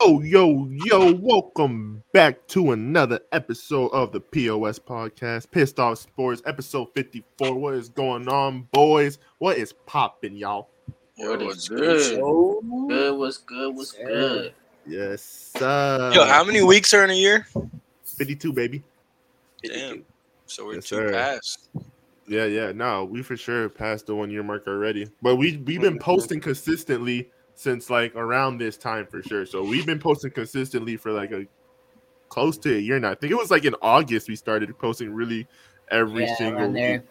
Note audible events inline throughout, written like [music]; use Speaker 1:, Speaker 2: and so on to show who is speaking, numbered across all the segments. Speaker 1: Yo, yo, yo, welcome back to another episode of the POS podcast, Pissed Off Sports, episode 54. What is going on, boys? What is popping, y'all?
Speaker 2: What is good? Good, what's good, what's
Speaker 3: Yeah.
Speaker 2: good? [laughs]
Speaker 1: Yes, sir.
Speaker 4: Yo, how many weeks are in a year?
Speaker 1: 52, baby.
Speaker 4: Damn. So we're
Speaker 1: Yes,
Speaker 4: two
Speaker 1: sir.
Speaker 4: past.
Speaker 1: Yeah, yeah. No, we for sure passed the one year mark already. But we we've been posting consistently since like around this time for sure. So we've been posting consistently for like a close to a year now. I think it was like in August we started posting really every
Speaker 3: Yeah,
Speaker 1: single
Speaker 3: around
Speaker 1: week.
Speaker 3: there.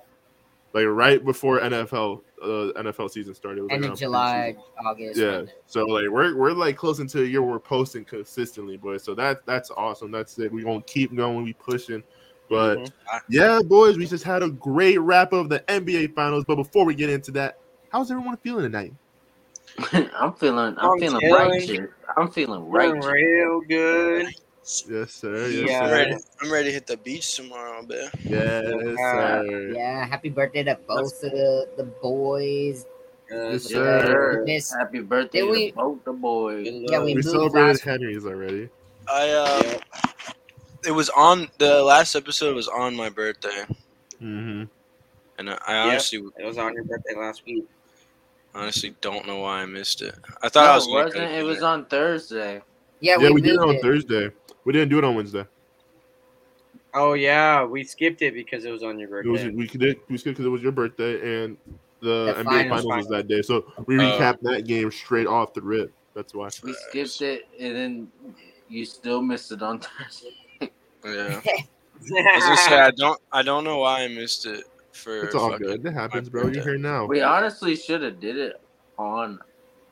Speaker 1: Like right before NFL uh, NFL season started. It was
Speaker 3: End
Speaker 1: like
Speaker 3: of
Speaker 1: around preseason.
Speaker 3: July, August.
Speaker 1: Yeah. So like we're we're like close into a year where we're posting consistently, boys. So that that's awesome. That's it. We're gonna keep going, we pushing. But
Speaker 3: Mm-hmm.
Speaker 1: yeah, boys, we just had a great wrap of the NBA finals. But before we get into that, how's everyone feeling tonight?
Speaker 2: I'm feeling, I'm
Speaker 5: I'm
Speaker 2: feeling
Speaker 5: chilling.
Speaker 2: righteous. I'm feeling
Speaker 5: Doing
Speaker 2: righteous.
Speaker 5: real good.
Speaker 1: Yes, sir. Yes,
Speaker 5: Yeah.
Speaker 4: I'm
Speaker 1: sir.
Speaker 4: ready. I'm ready to hit the beach tomorrow, man.
Speaker 1: Yes,
Speaker 5: Uh,
Speaker 1: sir.
Speaker 3: Yeah, happy birthday to both of the, the boys.
Speaker 1: Yes,
Speaker 3: Uh,
Speaker 1: sir.
Speaker 3: miss-
Speaker 2: Happy birthday
Speaker 3: Did we-
Speaker 2: to both the boys.
Speaker 3: yeah, we,
Speaker 1: We
Speaker 3: moved
Speaker 1: celebrated
Speaker 3: last-
Speaker 1: Henry's already.
Speaker 4: I uh, it was on the last episode was on my birthday,
Speaker 1: hmm
Speaker 4: and I, I honestly,
Speaker 5: It was on your birthday last week.
Speaker 4: honestly don't know why I missed it. I
Speaker 2: No,
Speaker 4: thought I was
Speaker 2: it
Speaker 4: gonna
Speaker 2: wasn't.
Speaker 4: cut
Speaker 2: It was
Speaker 4: there.
Speaker 2: on Thursday.
Speaker 3: Yeah,
Speaker 1: Yeah, we, did it
Speaker 3: moved
Speaker 1: on Thursday. We didn't do it on Wednesday.
Speaker 5: Oh yeah, we skipped it because it was on your
Speaker 1: It was
Speaker 5: birthday.
Speaker 1: we did we skipped because it was your birthday and the,
Speaker 3: The
Speaker 1: NBA
Speaker 3: finals,
Speaker 1: finals, was
Speaker 5: finals.
Speaker 1: that day. So we
Speaker 4: Oh.
Speaker 1: recapped that game straight off the rip. That's why.
Speaker 2: We skipped it, and then you still missed it on [laughs] Thursday.
Speaker 4: [laughs] Yeah,
Speaker 5: [laughs]
Speaker 4: I was gonna say, I don't, I don't know why I missed it. For
Speaker 1: It's all
Speaker 4: fucking-
Speaker 1: good. That happens, bro. You're here now.
Speaker 2: We honestly should have did it on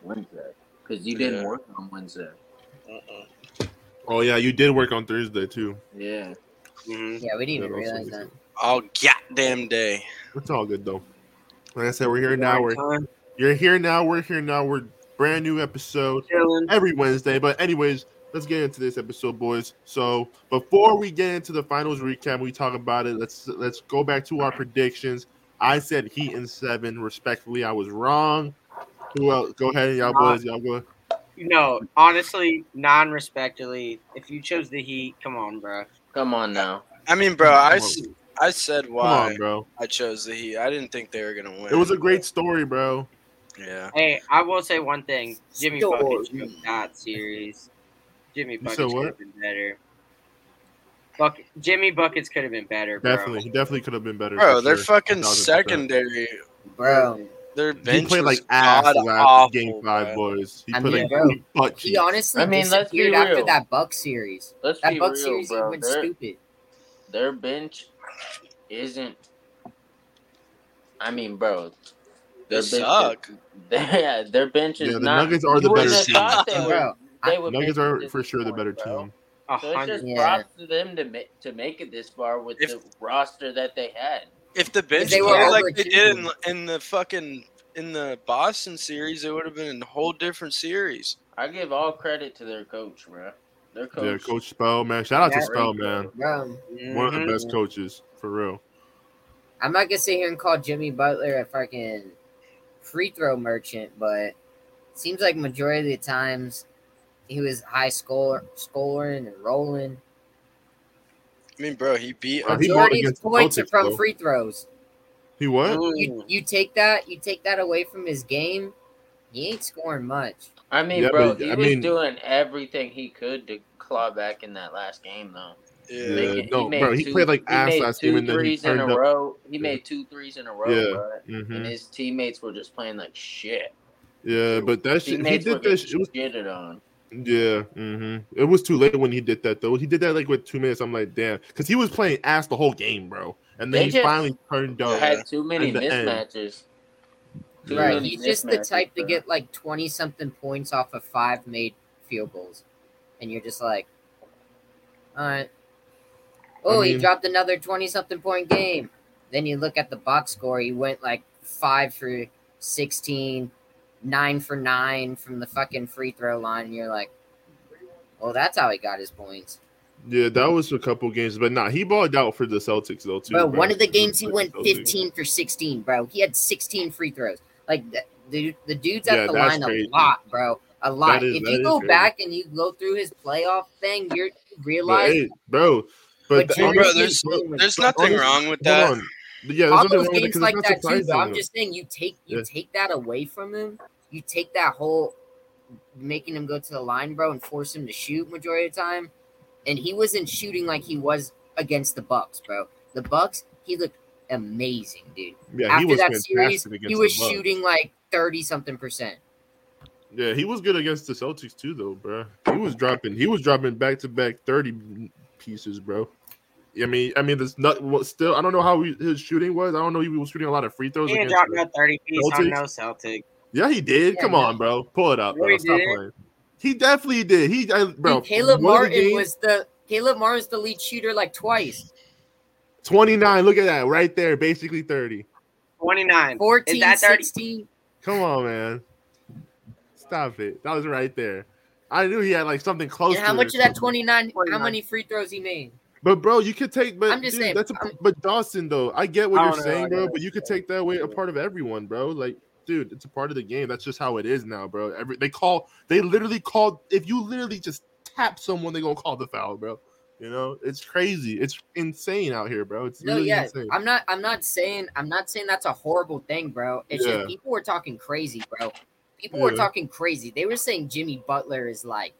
Speaker 2: Wednesday because you didn't
Speaker 4: Yeah.
Speaker 2: work on Wednesday.
Speaker 4: Uh-uh.
Speaker 1: Oh yeah, you did work on Thursday too.
Speaker 2: Yeah,
Speaker 5: Mhm.
Speaker 3: [laughs] Yeah, we didn't even
Speaker 1: That also
Speaker 3: realize
Speaker 1: makes
Speaker 3: that.
Speaker 1: sense.
Speaker 4: All goddamn day.
Speaker 1: It's all good though. Like I said, we're here now. We're
Speaker 5: Time,
Speaker 1: you're here now. We're here now. We're brand new episode
Speaker 5: chilling.
Speaker 1: every Wednesday. But anyways, let's get into this episode, boys. So before we get into the finals recap, we talk about it. Let's let's go back to our predictions. I said Heat in seven. Respectfully, I was wrong. Who else? Go ahead, y'all
Speaker 4: Uh,
Speaker 1: boys. Y'all go.
Speaker 5: No, honestly, non-respectfully, if you chose the Heat, come on, bro.
Speaker 2: come on now.
Speaker 4: I mean, bro, I,
Speaker 1: Come
Speaker 4: s- I said
Speaker 1: Come
Speaker 4: why
Speaker 1: on, bro.
Speaker 4: I chose the Heat. I didn't think they were gonna win.
Speaker 1: It was a great story, bro.
Speaker 4: yeah.
Speaker 5: Hey, I will say one thing: Jimmy
Speaker 3: Story.
Speaker 5: fucking choked that series. Jimmy
Speaker 1: You said
Speaker 5: buckets
Speaker 1: what?
Speaker 5: could have been better. Buck, Jimmy buckets could have been better, bro.
Speaker 1: Definitely, he definitely could have been better.
Speaker 4: Bro,
Speaker 1: for
Speaker 4: their
Speaker 1: sure.
Speaker 4: fucking
Speaker 1: 1000%.
Speaker 4: secondary,
Speaker 3: Bro,
Speaker 4: their
Speaker 1: He
Speaker 4: bench
Speaker 1: played
Speaker 4: was
Speaker 1: like ass
Speaker 4: god
Speaker 1: last
Speaker 4: awful,
Speaker 1: game five, boys. He
Speaker 3: I
Speaker 1: put
Speaker 3: mean,
Speaker 1: like
Speaker 3: bro,
Speaker 1: two butt
Speaker 3: he
Speaker 1: cheeks.
Speaker 3: honestly
Speaker 2: I mean, let's be
Speaker 3: disappeared after
Speaker 2: real.
Speaker 3: that Buck series.
Speaker 2: Let's
Speaker 3: That
Speaker 2: be
Speaker 3: Buck
Speaker 2: real,
Speaker 3: series
Speaker 2: bro.
Speaker 3: went
Speaker 2: They're-
Speaker 3: stupid.
Speaker 2: their bench isn't. I mean, bro, [laughs]
Speaker 4: They
Speaker 2: their bench is-
Speaker 4: suck.
Speaker 2: yeah, their bench is
Speaker 1: Yeah, the
Speaker 2: not.
Speaker 1: Nuggets are
Speaker 2: you
Speaker 1: the
Speaker 2: would've
Speaker 1: better team.
Speaker 2: thought they were-
Speaker 3: Bro,
Speaker 2: they would
Speaker 1: Nuggets
Speaker 2: make it
Speaker 1: are
Speaker 2: to
Speaker 1: for
Speaker 2: this
Speaker 1: sure the
Speaker 2: point,
Speaker 1: better
Speaker 2: bro.
Speaker 1: team.
Speaker 5: A
Speaker 2: So it's
Speaker 5: hundred.
Speaker 2: just
Speaker 3: Yeah.
Speaker 2: props to them to make to make it this far with
Speaker 4: If-
Speaker 2: the roster that they had.
Speaker 4: If the bench
Speaker 3: they
Speaker 4: they
Speaker 3: were
Speaker 4: like they did in,
Speaker 3: overachieving.
Speaker 4: in the fucking in the Boston series, it would have been a whole different series.
Speaker 2: I give all credit to their coach, bro. Their coach,
Speaker 1: Yeah, Coach Spell, man. Shout out to
Speaker 3: Yeah.
Speaker 1: Spell, man.
Speaker 3: bro,
Speaker 1: One of the
Speaker 5: Mhm.
Speaker 1: best
Speaker 2: Mm-hmm.
Speaker 1: coaches for real.
Speaker 3: I'm not gonna sit here and call Jimmy Butler a fucking free throw merchant, but seems like majority of the times he was high score scoring and rolling.
Speaker 4: I mean, bro, he beat.
Speaker 1: Bro, he won
Speaker 3: Majority of his
Speaker 1: against the
Speaker 3: points are
Speaker 1: Celtics,
Speaker 3: from
Speaker 1: though.
Speaker 3: free throws.
Speaker 1: He what?
Speaker 5: Mhm.
Speaker 4: Hmm.
Speaker 3: You you take that you take that away from his game, he ain't scoring much.
Speaker 2: I mean,
Speaker 1: Yeah,
Speaker 2: bro,
Speaker 1: but,
Speaker 2: he
Speaker 1: I
Speaker 2: was
Speaker 1: mean-
Speaker 2: doing everything he could to claw back in that last game, though.
Speaker 1: Yeah,
Speaker 4: yeah.
Speaker 2: They-
Speaker 1: no, bro, he played like ass
Speaker 2: made
Speaker 1: last
Speaker 2: two
Speaker 1: game and then he
Speaker 2: threes in
Speaker 1: turned
Speaker 2: a
Speaker 1: up.
Speaker 2: row. He
Speaker 1: Yeah.
Speaker 2: made two threes in a row,
Speaker 1: Yeah.
Speaker 2: bro.
Speaker 1: hmm
Speaker 2: and his teammates were just playing like shit.
Speaker 1: Yeah, but that shit, he
Speaker 2: Teammates were
Speaker 1: did that.
Speaker 2: getting
Speaker 1: Shit, it was
Speaker 2: shitted on.
Speaker 1: yeah. hmm It was too late when he did that though. He did that like with two minutes. I'm like, damn, because he was playing ass the whole game, bro. And then
Speaker 2: They
Speaker 1: he
Speaker 2: just-
Speaker 1: finally turned
Speaker 2: They
Speaker 1: up.
Speaker 2: had too many
Speaker 1: In the end.
Speaker 2: mismatches. Too
Speaker 1: Right,
Speaker 3: Right,
Speaker 2: many
Speaker 3: he's just the
Speaker 2: mismatches,
Speaker 3: type to
Speaker 2: bro.
Speaker 3: get like twenty something points off of five made field goals, and you're just like, all right. Oh, he
Speaker 1: mean-
Speaker 3: dropped another twenty something point game. Then you look at the box score. He went like five for 16, nine for nine from the fucking free throw line. And you're like, well, that's how he got his points.
Speaker 1: Yeah, that was a couple games, but nah, he balled out for the Celtics though too.
Speaker 3: Bro,
Speaker 1: bro.
Speaker 3: one of the games he
Speaker 1: For
Speaker 3: went
Speaker 1: Celtics.
Speaker 3: 15 for 16, bro. He had 16 free throws. Like the the, the dude's at
Speaker 1: Yeah,
Speaker 3: the
Speaker 1: that's
Speaker 3: line
Speaker 1: crazy.
Speaker 3: a lot, bro. a lot.
Speaker 1: That is-
Speaker 3: if
Speaker 1: that
Speaker 3: you
Speaker 1: is
Speaker 3: go
Speaker 1: crazy.
Speaker 3: back and you go through his playoff thing, you're, you
Speaker 1: But,
Speaker 3: realize
Speaker 1: hey, bro. But,
Speaker 3: But
Speaker 1: the-
Speaker 3: you-
Speaker 1: honestly,
Speaker 4: Bro, there's-
Speaker 1: bro,
Speaker 4: There's
Speaker 1: but
Speaker 4: nothing
Speaker 1: honestly-
Speaker 4: wrong with
Speaker 1: hold
Speaker 4: that.
Speaker 1: on. Yeah, there's nothing wrong
Speaker 3: Pablo's
Speaker 1: with it
Speaker 3: games
Speaker 1: 'cause
Speaker 3: like
Speaker 1: it's
Speaker 3: that
Speaker 1: not
Speaker 3: too. But I'm
Speaker 1: surprising.
Speaker 3: just saying, you take you
Speaker 1: Yeah.
Speaker 3: take that away from him, you take that whole making him go to the line, bro, and force him to shoot majority of the time, and he wasn't shooting like he was against the Bucks, bro. The Bucks, he looked amazing, dude.
Speaker 1: Yeah, he
Speaker 3: After
Speaker 1: was
Speaker 3: that
Speaker 1: fantastic
Speaker 3: series,
Speaker 1: against
Speaker 3: he was
Speaker 1: the Bucks.
Speaker 3: shooting like thirty something percent.
Speaker 1: Yeah, he was good against the Celtics too, though, bro. He was dropping. He was dropping back to back thirty pieces, bro. I mean, I mean, there's not. Well, still, I don't know how he, his shooting was. I don't know. He was shooting a lot of free throws.
Speaker 5: He ain't
Speaker 1: Against
Speaker 5: dropped
Speaker 1: the-
Speaker 5: no 30 piece on
Speaker 1: Celtics?
Speaker 5: no Celtic.
Speaker 1: yeah, he did.
Speaker 3: Yeah,
Speaker 1: Come
Speaker 3: no.
Speaker 1: on, bro. Pull it up,
Speaker 5: No,
Speaker 1: bro.
Speaker 5: he
Speaker 1: Stop
Speaker 5: didn't.
Speaker 1: playing. He definitely did. He, I, bro.
Speaker 3: Dude, Caleb
Speaker 1: one of the
Speaker 3: Martin
Speaker 1: games-
Speaker 3: was the Caleb Martin was the lead shooter like twice.
Speaker 1: 29. Look at that right there. Basically 30.
Speaker 5: 29.
Speaker 3: 14,
Speaker 5: Is that 30?
Speaker 3: 16.
Speaker 1: Come on, man. Stop it. That was right there. I knew he had like something close.
Speaker 3: And how
Speaker 1: to
Speaker 3: much
Speaker 1: it.
Speaker 3: of that 29, how
Speaker 5: 29.
Speaker 3: many free throws he made?
Speaker 1: But bro, you could take. But
Speaker 3: I'm just
Speaker 1: dude,
Speaker 3: saying,
Speaker 1: That's a,
Speaker 3: I'm-
Speaker 1: but Dawson though, I get what
Speaker 5: I
Speaker 1: you're
Speaker 5: don't know, I
Speaker 1: saying, bro.
Speaker 5: get
Speaker 1: But you could take that away a part of everyone, bro. Like, dude, it's a part of the game. That's just how it is now, bro. Every they call, they literally called. If you literally just tap someone, they gonna call the foul, bro. You know, it's crazy. It's insane out here, bro. It's
Speaker 3: No,
Speaker 1: really
Speaker 3: yeah,
Speaker 1: insane.
Speaker 3: I'm not. I'm not saying. I'm not saying that's a horrible thing, bro. It's
Speaker 1: Yeah.
Speaker 3: just people were talking crazy, bro. People were
Speaker 1: Yeah.
Speaker 3: talking crazy. They were saying Jimmy Butler is like,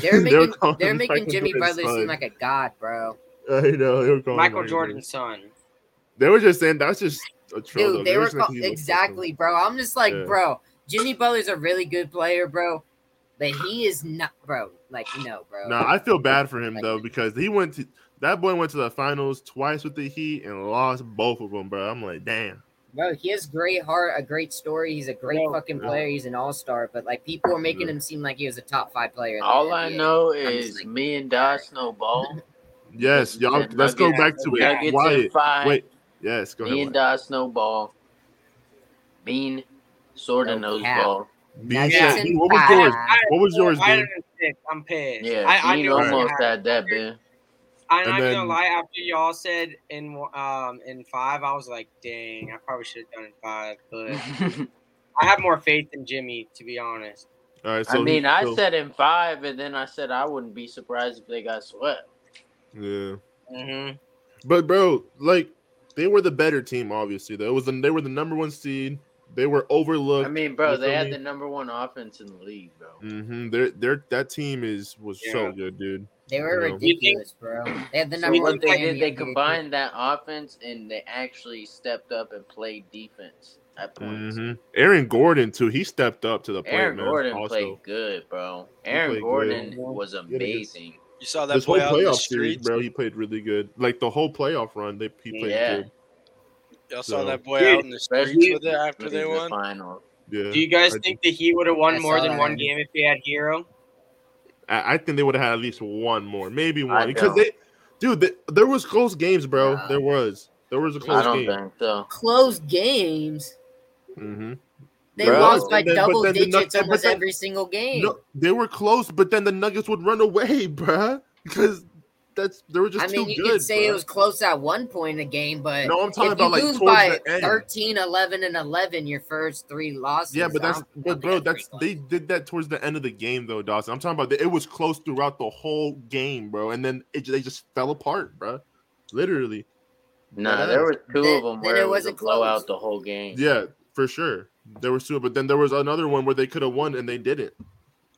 Speaker 1: [laughs]
Speaker 3: They're
Speaker 1: They were
Speaker 3: making.
Speaker 1: calling
Speaker 3: they're
Speaker 1: him
Speaker 3: making
Speaker 1: Michael
Speaker 3: Jimmy
Speaker 1: Jordan's
Speaker 3: Butler
Speaker 1: son.
Speaker 3: seem like a god, bro.
Speaker 1: [laughs] I know they were calling
Speaker 5: Michael
Speaker 1: him.
Speaker 5: Jordan's son.
Speaker 1: They were just saying that's just a troll. though.
Speaker 3: Dude, they were
Speaker 1: just
Speaker 3: call-
Speaker 1: making you look
Speaker 3: exactly, bro. I'm just like,
Speaker 1: Yeah.
Speaker 3: bro. Jimmy Butler's a really good player, bro, but he is not, bro. Like, no, bro.
Speaker 1: No, I feel bad for him
Speaker 3: Like-
Speaker 1: though because he went to that boy went to the finals twice with the Heat and lost both of them, bro. I'm like, damn.
Speaker 3: Bro, he has great heart, a great story. He's a great
Speaker 5: No.
Speaker 3: fucking
Speaker 1: Yeah.
Speaker 3: player. He's an all star, but like people are making
Speaker 1: Yeah.
Speaker 3: him seem like he was a top five player. in the
Speaker 2: All I
Speaker 3: NBA.
Speaker 2: know
Speaker 3: just
Speaker 2: is
Speaker 3: like-
Speaker 2: me and Dodge
Speaker 1: [laughs]
Speaker 2: Snowball.
Speaker 1: Yes, y'all.
Speaker 2: Yeah,
Speaker 1: Let's go
Speaker 2: Nuggets-
Speaker 1: back to it.
Speaker 2: Nuggets in
Speaker 1: Wyatt,
Speaker 2: five.
Speaker 1: wait. Yes, go
Speaker 2: me and
Speaker 1: ahead.
Speaker 2: Dodge Snowball. Bean, sword and
Speaker 3: No
Speaker 2: nose
Speaker 3: cap.
Speaker 2: ball.
Speaker 1: Wyatt. Be
Speaker 3: Nuggets
Speaker 1: set.
Speaker 3: in
Speaker 1: Dude, What was
Speaker 3: five.
Speaker 1: yours? What was yours,
Speaker 5: I
Speaker 1: dude?
Speaker 5: don't think- I'm pissed.
Speaker 2: Yeah,
Speaker 5: I, I
Speaker 2: Bean
Speaker 5: knew it was gonna
Speaker 2: almost
Speaker 5: happen.
Speaker 2: had that, Ben.
Speaker 5: I'm
Speaker 1: And
Speaker 5: not
Speaker 1: then-
Speaker 5: gonna lie. After y'all said in um in five, I was like, dang, I probably should have done it in five.
Speaker 1: [laughs]
Speaker 5: But
Speaker 3: [laughs]
Speaker 5: I have more faith in Jimmy, to be honest.
Speaker 1: All right.
Speaker 2: I
Speaker 1: So
Speaker 2: mean,
Speaker 1: he-
Speaker 2: I
Speaker 1: so-
Speaker 2: said in five, and then I said I wouldn't be surprised if they got swept.
Speaker 1: Yeah.
Speaker 5: Mm-hmm.
Speaker 1: But bro, like they were the better team, obviously. Though it was the, they were the number one seed. They were overlooked.
Speaker 2: I mean, bro,
Speaker 1: you
Speaker 2: they
Speaker 1: feel
Speaker 2: had
Speaker 1: me?
Speaker 2: the number one offense in the league, bro.
Speaker 1: hmm They're, they're, that team is was so
Speaker 5: Yeah.
Speaker 1: good, dude.
Speaker 3: They were
Speaker 1: Yeah.
Speaker 3: ridiculous, bro. They had the
Speaker 2: So
Speaker 3: number one
Speaker 2: what they
Speaker 3: thing.
Speaker 2: did, they combined that offense and they actually stepped up and played defense at points.
Speaker 1: hmm Aaron Gordon too. He stepped up to the plate,
Speaker 2: Aaron
Speaker 1: man.
Speaker 2: Gordon
Speaker 1: also.
Speaker 2: played good, bro. Aaron
Speaker 1: played
Speaker 2: Gordon
Speaker 1: good.
Speaker 2: was
Speaker 1: good.
Speaker 2: amazing.
Speaker 4: You saw that
Speaker 1: this whole
Speaker 4: boy out in the
Speaker 1: playoff series,
Speaker 4: streets.
Speaker 1: bro, he played really good. Like the whole playoff run, they he played
Speaker 2: Yeah.
Speaker 1: good.
Speaker 4: Y'all saw
Speaker 1: So-
Speaker 4: that boy
Speaker 5: Dude,
Speaker 4: out in the streets
Speaker 2: especially
Speaker 4: with it after they
Speaker 2: the
Speaker 4: won.
Speaker 2: final.
Speaker 1: Yeah,
Speaker 5: Do you guys
Speaker 1: I
Speaker 5: think that he would have won
Speaker 3: I
Speaker 5: more
Speaker 3: saw
Speaker 5: than
Speaker 3: that.
Speaker 5: one game if he had Hero?
Speaker 1: I, I think they would have had at least one more, maybe one,
Speaker 2: I
Speaker 1: because
Speaker 2: don't.
Speaker 1: they, dude, th- there was close games, bro.
Speaker 3: Nah.
Speaker 1: There was, there was a
Speaker 2: I
Speaker 1: close
Speaker 2: don't
Speaker 1: game.
Speaker 2: think so.
Speaker 3: closed games.
Speaker 1: hmm
Speaker 3: They
Speaker 2: Bro.
Speaker 3: lost by
Speaker 1: But then- but
Speaker 3: double
Speaker 1: then the Nuggets-
Speaker 3: digits
Speaker 1: but
Speaker 3: almost
Speaker 1: then-
Speaker 3: every single game.
Speaker 1: No, they were close, but then the Nuggets would run away, [laughs] bruh, because that's they were just
Speaker 3: I mean,
Speaker 1: too
Speaker 3: you
Speaker 1: good.
Speaker 3: could say
Speaker 1: bruh.
Speaker 3: it was close at one point in the game, but
Speaker 1: No, I'm talking
Speaker 3: if you
Speaker 1: about like
Speaker 3: lose
Speaker 1: towards
Speaker 3: by
Speaker 1: the end.
Speaker 3: 13, 11, and 11, your first three losses.
Speaker 1: Yeah, but
Speaker 3: I
Speaker 1: that's
Speaker 3: don't
Speaker 1: but
Speaker 3: think
Speaker 1: bro, that's
Speaker 3: pretty
Speaker 1: they did that towards the end of the game though, Dawson. I'm talking about the, it was close throughout the whole game, bro, and then it, they just fell apart, bro. Literally,
Speaker 2: No,
Speaker 1: Deadass.
Speaker 2: there were two
Speaker 3: Then-
Speaker 2: of them
Speaker 3: then
Speaker 2: where it
Speaker 3: it
Speaker 2: was a
Speaker 3: wasn't close.
Speaker 2: blowout the whole game.
Speaker 1: yeah, for sure. There was two, but then there was another one where they could have won and they didn't.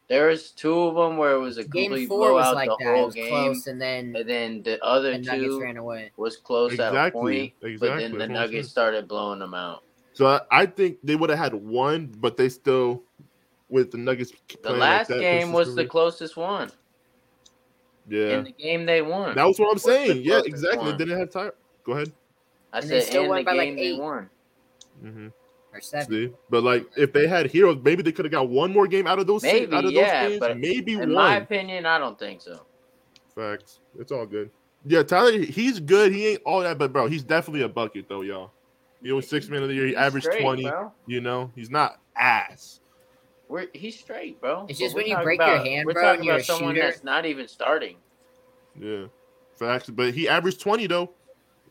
Speaker 2: There was two of them where it was a
Speaker 3: close.
Speaker 2: complete
Speaker 3: game four was
Speaker 2: blowout
Speaker 3: like
Speaker 2: the
Speaker 3: that. It
Speaker 2: whole
Speaker 3: was
Speaker 2: game,
Speaker 3: close, and then
Speaker 2: and then the other
Speaker 3: the Nuggets
Speaker 2: two
Speaker 3: ran away.
Speaker 2: was close at a
Speaker 1: Exactly,
Speaker 2: point, but
Speaker 1: exactly,
Speaker 2: then the
Speaker 1: that's what I'm
Speaker 2: Nuggets started blowing them out.
Speaker 1: So I, I think they would have had one, but they still with the Nuggets.
Speaker 2: The
Speaker 1: playing like
Speaker 2: last
Speaker 1: that
Speaker 2: game was the
Speaker 1: consistently-
Speaker 2: closest one.
Speaker 1: yeah.
Speaker 2: In the game they won.
Speaker 1: That was what I'm
Speaker 2: the
Speaker 1: saying. Yeah,
Speaker 2: closest
Speaker 1: exactly.
Speaker 2: one.
Speaker 1: They didn't have time. Go ahead.
Speaker 2: I
Speaker 3: And they
Speaker 2: said
Speaker 3: still
Speaker 2: in
Speaker 3: won
Speaker 2: the
Speaker 3: by, like,
Speaker 2: game they
Speaker 3: eight.
Speaker 2: won.
Speaker 1: hmm
Speaker 3: Or seven.
Speaker 1: See, but like if they had heroes, maybe they could have got one more game out of those. si-
Speaker 2: Maybe,
Speaker 1: out of
Speaker 2: yeah,
Speaker 1: those games.
Speaker 2: but
Speaker 1: maybe
Speaker 2: In
Speaker 1: one.
Speaker 2: my opinion, I don't think so.
Speaker 1: Facts. It's all good. Yeah, Tyler, he's good. He ain't all that, but bro, he's definitely a bucket though, y'all. He was six man of the year. He
Speaker 2: He's
Speaker 1: averaged
Speaker 2: straight,
Speaker 1: twenty.
Speaker 2: Bro.
Speaker 1: You know, he's not ass.
Speaker 2: We're, he's straight, bro.
Speaker 3: It's
Speaker 2: But
Speaker 3: just
Speaker 2: we're
Speaker 3: when you
Speaker 2: talking
Speaker 3: break your
Speaker 2: about-
Speaker 3: hand,
Speaker 2: we're
Speaker 3: bro,
Speaker 2: talking
Speaker 3: and you're
Speaker 2: about
Speaker 3: a
Speaker 2: someone
Speaker 3: shooter.
Speaker 2: that's not even starting.
Speaker 1: Yeah, facts. But he averaged twenty though.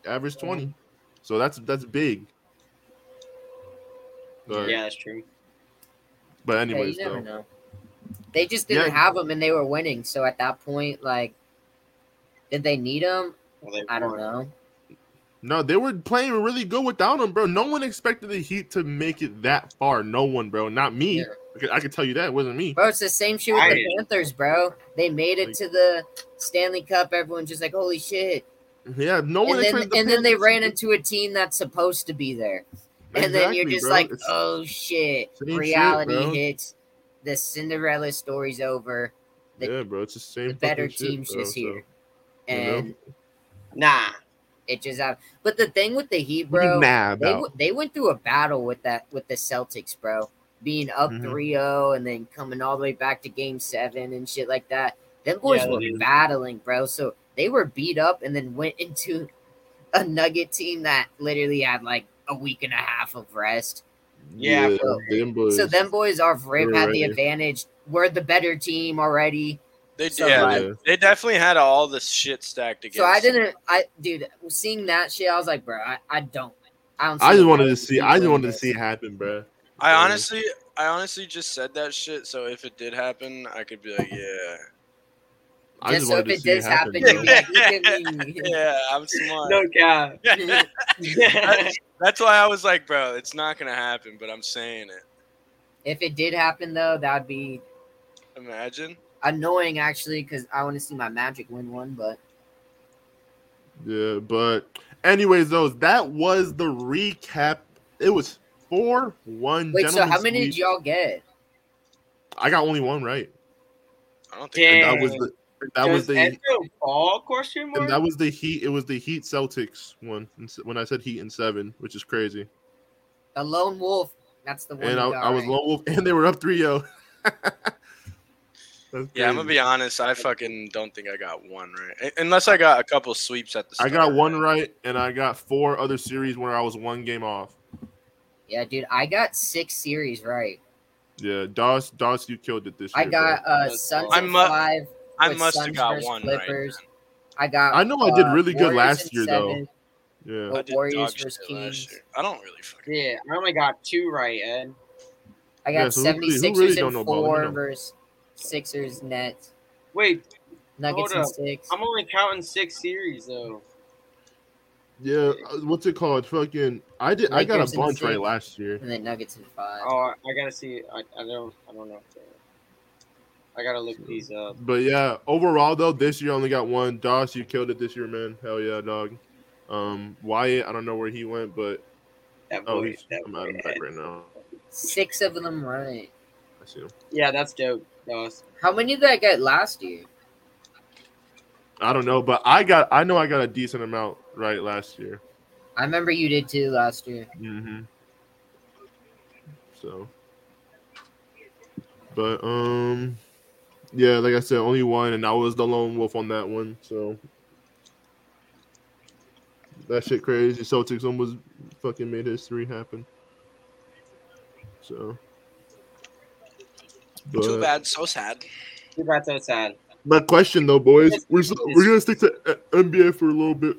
Speaker 1: Averaged
Speaker 2: Mm-hmm.
Speaker 1: twenty. So that's that's big. But,
Speaker 5: Yeah, that's true.
Speaker 1: But
Speaker 3: Yeah, you
Speaker 1: anyways,
Speaker 3: never
Speaker 1: though.
Speaker 3: know. They just didn't
Speaker 1: Yeah.
Speaker 3: have him, and they were winning. So at that point, like, did they need him?
Speaker 5: Well, they
Speaker 3: I don't
Speaker 5: won.
Speaker 3: know.
Speaker 1: No, they were playing really good without him, bro. No one expected the Heat to make it that far. No one, bro. Not me.
Speaker 3: Yeah.
Speaker 1: I could- I could tell you that it wasn't me.
Speaker 3: Bro, it's the same shit with
Speaker 5: I
Speaker 3: the
Speaker 5: didn't.
Speaker 3: Panthers, bro. They made it
Speaker 1: Like-
Speaker 3: to the Stanley Cup. Everyone's just like, holy shit.
Speaker 1: Yeah, no one
Speaker 3: And then,
Speaker 1: expected. the
Speaker 3: and then
Speaker 1: Panthers
Speaker 3: they
Speaker 1: to
Speaker 3: ran
Speaker 1: do-
Speaker 3: into a team that's supposed to be there. and then you're
Speaker 1: Exactly,
Speaker 3: just
Speaker 1: bro.
Speaker 3: like,
Speaker 1: It's-
Speaker 3: oh shit,
Speaker 1: Same shit,
Speaker 3: reality
Speaker 1: bro.
Speaker 3: hits. The Cinderella story's over. the-
Speaker 1: yeah, bro. It's the same.
Speaker 3: The better
Speaker 1: fucking shit,
Speaker 3: team's
Speaker 1: bro,
Speaker 3: just
Speaker 1: so,
Speaker 3: here,
Speaker 1: you know?
Speaker 3: and
Speaker 5: Nah,
Speaker 3: it just out. But the thing with the Heat,
Speaker 1: What are you
Speaker 3: bro,
Speaker 1: mad
Speaker 3: they,
Speaker 1: about?
Speaker 3: w- they went through a battle with that with the Celtics, bro. Being up
Speaker 1: Mhm.
Speaker 3: 3-0 and then coming all the way back to game seven and shit like that. Them boys
Speaker 5: Yeah,
Speaker 3: were
Speaker 5: dude.
Speaker 3: battling, bro. So they were beat up and then went into [laughs] a nugget team that literally had like a week and a half of rest.
Speaker 5: Yeah,
Speaker 3: bro.
Speaker 1: them boys.
Speaker 3: So them boys off rip
Speaker 1: We're
Speaker 3: had the
Speaker 1: ready.
Speaker 3: advantage. We're the better team already.
Speaker 4: They
Speaker 3: So,
Speaker 4: yeah,
Speaker 3: like-
Speaker 4: they, they definitely had all the shit stacked against.
Speaker 3: So I
Speaker 4: them.
Speaker 3: didn't I dude seeing that shit, I was like, bro, I, I don't I don't
Speaker 1: I
Speaker 3: see
Speaker 1: just
Speaker 3: how
Speaker 1: wanted
Speaker 3: the
Speaker 1: to see.
Speaker 3: Heat
Speaker 1: I just
Speaker 3: win
Speaker 1: wanted to
Speaker 3: this.
Speaker 1: see it happen, bro.
Speaker 4: I
Speaker 1: Yeah.
Speaker 4: honestly, I honestly just said that shit. So if it did happen, I could be like, yeah,
Speaker 1: I
Speaker 3: Just
Speaker 1: just
Speaker 3: so
Speaker 1: wanted
Speaker 3: if
Speaker 1: to
Speaker 3: it
Speaker 1: see it
Speaker 3: does
Speaker 1: happen.
Speaker 3: happen,
Speaker 1: bro.
Speaker 3: you can- you can-
Speaker 4: yeah, I'm smart.
Speaker 5: no cap.
Speaker 1: [laughs]
Speaker 4: That- That's why I was like, bro, it's not gonna happen, but I'm saying it.
Speaker 3: [laughs] if it did happen though, that'd be
Speaker 4: Imagine.
Speaker 3: annoying actually because I want to see my Magic win one. But
Speaker 1: [laughs] Yeah, but anyways, those that was the recap. It was four one.
Speaker 3: wait, so how many did y'all get?
Speaker 1: I got only one right.
Speaker 4: I don't
Speaker 1: And
Speaker 4: think.
Speaker 1: that was
Speaker 5: Dang.
Speaker 1: the. That was
Speaker 5: Does
Speaker 1: the.
Speaker 5: Ezra ball question mark?
Speaker 1: And that was the Heat. It was the Heat Celtics one. in se- When I said Heat in seven, which is crazy.
Speaker 3: The lone wolf. That's the one.
Speaker 1: And
Speaker 3: you
Speaker 1: I,
Speaker 3: got,
Speaker 1: I was
Speaker 3: right?
Speaker 1: lone wolf, [laughs] and they were up oh. 3 [laughs] 0.
Speaker 4: Yeah, I'm gonna be honest. I fucking don't think I got one right, U- unless I got a couple sweeps at the.
Speaker 1: I
Speaker 4: Start.
Speaker 1: got one right, and I got four other series where I was one game off.
Speaker 3: Yeah, dude, I got six series right.
Speaker 1: Yeah, Doss, Doss, you killed it this year.
Speaker 3: I got uh
Speaker 5: That's
Speaker 3: Suns
Speaker 4: awesome.
Speaker 3: and
Speaker 4: I mu-
Speaker 3: five.
Speaker 4: I
Speaker 3: with
Speaker 4: must have
Speaker 3: Suns
Speaker 4: got
Speaker 3: versus
Speaker 4: one
Speaker 3: Clippers.
Speaker 4: right.
Speaker 3: I got.
Speaker 1: I know I did
Speaker 3: uh,
Speaker 1: really good
Speaker 3: Warriors
Speaker 1: last
Speaker 3: in
Speaker 1: year, though.
Speaker 3: seven.
Speaker 1: Yeah.
Speaker 4: man.
Speaker 3: Oh,
Speaker 4: I did
Speaker 3: Warriors
Speaker 4: dog shit
Speaker 3: versus
Speaker 4: last
Speaker 3: Kings.
Speaker 4: year. I don't really fucking.
Speaker 5: yeah, I only got two right, Ed.
Speaker 3: I
Speaker 1: Yeah,
Speaker 3: got
Speaker 1: so who really-
Speaker 3: seventy
Speaker 1: who
Speaker 3: sixers
Speaker 1: really don't know
Speaker 3: and
Speaker 1: about it?
Speaker 3: four
Speaker 1: No.
Speaker 3: versus Sixers, Nets,
Speaker 5: Wait,
Speaker 3: Nuggets,
Speaker 5: Hold
Speaker 3: and
Speaker 5: up.
Speaker 3: six.
Speaker 5: I'm only counting six series though.
Speaker 1: Yeah. uh, What's it called? Fucking. I did. I got
Speaker 3: Lakers
Speaker 1: a
Speaker 3: in
Speaker 1: bunch
Speaker 3: six.
Speaker 1: right last year.
Speaker 3: And then Nuggets and five.
Speaker 5: Oh, I gotta see. I, I don't. I don't know. I gotta look these up.
Speaker 1: But yeah, overall though, this year I only got one. Doss, you killed it this year, man. Hell yeah, dog. Um, Wyatt, I don't know where he went, but
Speaker 5: That
Speaker 1: oh,
Speaker 5: boy,
Speaker 1: he's,
Speaker 5: that
Speaker 1: I'm
Speaker 5: boy,
Speaker 1: out of
Speaker 5: Ed.
Speaker 1: back right now.
Speaker 3: Six of them right.
Speaker 1: I see him.
Speaker 5: Yeah, that's dope. Doss.
Speaker 3: How many did I get last year?
Speaker 1: I don't know, but I got. I know I got a decent amount right last year.
Speaker 3: I remember you did too last year.
Speaker 1: Mm-hmm. So, but um, yeah, like I said, only one, and I was the lone wolf on that one. So that shit crazy. Celtics almost fucking made history happen. So,
Speaker 4: Too
Speaker 1: but,
Speaker 4: bad. So sad.
Speaker 5: Too bad, so sad.
Speaker 1: my question though, boys, we're s- we're gonna stick to uh, NBA for a little bit.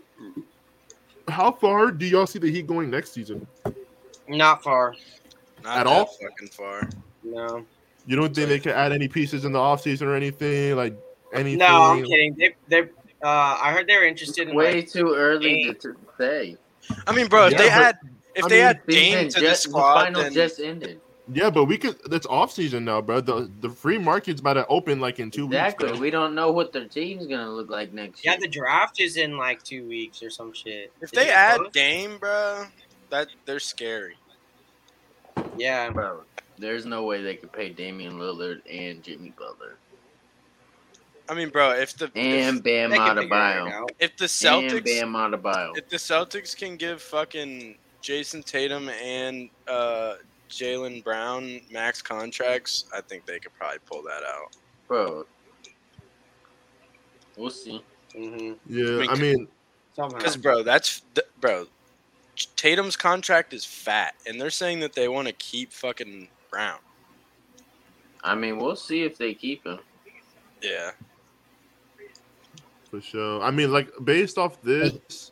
Speaker 1: How far do y'all see the Heat going next season?
Speaker 5: Not far.
Speaker 4: Not
Speaker 1: At
Speaker 4: that
Speaker 1: all?
Speaker 4: Fucking far.
Speaker 5: No.
Speaker 1: You don't think they can add any pieces in the offseason or anything? Like anything?
Speaker 5: No, I'm kidding. They, they. Uh, I heard they were interested in.
Speaker 2: Way
Speaker 5: like,
Speaker 2: too early to, to say.
Speaker 4: I mean, bro, if
Speaker 1: Yeah,
Speaker 4: they
Speaker 1: but-
Speaker 4: add if
Speaker 1: I
Speaker 4: they
Speaker 1: mean,
Speaker 4: add
Speaker 2: Season
Speaker 4: Dame to the
Speaker 2: just-
Speaker 4: squad,
Speaker 2: final
Speaker 4: then
Speaker 2: just ended.
Speaker 1: Yeah, but we could. That's offseason now, bro. The the free market's about to open like in two
Speaker 2: Exactly.
Speaker 1: weeks. bro.
Speaker 2: We don't know what their team's gonna look like next
Speaker 5: yeah,
Speaker 2: year.
Speaker 5: the draft is in like two weeks or some shit.
Speaker 4: if
Speaker 5: Is
Speaker 4: they
Speaker 5: it
Speaker 4: add
Speaker 5: close?
Speaker 4: Dame, bro, that they're scary.
Speaker 5: yeah,
Speaker 2: Bro, there's no way they could pay Damian Lillard and Jimmy Butler
Speaker 4: I mean, bro, if the
Speaker 2: and Bam
Speaker 5: they can figure it
Speaker 2: Adebayo
Speaker 5: out.
Speaker 4: if, if the
Speaker 2: and
Speaker 4: Celtics
Speaker 2: Bam Adebayo.
Speaker 4: if the Celtics can give fucking Jason Tatum and uh, Jalen Brown max contracts, I think they could probably pull that out.
Speaker 2: Bro, we'll see.
Speaker 5: Mhm.
Speaker 1: Yeah,
Speaker 4: We
Speaker 1: I
Speaker 4: could-
Speaker 1: mean,
Speaker 5: Somehow.
Speaker 4: Because bro, that's th- bro, Tatum's contract is fat, and they're saying that they want to keep fucking Brown.
Speaker 2: I mean, we'll see if they keep him.
Speaker 4: Yeah,
Speaker 1: for sure. I mean, like based off this,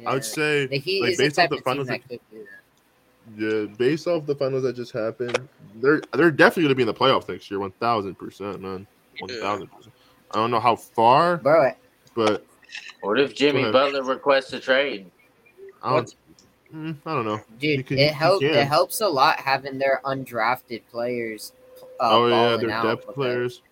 Speaker 1: I
Speaker 3: Yeah.
Speaker 1: would say
Speaker 3: the Heat
Speaker 1: like,
Speaker 3: is the
Speaker 1: based off
Speaker 3: type
Speaker 1: the
Speaker 3: of team
Speaker 1: finals-
Speaker 3: that could do that.
Speaker 1: Yeah, based off the finals that just happened, they're they're definitely gonna be in the playoffs next year, one thousand percent, man. One thousand percent. I don't know how far,
Speaker 3: bro.
Speaker 1: but
Speaker 2: What if Jimmy
Speaker 1: ahead.
Speaker 2: Butler requests a trade?
Speaker 1: I don't, mm, I don't know. You
Speaker 3: Dude,
Speaker 1: can- you
Speaker 3: it helps.
Speaker 1: can.
Speaker 3: It helps a lot having their undrafted players. Uh,
Speaker 1: oh yeah,
Speaker 3: balling
Speaker 1: they're
Speaker 3: out
Speaker 1: depth
Speaker 3: with it.
Speaker 1: players.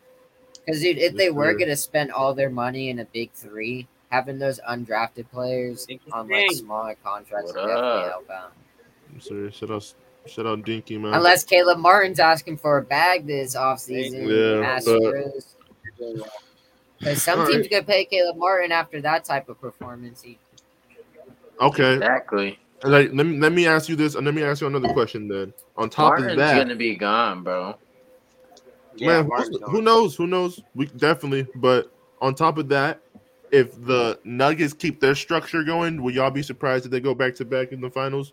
Speaker 3: Because dude, if
Speaker 1: Yes,
Speaker 3: they were
Speaker 1: sir.
Speaker 3: gonna spend all their money in a big three, having those undrafted players on like
Speaker 5: Interesting.
Speaker 3: smaller contracts
Speaker 2: What
Speaker 3: would definitely
Speaker 2: up?
Speaker 3: help out.
Speaker 1: Mm-hmm. I'm sorry, shout out, shout out, Dinky man.
Speaker 3: Unless Caleb Martin's asking for a bag this offseason.
Speaker 1: Yeah, but-
Speaker 3: Astros. Because some
Speaker 1: Alright.
Speaker 3: teams could pay Caleb Martin after that type of performance. He,
Speaker 1: okay,
Speaker 2: Exactly.
Speaker 1: like let me, let me ask you this, and let me ask you another question then. On top
Speaker 2: Martin's
Speaker 1: of that,
Speaker 2: gonna be gone, bro.
Speaker 5: Yeah,
Speaker 1: Man,
Speaker 5: Martin's
Speaker 1: who,
Speaker 5: gone.
Speaker 1: who knows? Who knows? We definitely. But on top of that, if the Nuggets keep their structure going, will y'all be surprised if they go back to back in the finals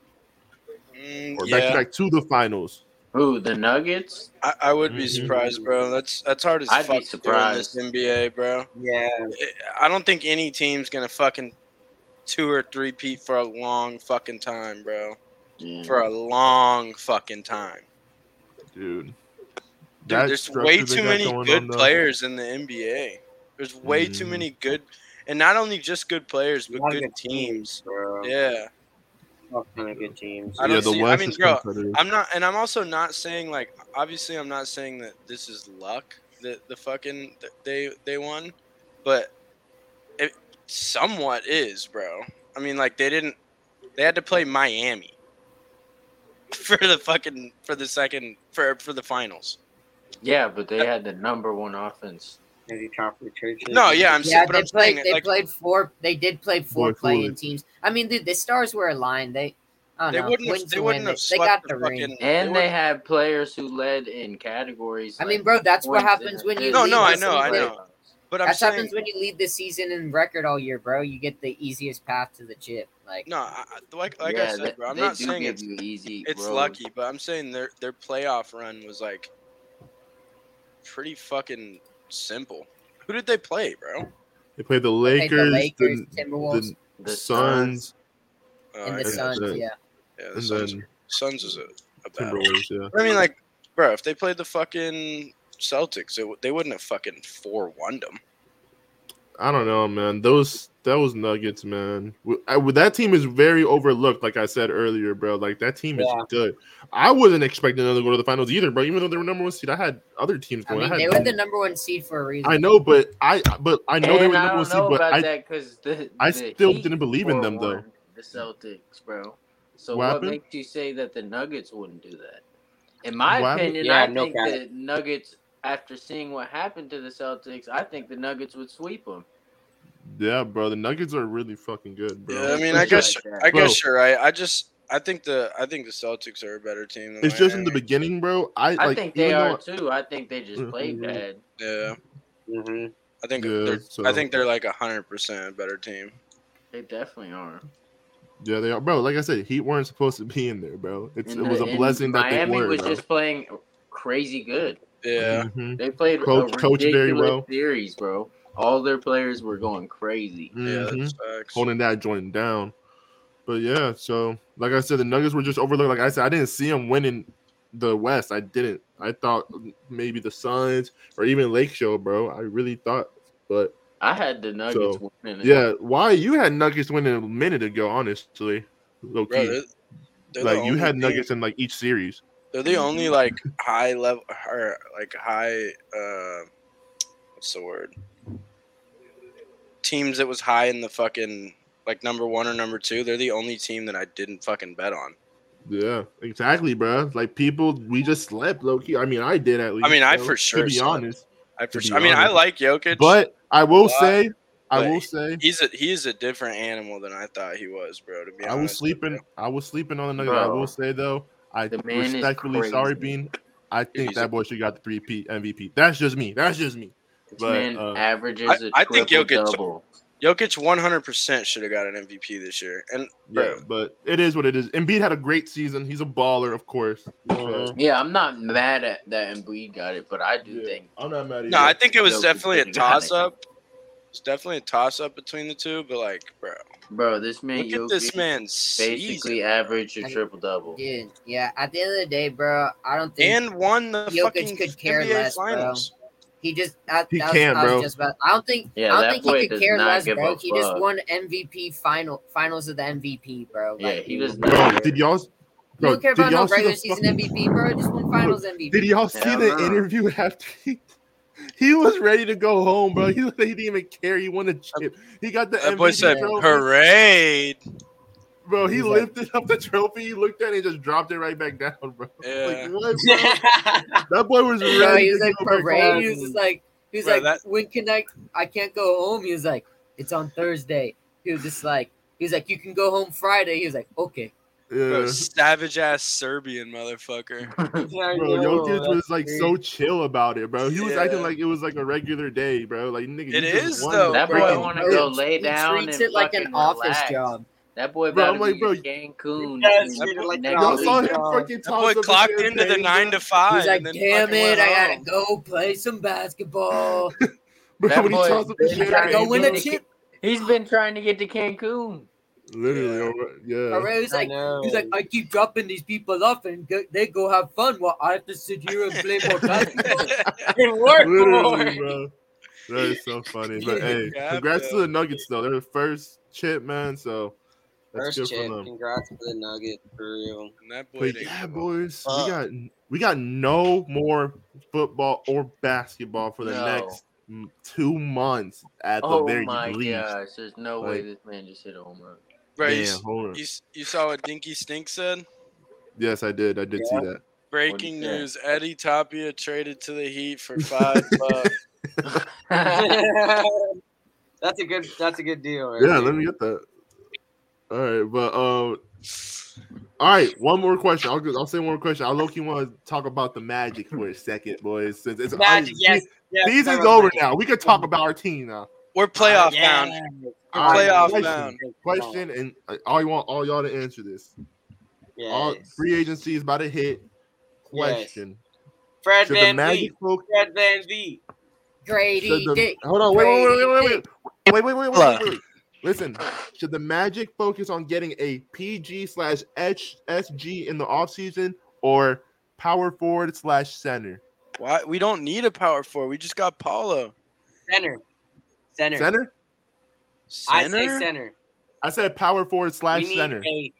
Speaker 4: Mm,
Speaker 1: or back to
Speaker 4: yeah,
Speaker 1: back to the finals?
Speaker 2: Who the Nuggets?
Speaker 4: I, I would be
Speaker 1: Mhm.
Speaker 4: surprised, bro. That's that's hard as
Speaker 2: I'd be
Speaker 4: fuck to do in this
Speaker 2: surprised.
Speaker 4: NBA, bro.
Speaker 5: Yeah,
Speaker 4: I don't think any team's gonna fucking two or three peat for a long fucking time, bro.
Speaker 2: Yeah.
Speaker 4: For a
Speaker 1: Mm.
Speaker 4: long fucking time.
Speaker 1: Dude,
Speaker 4: Dude,
Speaker 1: That
Speaker 4: there's
Speaker 1: structure
Speaker 4: way
Speaker 1: they
Speaker 4: too
Speaker 1: got
Speaker 4: many
Speaker 1: going
Speaker 4: good
Speaker 1: on, though.
Speaker 4: players in the NBA. There's way too
Speaker 1: Mhm.
Speaker 4: many good, and not only just good players, but
Speaker 5: lot of
Speaker 4: good
Speaker 5: good
Speaker 4: teams.
Speaker 5: bro.
Speaker 4: Yeah,
Speaker 5: Fuck ton of good teams.
Speaker 4: I don't
Speaker 1: yeah, the
Speaker 4: see- I
Speaker 1: West
Speaker 4: mean,
Speaker 1: is
Speaker 4: bro,
Speaker 1: competitive.
Speaker 4: I'm not, and I'm also not saying like obviously I'm not saying that this is luck that the fucking that they they won, but it somewhat is, bro. I mean, like they didn't, they had to play Miami [laughs] for the fucking for the second for for the finals.
Speaker 2: yeah, but they had the number one offense.
Speaker 5: Maybe top for the churches.
Speaker 4: No, yeah, I'm,
Speaker 3: yeah,
Speaker 4: yeah, but
Speaker 3: they
Speaker 4: I'm
Speaker 3: played.
Speaker 4: saying
Speaker 3: They
Speaker 4: like,
Speaker 3: played four. They did play four
Speaker 1: Boy,
Speaker 3: playing
Speaker 1: foolish.
Speaker 3: teams. I mean, dude, the stars were aligned. They, I don't
Speaker 4: they
Speaker 3: know.
Speaker 4: wouldn't have,
Speaker 3: wins
Speaker 4: they
Speaker 3: to
Speaker 4: wouldn't
Speaker 3: win,
Speaker 4: have
Speaker 3: they, they got
Speaker 4: swept
Speaker 3: the
Speaker 4: the
Speaker 3: ring.
Speaker 4: fucking
Speaker 2: And
Speaker 4: wouldn't-
Speaker 2: they had players who led in categories.
Speaker 3: I
Speaker 2: like
Speaker 3: mean, bro, that's what
Speaker 2: points and
Speaker 3: happens when you.
Speaker 2: assists.
Speaker 4: No, no,
Speaker 3: lead
Speaker 4: I
Speaker 3: this
Speaker 4: know, I
Speaker 3: league.
Speaker 4: know. But I'm
Speaker 3: That
Speaker 4: saying,
Speaker 3: happens when you lead the season in record all year, bro. You get the easiest path to the chip. Like,
Speaker 4: no, I, I- like like I
Speaker 2: Yeah,
Speaker 4: said,
Speaker 2: they-
Speaker 4: bro, I'm
Speaker 2: they
Speaker 4: not
Speaker 2: do
Speaker 4: saying
Speaker 2: give
Speaker 4: it's
Speaker 2: you easy.
Speaker 4: it's
Speaker 2: roads.
Speaker 4: lucky, but I'm saying their their playoff run was like pretty fucking simple. Who did they play, bro?
Speaker 1: they played the
Speaker 3: they- the
Speaker 1: Lakers,
Speaker 3: Lakers,
Speaker 1: the,
Speaker 3: Timberwolves,
Speaker 1: the
Speaker 2: The
Speaker 1: Suns,
Speaker 4: Uh,
Speaker 3: and
Speaker 4: yeah,
Speaker 3: the Suns.
Speaker 1: the-
Speaker 3: Yeah,
Speaker 4: yeah, the
Speaker 1: and
Speaker 4: Suns,
Speaker 1: then
Speaker 4: Suns is a, a bad one.
Speaker 1: Timberwolves. Yeah,
Speaker 4: I mean, like, bro, if they played the fucking Celtics, it, w- they wouldn't have fucking four one them.
Speaker 1: I don't know, man. Those that was Nuggets, man. W- I- w- that team is very overlooked, like I said earlier, bro. Like that team is
Speaker 5: Yeah.
Speaker 1: good. I wasn't expecting them to go to the finals either, bro. Even though they were number one seed, I had other teams
Speaker 3: I
Speaker 1: going. I,
Speaker 3: mean,
Speaker 1: had
Speaker 3: they were the number one seed for a reason.
Speaker 1: I know, but I but I know
Speaker 2: and
Speaker 1: they were the number
Speaker 2: I don't
Speaker 1: one seed,
Speaker 2: know
Speaker 1: but
Speaker 2: about
Speaker 1: I
Speaker 2: that 'cause the,
Speaker 1: I
Speaker 2: the
Speaker 1: still
Speaker 2: Heat
Speaker 1: didn't believe in them,
Speaker 2: 4-1, The Celtics, bro.
Speaker 1: What
Speaker 2: So what,
Speaker 1: happened?
Speaker 2: makes you say that the Nuggets wouldn't do that? In my
Speaker 1: What happened?
Speaker 2: opinion,
Speaker 5: Yeah,
Speaker 2: I
Speaker 5: no
Speaker 2: think
Speaker 5: cap.
Speaker 2: the Nuggets, after seeing what happened to the Celtics, I think the Nuggets would sweep them.
Speaker 1: yeah, bro. The Nuggets are really fucking good, bro.
Speaker 4: Yeah, I mean,
Speaker 2: Like
Speaker 4: I guess,
Speaker 2: that.
Speaker 4: I
Speaker 1: Bro.
Speaker 4: guess you're right. I just, I think the, I think the Celtics are a better team. Than
Speaker 1: it's just in the
Speaker 4: Miami.
Speaker 1: beginning, bro. I,
Speaker 2: I
Speaker 1: like
Speaker 2: think they
Speaker 1: even
Speaker 2: are
Speaker 1: though-
Speaker 2: too. I think they
Speaker 1: [laughs]
Speaker 2: just
Speaker 1: Mhm.
Speaker 2: played bad.
Speaker 4: Yeah,
Speaker 5: [laughs] Mhm.
Speaker 4: I think
Speaker 1: Yeah,
Speaker 4: they're,
Speaker 1: so-
Speaker 4: I think they're like hundred percent a better team.
Speaker 2: They definitely are.
Speaker 1: yeah, they are, bro. Like I said, Heat weren't supposed to be in there, bro. It's, it
Speaker 2: And
Speaker 1: was
Speaker 2: the-
Speaker 1: a
Speaker 2: and
Speaker 1: blessing that
Speaker 2: Miami
Speaker 1: they were.
Speaker 2: was
Speaker 1: bro.
Speaker 2: just playing crazy good.
Speaker 4: Yeah.
Speaker 1: Mhm.
Speaker 2: They played
Speaker 1: Coach-
Speaker 2: a
Speaker 1: coach very
Speaker 2: ridiculous
Speaker 1: well.
Speaker 2: series, bro. All their players were going crazy.
Speaker 4: Yeah,
Speaker 1: Mhm.
Speaker 4: that sucks.
Speaker 1: holding that joint down. But yeah, so like I said, the Nuggets were just overlooked. Like I said, I didn't see them winning the West. I didn't. I thought maybe the Suns or even Lake Show, bro. I really thought. But
Speaker 2: I had the Nuggets
Speaker 1: So,
Speaker 2: winning. it.
Speaker 1: yeah, why you had Nuggets winning a minute ago? Honestly, low
Speaker 4: Bro,
Speaker 1: key.
Speaker 4: they're- they're the
Speaker 1: like you
Speaker 4: only
Speaker 1: had
Speaker 4: team-
Speaker 1: Nuggets in like each series.
Speaker 4: They're the only like high level or like high uh what's the word? Teams that was high in the fucking like number one or number two. They're the only team that I didn't fucking bet on.
Speaker 1: Yeah, exactly, bro. Like people, we just slept low key. I mean, I did at least.
Speaker 4: mean, I
Speaker 1: bro,
Speaker 4: for sure
Speaker 1: To be
Speaker 4: slept.
Speaker 1: honest,
Speaker 4: I for
Speaker 1: be
Speaker 4: sure, I mean I
Speaker 1: honest.
Speaker 4: like Jokic,
Speaker 1: but I will
Speaker 4: Why?
Speaker 1: say, I
Speaker 4: But-
Speaker 1: will say,
Speaker 4: he's a he's a different animal than I thought he was, bro. To be honest,
Speaker 1: I was
Speaker 4: with
Speaker 1: sleeping.
Speaker 4: you.
Speaker 1: I was sleeping on the Nuggets. I
Speaker 2: Bro.
Speaker 1: will say though, I
Speaker 2: The man is
Speaker 1: respectfully sorry,
Speaker 2: crazy.
Speaker 1: Bean. I think
Speaker 4: He's a-
Speaker 1: that boy should got the three P MVP. That's just me. That's just me.
Speaker 2: This
Speaker 1: But,
Speaker 2: man
Speaker 5: um,
Speaker 1: uh,
Speaker 2: averages
Speaker 4: I-
Speaker 2: a
Speaker 4: I think
Speaker 2: triple
Speaker 4: you'll get
Speaker 2: double.
Speaker 4: Jokic one hundred percent should have got an MVP this year, and
Speaker 1: Yeah,
Speaker 4: Bro.
Speaker 1: but it is what it is. Embiid had a great season. He's a baller, of course.
Speaker 3: Uh-huh.
Speaker 1: But-
Speaker 2: Yeah, I'm not mad at that Embiid got it, but I do
Speaker 1: Yeah,
Speaker 2: think
Speaker 1: I'm not mad at you.
Speaker 4: no, I think it was
Speaker 2: Jokic
Speaker 4: definitely a
Speaker 2: should've got it.
Speaker 4: toss up. It's definitely a toss up between the two, but like, bro,
Speaker 2: Bro, this man
Speaker 4: look at
Speaker 2: Jokic
Speaker 4: this man's
Speaker 2: basically
Speaker 4: season.
Speaker 2: averaged a
Speaker 3: I-
Speaker 2: triple double. [laughs]
Speaker 3: Dude, yeah. At the end of the day, bro, I don't think
Speaker 4: and won the
Speaker 3: Jokic
Speaker 4: fucking
Speaker 3: could care
Speaker 4: NBA
Speaker 3: less, bro.
Speaker 4: finals.
Speaker 3: he just. I,
Speaker 1: He
Speaker 3: that was,
Speaker 1: can,
Speaker 3: I was
Speaker 1: bro.
Speaker 3: Just about, I don't think.
Speaker 2: Yeah,
Speaker 3: I
Speaker 2: that
Speaker 3: don't think
Speaker 2: boy
Speaker 3: he could
Speaker 2: does
Speaker 3: care
Speaker 2: not
Speaker 3: less,
Speaker 2: give
Speaker 3: bro.
Speaker 2: a
Speaker 3: He just
Speaker 2: fuck.
Speaker 3: won MVP final finals of the MVP, bro.
Speaker 2: Yeah,
Speaker 3: Like,
Speaker 2: he does
Speaker 1: Bro,
Speaker 2: not.
Speaker 1: did y'all?
Speaker 3: you
Speaker 1: Bro,
Speaker 3: don't care
Speaker 1: did
Speaker 3: about no
Speaker 1: y'all see
Speaker 3: regular
Speaker 1: the
Speaker 3: season
Speaker 1: fucking-
Speaker 3: MVP, bro. Just won finals MVP.
Speaker 1: Did y'all see
Speaker 2: Hell
Speaker 1: the
Speaker 2: no.
Speaker 1: interview [laughs] after? He, he was ready to go home, bro. He, [laughs] he didn't even care. He won a chip. He got the
Speaker 4: That
Speaker 1: MVP
Speaker 4: boy said
Speaker 1: trophy.
Speaker 4: parade.
Speaker 1: Bro, he
Speaker 3: He's like-
Speaker 1: lifted up the trophy. He looked at it and just dropped it right back down, bro.
Speaker 4: Yeah.
Speaker 1: Like, what, bro?
Speaker 5: Yeah.
Speaker 1: that boy was ready.
Speaker 3: [laughs] Bro, he was
Speaker 1: to
Speaker 2: Oh
Speaker 3: like
Speaker 1: go back
Speaker 3: parade.
Speaker 1: home.
Speaker 3: He was just like he was
Speaker 4: Bro,
Speaker 3: like,
Speaker 4: that-
Speaker 3: when can I? I can't go home. He was like, it's on Thursday. He was just like, he was like, you can go home Friday. He was like, okay.
Speaker 4: Bro,
Speaker 1: Yeah.
Speaker 4: savage ass Serbian motherfucker.
Speaker 1: Bro, Jokic was like
Speaker 5: crazy.
Speaker 1: so chill about it, bro. He was
Speaker 4: Yeah.
Speaker 1: acting like it was like a regular day, bro. Like nigga,
Speaker 4: It
Speaker 1: you just
Speaker 4: is,
Speaker 1: won
Speaker 4: though,
Speaker 1: the
Speaker 2: That boy
Speaker 1: freaking
Speaker 2: wanna
Speaker 1: chip.
Speaker 2: go lay
Speaker 3: He
Speaker 2: down
Speaker 3: treats
Speaker 2: and
Speaker 3: it like an
Speaker 2: fucking
Speaker 3: office
Speaker 2: relax.
Speaker 3: job.
Speaker 2: That boy
Speaker 1: Bro,
Speaker 2: about
Speaker 1: I'm
Speaker 2: to
Speaker 1: like,
Speaker 2: be
Speaker 1: bro,
Speaker 2: in Cancun.
Speaker 5: does
Speaker 2: next
Speaker 5: treat it like an
Speaker 2: week.
Speaker 1: Y'all saw
Speaker 5: Yeah.
Speaker 1: him fucking
Speaker 4: That boy
Speaker 1: toss up the
Speaker 4: clocked into the
Speaker 1: champagne,
Speaker 4: nine to five.
Speaker 3: He's like,
Speaker 4: and then
Speaker 3: damn
Speaker 4: fucking
Speaker 3: it,
Speaker 4: went
Speaker 3: I gotta
Speaker 4: home.
Speaker 3: go play
Speaker 2: [laughs]
Speaker 3: some basketball.
Speaker 1: Bro,
Speaker 2: That
Speaker 1: when he
Speaker 2: boy
Speaker 1: tossed up the
Speaker 2: is big.
Speaker 3: I gotta
Speaker 1: champagne,
Speaker 3: go win a
Speaker 1: bro.
Speaker 3: chip.
Speaker 2: He's been trying to get to Cancun.
Speaker 1: Literally,
Speaker 4: Yeah.
Speaker 1: alright, yeah.
Speaker 3: Bro, he's
Speaker 5: I
Speaker 3: like,
Speaker 5: know.
Speaker 3: he's like, I keep dropping these people off and go, they go have fun while I have to sit here and play
Speaker 2: [laughs]
Speaker 3: more basketball.
Speaker 5: It worked
Speaker 1: Literally,
Speaker 5: more.
Speaker 1: bro. That is
Speaker 4: [laughs]
Speaker 1: so funny. But hey,
Speaker 4: Yeah,
Speaker 1: congrats to
Speaker 4: bro.
Speaker 1: the Nuggets though. They're the first chip, man. So that's
Speaker 5: First
Speaker 1: good
Speaker 5: chip.
Speaker 1: for them.
Speaker 5: Congrats for the nugget for [laughs] real.
Speaker 4: [laughs] And that boy
Speaker 1: But
Speaker 4: didn't
Speaker 1: yeah,
Speaker 4: come up.
Speaker 1: boys,
Speaker 5: Fuck.
Speaker 2: Uh,
Speaker 1: we got we got no more football or basketball for the
Speaker 2: No.
Speaker 1: next mm, two months at the
Speaker 2: Oh
Speaker 1: very
Speaker 2: my
Speaker 1: least.
Speaker 2: gosh, there's no way
Speaker 1: Like-
Speaker 2: this man just hit a home run.
Speaker 4: Bro, you,
Speaker 1: Damn,
Speaker 4: s-
Speaker 1: hold on.
Speaker 4: you, s- you saw what Dinky Stink said?
Speaker 1: Yes, I did. I did
Speaker 5: Yeah.
Speaker 1: see that.
Speaker 4: Breaking
Speaker 2: say?
Speaker 4: news: Eddie Tapia traded to the Heat for [laughs] five bucks.
Speaker 2: [laughs]
Speaker 5: that's a good. That's a good deal. Right
Speaker 1: Yeah, let me get that. All right, but uh, all right, one more question. I'll go- I'll say one more question. I low key want to talk about the Magic for a second, boys. Since it's
Speaker 5: Magic,
Speaker 1: I-
Speaker 5: yes, yes.
Speaker 1: season's
Speaker 5: Tyron
Speaker 1: over
Speaker 5: Magic.
Speaker 1: now. We could talk about our team now.
Speaker 3: [laughs] Ah,
Speaker 4: We're playoff
Speaker 5: Yeah.
Speaker 4: bound.
Speaker 1: All right,
Speaker 4: Playoff
Speaker 1: question,
Speaker 4: bound.
Speaker 1: Question, and I- I want all y'all to answer this.
Speaker 5: Yes.
Speaker 1: All free agency is about to hit. Question:
Speaker 5: Fred
Speaker 1: Should the
Speaker 5: Van
Speaker 1: Magic
Speaker 5: Vliet.
Speaker 1: folk?
Speaker 5: Fred Van Vliet.
Speaker 3: Grady
Speaker 1: Should the,
Speaker 3: Dick.
Speaker 1: hold on, wait, wait, wait, wait, wait, wait, wait, wait, wait, wait,
Speaker 4: Look.
Speaker 1: wait, wait. Listen, should the Magic focus on getting a PG slash H- SG in the offseason or power forward slash center?
Speaker 4: Why? We don't need a power four. We just got Paulo.
Speaker 5: Center. Center.
Speaker 1: Center?
Speaker 5: I
Speaker 4: Center.
Speaker 5: say center.
Speaker 1: I said power forward
Speaker 5: We
Speaker 1: slash
Speaker 5: need
Speaker 1: center.
Speaker 5: a-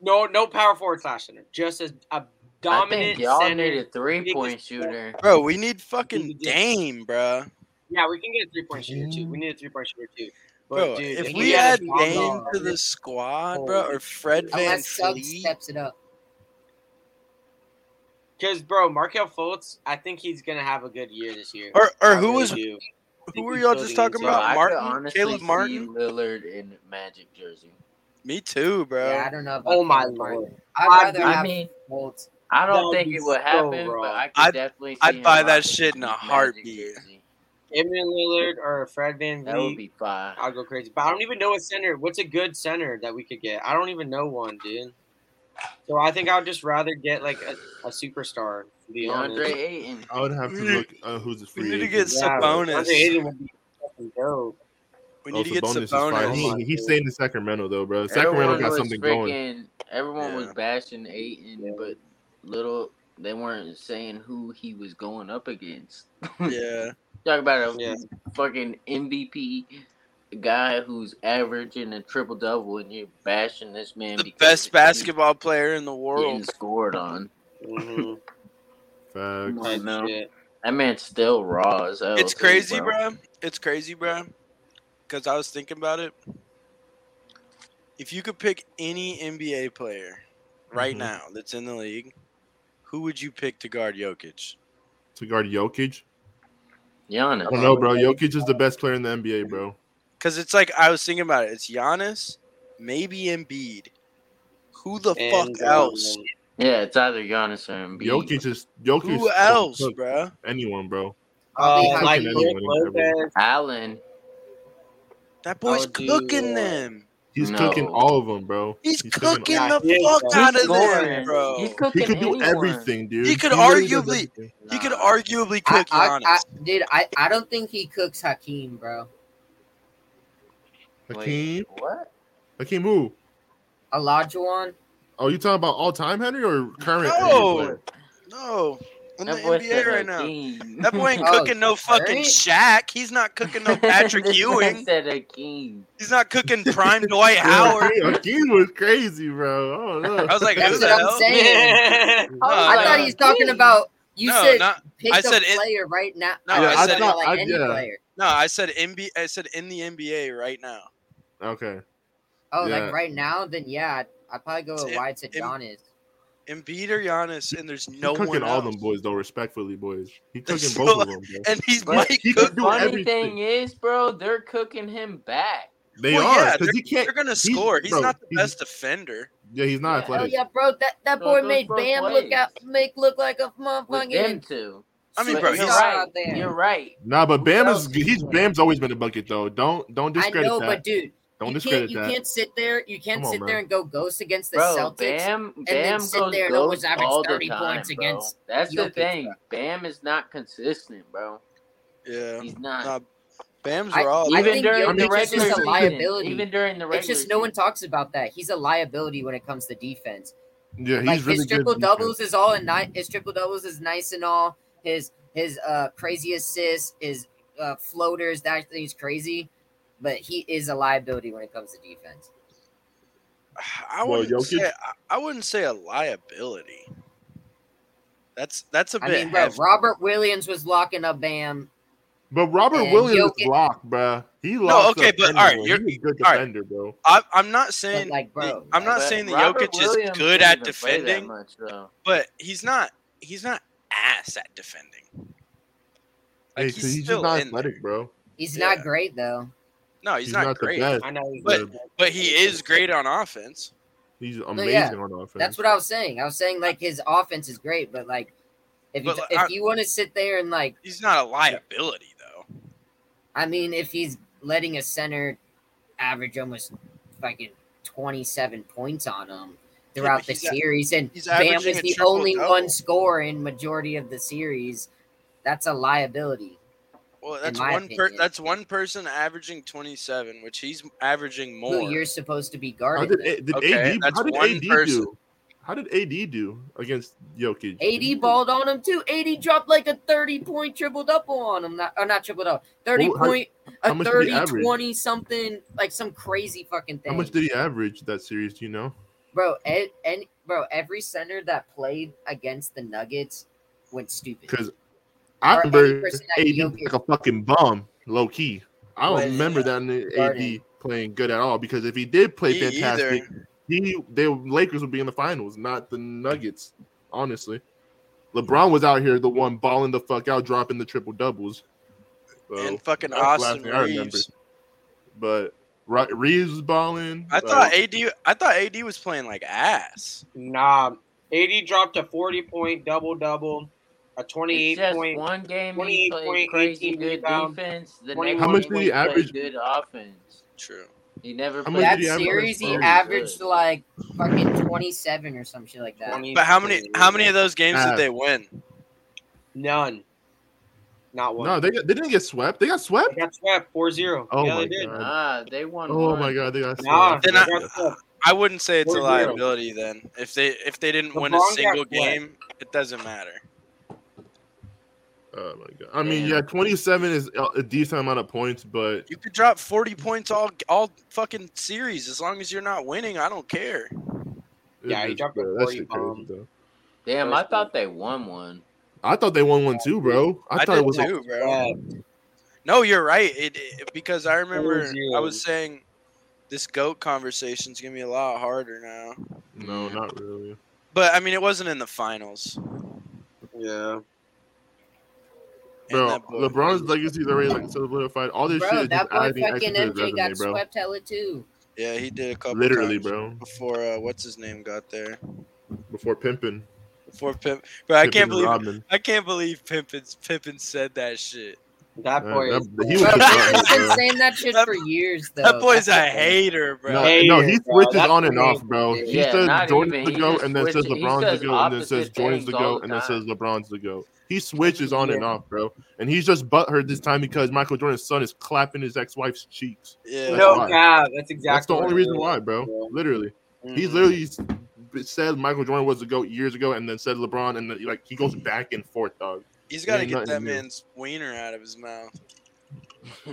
Speaker 5: no, no power forward slash center. Just as a
Speaker 2: I
Speaker 5: dominant
Speaker 2: think y'all
Speaker 5: center.
Speaker 2: need a three point
Speaker 5: biggest-
Speaker 2: shooter.
Speaker 4: Bro, we need
Speaker 5: We
Speaker 4: fucking
Speaker 5: need-
Speaker 4: Dame, bro.
Speaker 5: Yeah, we can get a three point shooter too. We need a three point shooter too. But
Speaker 4: Bro,
Speaker 5: dude,
Speaker 4: if
Speaker 5: we
Speaker 4: we add
Speaker 5: had a
Speaker 4: Dame
Speaker 5: strong-
Speaker 4: to the squad, bro, or Fred Van
Speaker 3: Unless Suggs
Speaker 4: Fleet,
Speaker 3: steps it up.
Speaker 5: Because bro, Markel Fultz, I think he's gonna have a good year this year.
Speaker 4: or or
Speaker 5: I
Speaker 4: who
Speaker 5: really
Speaker 4: was
Speaker 5: do.
Speaker 4: who
Speaker 5: think
Speaker 4: were
Speaker 5: he's
Speaker 4: y'all
Speaker 5: building
Speaker 4: just talking
Speaker 5: his-
Speaker 2: Bro,
Speaker 4: about?
Speaker 2: I could
Speaker 4: Martin,
Speaker 2: honestly
Speaker 4: Caleb
Speaker 2: see
Speaker 4: Martin.
Speaker 2: Lillard in Magic jersey.
Speaker 4: Me too, bro.
Speaker 3: Yeah, I don't know about
Speaker 5: Oh my
Speaker 3: Caleb Martin.
Speaker 5: lord!
Speaker 3: I'd rather
Speaker 5: I
Speaker 3: have
Speaker 2: mean-
Speaker 3: Fultz.
Speaker 2: I don't
Speaker 5: That'd
Speaker 2: think
Speaker 5: be
Speaker 2: it will
Speaker 5: so
Speaker 2: happen,
Speaker 5: wrong.
Speaker 2: but I could
Speaker 4: I'd-
Speaker 2: definitely see
Speaker 4: I'd
Speaker 2: him
Speaker 4: buy that
Speaker 2: rocking
Speaker 4: shit in a
Speaker 2: Magic
Speaker 4: heartbeat.
Speaker 2: jersey.
Speaker 5: Damian Lillard or Fred Van
Speaker 2: That would
Speaker 5: Vliet,
Speaker 2: be fine.
Speaker 5: I'll go crazy. But I don't even know a center. What's a good center that we could get? I don't even know one, dude. So I think I'd just rather get like a, a superstar. To be honest.
Speaker 2: DeAndre Ayton.
Speaker 1: I would have to look uh, who's a
Speaker 4: We
Speaker 1: free
Speaker 4: need to
Speaker 1: agent.
Speaker 4: get
Speaker 5: DeAndre
Speaker 4: Sabonis.
Speaker 5: Ayton would be fucking dope.
Speaker 4: We
Speaker 1: Oh,
Speaker 4: need to get
Speaker 1: Sabonis is fine.
Speaker 5: Oh
Speaker 1: [laughs]
Speaker 4: Sabonis.
Speaker 5: my
Speaker 1: He, he's
Speaker 5: God.
Speaker 1: staying in Sacramento though, bro. Sacramento got
Speaker 2: was
Speaker 1: something going.
Speaker 2: freaking- Everyone was
Speaker 4: Yeah.
Speaker 2: bashing Ayton,
Speaker 5: Yeah.
Speaker 2: but little they weren't saying who he was going up against.
Speaker 4: Yeah.
Speaker 2: Talk about a
Speaker 5: Yeah.
Speaker 2: fucking MVP guy who's averaging a triple double, and you're bashing this man.
Speaker 4: The
Speaker 2: because
Speaker 4: best
Speaker 2: he's
Speaker 4: basketball player in the
Speaker 2: Getting
Speaker 4: world.
Speaker 2: scored on.
Speaker 1: [laughs]
Speaker 5: Mhm.
Speaker 1: Facts.
Speaker 2: I know.
Speaker 5: Shit.
Speaker 2: That man's still raw as hell.
Speaker 4: It's
Speaker 2: too,
Speaker 4: crazy, bro. It's crazy, bro. Because I was thinking about it. If you could pick any NBA player right
Speaker 1: Mhm.
Speaker 4: now that's in the league, who would you pick to guard Jokic?
Speaker 1: To guard Jokic, I don't
Speaker 2: Giannis.
Speaker 1: know, bro. Jokic is the best player in the NBA, bro.
Speaker 4: Because it's like I was thinking about it. It's Giannis, maybe Embiid. Who the
Speaker 5: And,
Speaker 4: fuck else?
Speaker 5: um,
Speaker 2: Yeah, it's either Giannis or Embiid.
Speaker 1: Jokic is Jokic.
Speaker 4: Who else,
Speaker 1: Look,
Speaker 4: bro?
Speaker 1: Anyone, bro.
Speaker 3: Probably
Speaker 5: uh,
Speaker 3: have
Speaker 5: like
Speaker 1: Cooking
Speaker 5: Brook
Speaker 1: anyone,
Speaker 5: Lopez.
Speaker 2: Allen.
Speaker 4: That boy's
Speaker 5: would do,
Speaker 4: cooking
Speaker 5: uh,
Speaker 4: them.
Speaker 1: He's
Speaker 2: No.
Speaker 1: cooking all of them, bro.
Speaker 4: He's,
Speaker 1: all-
Speaker 4: cooking
Speaker 5: all-
Speaker 4: the
Speaker 5: Yeah,
Speaker 4: fuck
Speaker 5: he's
Speaker 4: out of
Speaker 2: scoring.
Speaker 4: them, bro.
Speaker 2: He's cooking
Speaker 1: He could do
Speaker 2: anyone.
Speaker 1: everything, dude.
Speaker 4: He could
Speaker 1: really does
Speaker 4: arguably-
Speaker 1: everything.
Speaker 4: He could
Speaker 2: Nah.
Speaker 4: arguably
Speaker 3: I,
Speaker 4: cook
Speaker 3: I,
Speaker 4: Giannis.
Speaker 3: I, dude, I, I don't think he cooks Hakeem, bro.
Speaker 1: Hakeem.
Speaker 2: Wait, what?
Speaker 1: Hakeem who?
Speaker 3: Olajuwon.
Speaker 1: Oh, you talking about all time Henry or current?
Speaker 4: No.
Speaker 1: Henry player?
Speaker 4: No, in the
Speaker 2: boy
Speaker 4: NBA
Speaker 2: said
Speaker 4: right now.
Speaker 2: Hakeem.
Speaker 4: That boy ain't
Speaker 3: [laughs] Oh,
Speaker 4: cooking no fucking
Speaker 3: right?
Speaker 4: Shaq. He's not cooking
Speaker 2: [laughs]
Speaker 4: no
Speaker 3: [laughs]
Speaker 4: Patrick
Speaker 2: This man
Speaker 4: Ewing.
Speaker 2: said Hakeem.
Speaker 4: He's not cooking prime Dwight Howard.
Speaker 1: Hakeem- Hakeem was crazy, bro. I don't know.
Speaker 4: I was like,
Speaker 3: That's
Speaker 4: who the
Speaker 3: what I'm
Speaker 4: hell?
Speaker 3: saying.
Speaker 5: Damn.
Speaker 4: No,
Speaker 3: I thought
Speaker 4: no,
Speaker 3: he was talking about you
Speaker 4: no,
Speaker 3: said
Speaker 4: not-
Speaker 3: pick
Speaker 4: I
Speaker 3: a
Speaker 4: said it-
Speaker 3: player right now.
Speaker 4: No,
Speaker 1: Yeah,
Speaker 4: I said
Speaker 1: thought-
Speaker 3: like
Speaker 1: I-
Speaker 3: any
Speaker 1: yeah.
Speaker 3: player.
Speaker 4: no. I said NBA. I said in the NBA right now.
Speaker 1: okay.
Speaker 3: Oh,
Speaker 1: Yeah.
Speaker 3: like right now? Then yeah, I'd, I'd probably go with
Speaker 4: It-
Speaker 3: why it's a
Speaker 4: it-
Speaker 3: Giannis.
Speaker 4: Embiid or Giannis, and there's
Speaker 1: No
Speaker 4: no
Speaker 1: he cooking
Speaker 4: one
Speaker 1: all
Speaker 4: else.
Speaker 1: them boys though, respectfully, boys.
Speaker 4: [laughs]
Speaker 1: He cooking
Speaker 4: So-
Speaker 1: both of them. Bro.
Speaker 4: And he's
Speaker 2: But
Speaker 4: Mike
Speaker 1: he
Speaker 4: Cook.
Speaker 1: could do
Speaker 2: Funny
Speaker 1: everything.
Speaker 2: thing is, bro, they're cooking him back.
Speaker 1: They
Speaker 4: Well,
Speaker 1: are
Speaker 4: yeah,
Speaker 1: because he can't.
Speaker 4: They're gonna score. He's
Speaker 1: bro,
Speaker 4: not the
Speaker 1: he's-
Speaker 4: best defender.
Speaker 1: Yeah, he's not
Speaker 2: Yeah.
Speaker 3: Oh
Speaker 1: athletic.
Speaker 3: yeah, bro. That that
Speaker 2: So
Speaker 3: boy
Speaker 2: those
Speaker 3: made
Speaker 2: both
Speaker 3: Bam
Speaker 2: plays.
Speaker 3: look out, make look like a
Speaker 2: With them
Speaker 3: motherfucking.
Speaker 2: two.
Speaker 4: I mean, bro,
Speaker 2: But you're
Speaker 4: he's-
Speaker 2: right.
Speaker 3: superstar there.
Speaker 2: You're right.
Speaker 1: Nah, but Bam is
Speaker 2: else is
Speaker 1: he's
Speaker 2: there?
Speaker 1: Bam's always been a bucket though. Don't don't
Speaker 3: I
Speaker 1: discredit
Speaker 3: know,
Speaker 1: that.
Speaker 3: but dude,
Speaker 1: Don't
Speaker 3: you can't
Speaker 1: discredit
Speaker 3: you
Speaker 1: that.
Speaker 3: can't sit there. You can't
Speaker 1: Come on,
Speaker 3: sit
Speaker 1: man.
Speaker 3: there and go ghost against the
Speaker 2: Bro,
Speaker 3: Celtics.
Speaker 2: Bam, Bam
Speaker 3: then sit
Speaker 2: goes
Speaker 3: there and
Speaker 2: ghost
Speaker 3: always average
Speaker 2: all the
Speaker 3: 30
Speaker 2: time,
Speaker 3: points
Speaker 2: bro.
Speaker 3: against
Speaker 2: That's the
Speaker 3: Jokic,
Speaker 2: thing.
Speaker 3: bro.
Speaker 2: Bam is not consistent, bro.
Speaker 4: Yeah.
Speaker 2: He's not.
Speaker 4: Nah, Bam's
Speaker 3: I-
Speaker 4: raw.
Speaker 3: I
Speaker 2: even
Speaker 3: think
Speaker 2: during
Speaker 1: Jokic
Speaker 2: the
Speaker 1: is just
Speaker 2: regular
Speaker 1: a
Speaker 2: season,
Speaker 3: liability.
Speaker 2: even during the regular,
Speaker 3: It's just no one talks about that. He's a liability when it comes to defense.
Speaker 1: Yeah, he's
Speaker 3: like
Speaker 1: really
Speaker 3: his
Speaker 1: good.
Speaker 3: triple
Speaker 1: defense.
Speaker 3: doubles is all and nice. His triple doubles is nice and all. His his uh crazy assists, his uh floaters. That he's crazy, but he is a liability when it comes to defense.
Speaker 4: I
Speaker 1: Well,
Speaker 4: wouldn't
Speaker 1: Jokic-
Speaker 4: say. I, I wouldn't say a liability. That's that's a
Speaker 3: I
Speaker 4: bit.
Speaker 3: mean, bro,
Speaker 4: heavy.
Speaker 3: Robert Williams was locking up Bam.
Speaker 1: But Robert
Speaker 3: And
Speaker 1: Williams
Speaker 3: Jokic-
Speaker 1: blocked, bruh. He lost.
Speaker 4: okay,
Speaker 1: up
Speaker 4: but all right,
Speaker 1: anyway.
Speaker 4: you're-
Speaker 1: He's a good
Speaker 4: all right.
Speaker 1: defender, bro.
Speaker 4: I, I'm not
Speaker 3: But
Speaker 4: saying.
Speaker 3: like, bro,
Speaker 4: I'm not
Speaker 2: But
Speaker 4: saying that
Speaker 2: Robert
Speaker 4: Jokic
Speaker 2: Williams
Speaker 4: is good
Speaker 2: didn't
Speaker 4: at
Speaker 2: even play that
Speaker 4: defending,
Speaker 2: much, though.
Speaker 4: but he's not. He's not ass at defending. Like,
Speaker 1: Hey, so
Speaker 4: he's,
Speaker 1: he's just
Speaker 4: still
Speaker 1: not
Speaker 4: in there.
Speaker 1: athletic, bro.
Speaker 3: he's
Speaker 4: Yeah.
Speaker 3: not great though.
Speaker 4: No, he's, not, great.
Speaker 1: the best.
Speaker 5: [laughs] I know. he's
Speaker 4: But-
Speaker 5: good.
Speaker 4: But he is great on offense.
Speaker 1: He's amazing
Speaker 3: yeah,
Speaker 1: on offense.
Speaker 3: That's what I was saying. I was saying like his offense is great, but like if you,
Speaker 4: But, like, I-
Speaker 3: if you want to sit there and like,
Speaker 4: He's not a liability though.
Speaker 3: I mean, if he's letting a center average almost fucking twenty seven points on him
Speaker 4: Yeah,
Speaker 3: throughout
Speaker 4: but
Speaker 3: the
Speaker 4: he's a-
Speaker 3: series, and
Speaker 4: he's
Speaker 3: Bam
Speaker 4: averaging
Speaker 3: was
Speaker 4: a
Speaker 3: the
Speaker 4: triple
Speaker 3: only
Speaker 4: double.
Speaker 3: one scoring majority of the series, that's a liability.
Speaker 4: Well, that's
Speaker 3: my
Speaker 4: one. Per-
Speaker 3: opinion.
Speaker 4: that's one person averaging 27, which he's averaging more.
Speaker 3: Who you're supposed to be
Speaker 1: How
Speaker 3: guarding?
Speaker 1: did, A- did
Speaker 4: Okay,
Speaker 1: AD?
Speaker 4: that's
Speaker 1: How did
Speaker 4: one
Speaker 1: AD
Speaker 4: person.
Speaker 1: do? How did AD do against Jokic?
Speaker 3: AD balled on him too. AD dropped like a 30 point triple double on him. Not, or not triple double. 30
Speaker 1: Well, how-
Speaker 3: point,
Speaker 1: how
Speaker 3: a
Speaker 1: much did he
Speaker 3: 30,
Speaker 1: average?
Speaker 3: 20 something, like some crazy fucking thing.
Speaker 1: How much did he average that series? Do you know?
Speaker 3: bro, and, and bro, every center that played against the Nuggets went stupid.
Speaker 1: Because I
Speaker 3: Or
Speaker 1: remember
Speaker 3: 80%
Speaker 1: AD
Speaker 3: Jokic.
Speaker 1: like a fucking bum, low key. I don't
Speaker 3: Was
Speaker 1: remember that n-
Speaker 3: guarding.
Speaker 1: AD playing good at all. Because if he did play
Speaker 4: Me
Speaker 1: fantastic,
Speaker 4: either.
Speaker 1: he the Lakers would be in the finals, not the Nuggets. Honestly, LeBron was out here the one balling the fuck out, dropping the triple doubles. So,
Speaker 4: and fucking
Speaker 1: that's the last
Speaker 4: Austin
Speaker 1: thing I remember.
Speaker 4: Reeves.
Speaker 1: but Ro- Reeves was balling.
Speaker 4: I thought AD. I thought AD was playing like ass.
Speaker 5: Nah, AD dropped a 40 point double double, a
Speaker 2: It's
Speaker 5: 28
Speaker 2: just
Speaker 5: point.
Speaker 2: one game he
Speaker 5: 28
Speaker 2: played
Speaker 5: point,
Speaker 2: crazy
Speaker 5: 18
Speaker 2: good
Speaker 5: rebound,
Speaker 2: defense. The
Speaker 5: 21
Speaker 2: next
Speaker 1: How much
Speaker 2: game
Speaker 1: did he
Speaker 2: played
Speaker 1: average?
Speaker 2: good offense.
Speaker 4: True.
Speaker 2: He never
Speaker 1: How
Speaker 2: played
Speaker 1: much
Speaker 3: that
Speaker 1: did he average?
Speaker 3: series, he
Speaker 1: Very
Speaker 3: averaged
Speaker 2: good.
Speaker 3: like fucking 27 or some shit like that.
Speaker 5: 20
Speaker 4: But how many? How many of those games
Speaker 1: Ah.
Speaker 4: did they win?
Speaker 5: None. Not one.
Speaker 1: no, they got, they didn't get swept. They got
Speaker 5: They
Speaker 1: swept.
Speaker 5: got swept 4 0.
Speaker 1: Oh
Speaker 5: yeah,
Speaker 1: my
Speaker 5: they did.
Speaker 1: God.
Speaker 2: Nah, they won.
Speaker 1: Oh
Speaker 2: one.
Speaker 1: my god, they got
Speaker 5: Nah,
Speaker 1: swept.
Speaker 5: they
Speaker 4: Then I-
Speaker 5: got swept.
Speaker 4: I wouldn't say it's a
Speaker 5: 4-0.
Speaker 4: liability then. If they if they didn't win a
Speaker 5: LeBron got
Speaker 4: single
Speaker 5: what?
Speaker 4: game, it doesn't matter.
Speaker 1: Oh my god. I mean,
Speaker 2: Damn.
Speaker 1: yeah, twenty seven is a- a decent amount of points, but
Speaker 4: You could drop 40 points all all fucking series as long as you're not winning. I don't care.
Speaker 5: Yeah, he
Speaker 1: it's-
Speaker 5: dropped a
Speaker 1: bro,
Speaker 5: 40
Speaker 1: shit crazy,
Speaker 5: bomb.
Speaker 1: though.
Speaker 2: Damn, I
Speaker 5: First
Speaker 2: thought they won one.
Speaker 1: I thought they won one too, bro. I,
Speaker 4: I,
Speaker 1: thought it
Speaker 4: did
Speaker 1: was.
Speaker 4: too, bro.
Speaker 5: Yeah.
Speaker 4: No, you're right. It, it- because I remember I
Speaker 5: 4-0.
Speaker 4: was saying this goat conversation's gonna be a lot harder now.
Speaker 1: No, not really.
Speaker 4: But I mean, it wasn't in the finals.
Speaker 5: yeah.
Speaker 1: Bro,
Speaker 4: that boy-
Speaker 1: LeBron's legacy is already like solidified. All this shit
Speaker 3: Bro,
Speaker 1: is
Speaker 3: that
Speaker 1: just
Speaker 3: boy
Speaker 1: adding
Speaker 3: fucking
Speaker 1: extra to his
Speaker 3: MJ
Speaker 1: resume,
Speaker 3: got
Speaker 1: bro.
Speaker 3: swept hella too.
Speaker 4: Yeah, he did a couple.
Speaker 1: Literally,
Speaker 4: times
Speaker 1: bro.
Speaker 4: Before uh, what's his name got there?
Speaker 1: Before pimping,
Speaker 4: Before Pimp. But I
Speaker 1: Pippen
Speaker 4: can't
Speaker 1: and
Speaker 4: believe
Speaker 1: Rodman.
Speaker 4: I can't believe Pimpin's Pimpin said that shit.
Speaker 5: That
Speaker 1: Yeah,
Speaker 5: boy.
Speaker 1: that-
Speaker 5: is-
Speaker 1: he was
Speaker 3: [laughs] Bro,
Speaker 1: the
Speaker 3: he's
Speaker 1: best,
Speaker 3: been
Speaker 1: bro.
Speaker 3: saying that shit for years though.
Speaker 4: that boy's a
Speaker 3: That's the thing.
Speaker 4: hater, bro.
Speaker 1: No,
Speaker 5: Hey,
Speaker 1: no, he
Speaker 5: bro,
Speaker 1: switches
Speaker 5: that's
Speaker 1: on and
Speaker 5: crazy.
Speaker 1: off, bro. He
Speaker 2: Yeah,
Speaker 1: says
Speaker 2: not
Speaker 1: Jordan's
Speaker 2: even.
Speaker 1: the
Speaker 2: He
Speaker 1: goat,
Speaker 2: just
Speaker 1: and then says
Speaker 2: switches- he
Speaker 1: LeBron's
Speaker 2: says
Speaker 1: the goat, and then says
Speaker 2: opposite
Speaker 1: Jordan's the
Speaker 2: things all
Speaker 1: goat,
Speaker 2: the
Speaker 1: and then says
Speaker 2: time.
Speaker 1: LeBron's the goat. He switches on and off, bro. And he's just butthurt this time because Michael Jordan's son is clapping his ex-wife's cheeks.
Speaker 4: Yeah.
Speaker 1: That's
Speaker 5: no
Speaker 1: why.
Speaker 5: cap. That's exactly.
Speaker 1: That's the only
Speaker 5: what it
Speaker 1: reason
Speaker 5: is. Mm.
Speaker 1: why, bro.
Speaker 5: Yeah.
Speaker 1: Literally, he's
Speaker 5: Mm-hmm.
Speaker 4: Mhm.
Speaker 1: literally s- said Michael Jordan was the goat years ago, and then said LeBron, and then, like he goes back and forth, dog.
Speaker 4: He's got to
Speaker 1: ain't
Speaker 4: get
Speaker 1: nothing
Speaker 4: that
Speaker 1: new.
Speaker 4: man's wiener out of his mouth.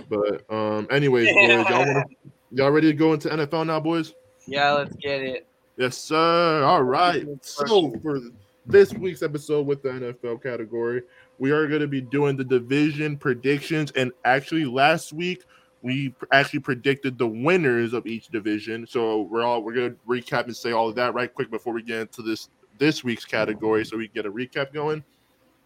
Speaker 1: But um, anyways, boys, y'all, wanna, y'all ready to go into NFL now, boys?
Speaker 5: Yeah, let's get it.
Speaker 1: Yes, sir. All right. So for this week's episode with the NFL category, we are going to be doing the division predictions. And actually, last week we pr- actually predicted the winners of each division. So we're all we're going to recap and say all of that right quick before we get into this this week's category, so we can get a recap going.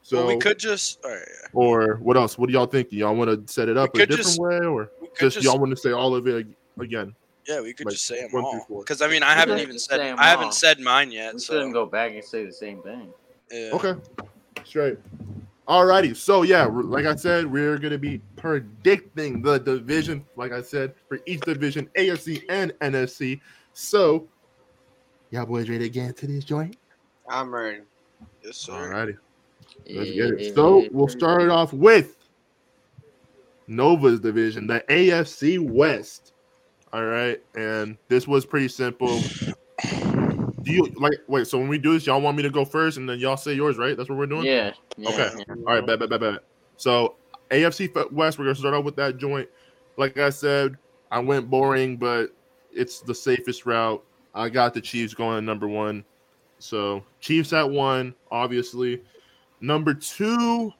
Speaker 1: So
Speaker 4: well, we could just. All right. yeah.
Speaker 1: or what else? What do y'all think? Y'all want to set it up a
Speaker 4: could
Speaker 1: different
Speaker 4: just-
Speaker 1: way, or
Speaker 4: We could
Speaker 1: just,
Speaker 4: just,
Speaker 1: y'all want to say all of it ag- again?
Speaker 4: yeah, we could
Speaker 1: like,
Speaker 4: just say them
Speaker 1: one through
Speaker 4: all.
Speaker 1: four.
Speaker 4: Because I mean, I
Speaker 2: We
Speaker 4: haven't
Speaker 2: could
Speaker 4: even
Speaker 2: just
Speaker 4: said
Speaker 2: say 'em
Speaker 4: I
Speaker 2: all.
Speaker 4: haven't said mine yet.
Speaker 2: We
Speaker 4: so
Speaker 2: shouldn't
Speaker 1: uh,
Speaker 2: go back and say the same thing.
Speaker 4: yeah.
Speaker 1: Okay. Straight. Alrighty. So yeah, we're- like I said, we're gonna be predicting the division. Like I said, for each division, AFC and NFC. So, y'all boys ready to get into this joint?
Speaker 5: I'm ready.
Speaker 4: Yes, sir.
Speaker 1: Alrighty, let's get it. So we'll start it off with Nova's division, the AFC West. All right, and this was pretty simple. Do you like wait? So when we do this, y'all want me to go first, and then y'all say yours, right? That's what we're doing.
Speaker 2: Yeah. yeah,
Speaker 1: Okay.
Speaker 2: yeah.
Speaker 1: All right, bet, bet, bet, bet. So AFC Fe- West, we're gonna start out with that joint. Like I said, I went boring, but it's the safest route. I got the Chiefs going at number one. So Chiefs at one, obviously. Number two,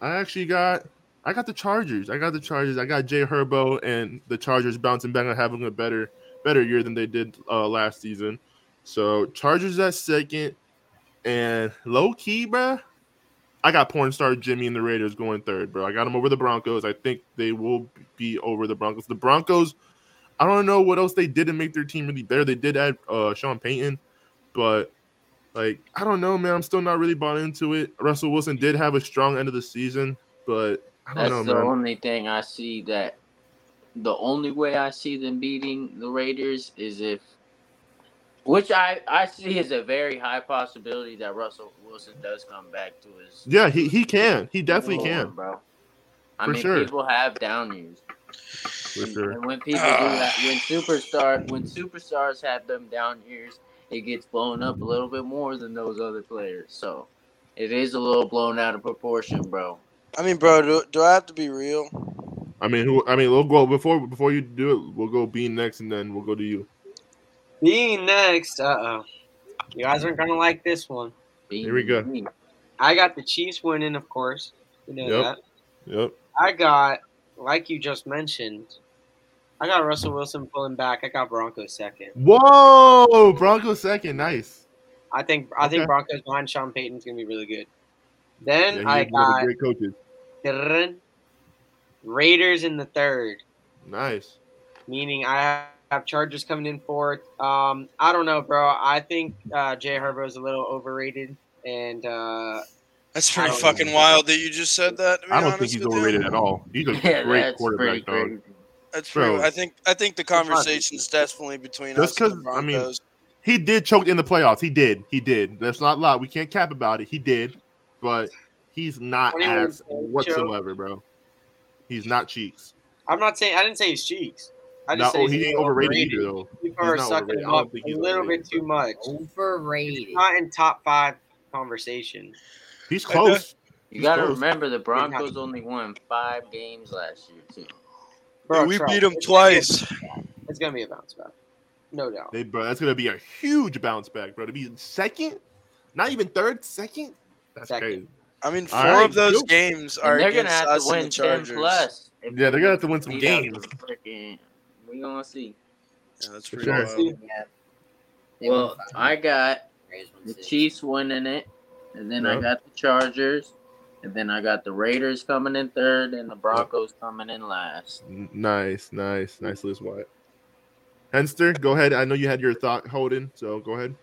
Speaker 1: I actually got I got the Chargers. I got the Chargers. I got Jay Herbo and the Chargers bouncing back and having a better better year than they did uh, last season. So Chargers at second, and low key, bruh, I got porn star Jimmy and the Raiders going third, bro. I got them over the Broncos. I think they will be over the Broncos. The Broncos, I don't know what else they did to make their team really better. They did add uh, Sean Payton, but like I don't know, man. I'm still not really bought into it. Russell Wilson did have a strong end of the season, but I
Speaker 2: That's
Speaker 1: don't
Speaker 2: the
Speaker 1: know, man.
Speaker 2: only thing I see that the only way I see them beating the Raiders is if which I, I see is a very high possibility that Russell Wilson does come back to his
Speaker 1: Yeah, he, he can. He definitely
Speaker 2: form,
Speaker 1: can
Speaker 2: bro. I
Speaker 1: For
Speaker 2: mean
Speaker 1: sure.
Speaker 2: people have down years.
Speaker 1: for
Speaker 2: And-
Speaker 1: sure.
Speaker 2: And when people do that,
Speaker 4: Ah.
Speaker 2: when superstar, when superstars have them down years, it gets blown up a little bit more than those other players. So it is a little blown out of proportion, bro.
Speaker 4: I mean, bro, do, do I have to be real?
Speaker 1: I mean, who? I mean, we'll go before before you do it. We'll go Bean next, and then we'll go to you.
Speaker 5: Being next. Uh oh. You guys aren't gonna like this one.
Speaker 2: Being
Speaker 1: Here we go.
Speaker 2: me.
Speaker 5: I got the Chiefs winning, of course. You know
Speaker 1: Yep.
Speaker 5: that.
Speaker 1: Yep.
Speaker 5: I got, like you just mentioned, I got Russell Wilson pulling back. I got Broncos second.
Speaker 1: Whoa, Broncos second, nice.
Speaker 5: I think I
Speaker 1: Okay.
Speaker 5: think Broncos behind Sean Payton's gonna be really good.
Speaker 1: Yeah,
Speaker 5: Then
Speaker 1: he's
Speaker 5: I
Speaker 1: one of the
Speaker 5: got
Speaker 1: great coaches.
Speaker 5: Dun- Raiders in the third,
Speaker 1: Nice.
Speaker 5: meaning I have Chargers coming in fourth. Um, I don't know, bro. I think uh, Jay Herbo is a little overrated, and uh,
Speaker 4: That's
Speaker 5: I
Speaker 4: pretty
Speaker 5: don't
Speaker 4: fucking
Speaker 5: know.
Speaker 4: wild that you just said that. To be
Speaker 1: I don't think
Speaker 4: honest
Speaker 1: he's
Speaker 4: with you.
Speaker 1: overrated at all. He's a
Speaker 2: [laughs] Yeah,
Speaker 1: great
Speaker 2: that's pretty
Speaker 1: quarterback, dog.
Speaker 2: crazy.
Speaker 4: That's
Speaker 1: Bro.
Speaker 4: true. I think I think the
Speaker 5: not-
Speaker 4: conversation's definitely between
Speaker 1: Just
Speaker 4: us.
Speaker 1: 'cause,
Speaker 4: and the
Speaker 1: I mean,
Speaker 4: Broncos.
Speaker 1: He did choke in the playoffs. He did. He did. That's not a lot. We can't cap about it. He did, but he's not
Speaker 5: 21
Speaker 1: ass
Speaker 5: choke.
Speaker 1: whatsoever, bro. He's not cheeks.
Speaker 5: I'm not saying I didn't say he's cheeks. I
Speaker 1: No,
Speaker 5: just say
Speaker 1: oh,
Speaker 5: he's
Speaker 1: he
Speaker 5: a
Speaker 1: ain't
Speaker 5: little
Speaker 1: overrated, either, though.
Speaker 5: People
Speaker 1: He's
Speaker 5: are
Speaker 1: not
Speaker 5: sucking
Speaker 1: overrated.
Speaker 5: him
Speaker 1: I don't
Speaker 5: up
Speaker 1: think
Speaker 5: a
Speaker 1: he's
Speaker 5: little bit
Speaker 1: overrated,
Speaker 5: too
Speaker 1: but-
Speaker 5: much.
Speaker 3: Overrated.
Speaker 5: Not in top five conversation.
Speaker 1: He's
Speaker 4: I know.
Speaker 1: close.
Speaker 2: You got to
Speaker 1: close.
Speaker 2: remember the Broncos only won five games last year too.
Speaker 5: Bro,
Speaker 4: we
Speaker 5: trust
Speaker 4: beat
Speaker 5: me,
Speaker 4: him
Speaker 5: it's gonna be a-
Speaker 4: twice.
Speaker 5: It's gonna be a bounce back, no doubt.
Speaker 1: They, bro, that's gonna be a huge bounce back, bro. To be second, not even third, second. That's
Speaker 5: Second.
Speaker 1: crazy.
Speaker 4: I mean, four
Speaker 1: All right,
Speaker 4: of those
Speaker 1: cool.
Speaker 4: games are
Speaker 2: And they're gonna
Speaker 4: against
Speaker 2: have
Speaker 4: us
Speaker 2: to win
Speaker 4: and the
Speaker 2: ten
Speaker 4: Chargers.
Speaker 2: plus. if
Speaker 1: Yeah, they're gonna have to win
Speaker 2: they
Speaker 1: some
Speaker 2: beat out
Speaker 1: games.
Speaker 2: the frickin- We gonna see.
Speaker 4: Yeah, that's
Speaker 1: For
Speaker 4: pretty
Speaker 1: sure.
Speaker 4: wild.
Speaker 3: Yeah. They won
Speaker 2: Well,
Speaker 3: five.
Speaker 2: I got
Speaker 3: Raiders won
Speaker 2: the
Speaker 3: six.
Speaker 2: Chiefs winning it, and then
Speaker 1: Yeah.
Speaker 2: I got the Chargers, and then I got the Raiders coming in third, and the Broncos coming in last. [laughs]
Speaker 1: N- Nice, nice, nice, Liz Wyatt. Henster, go ahead. I know you had your thought, Holden. So go ahead.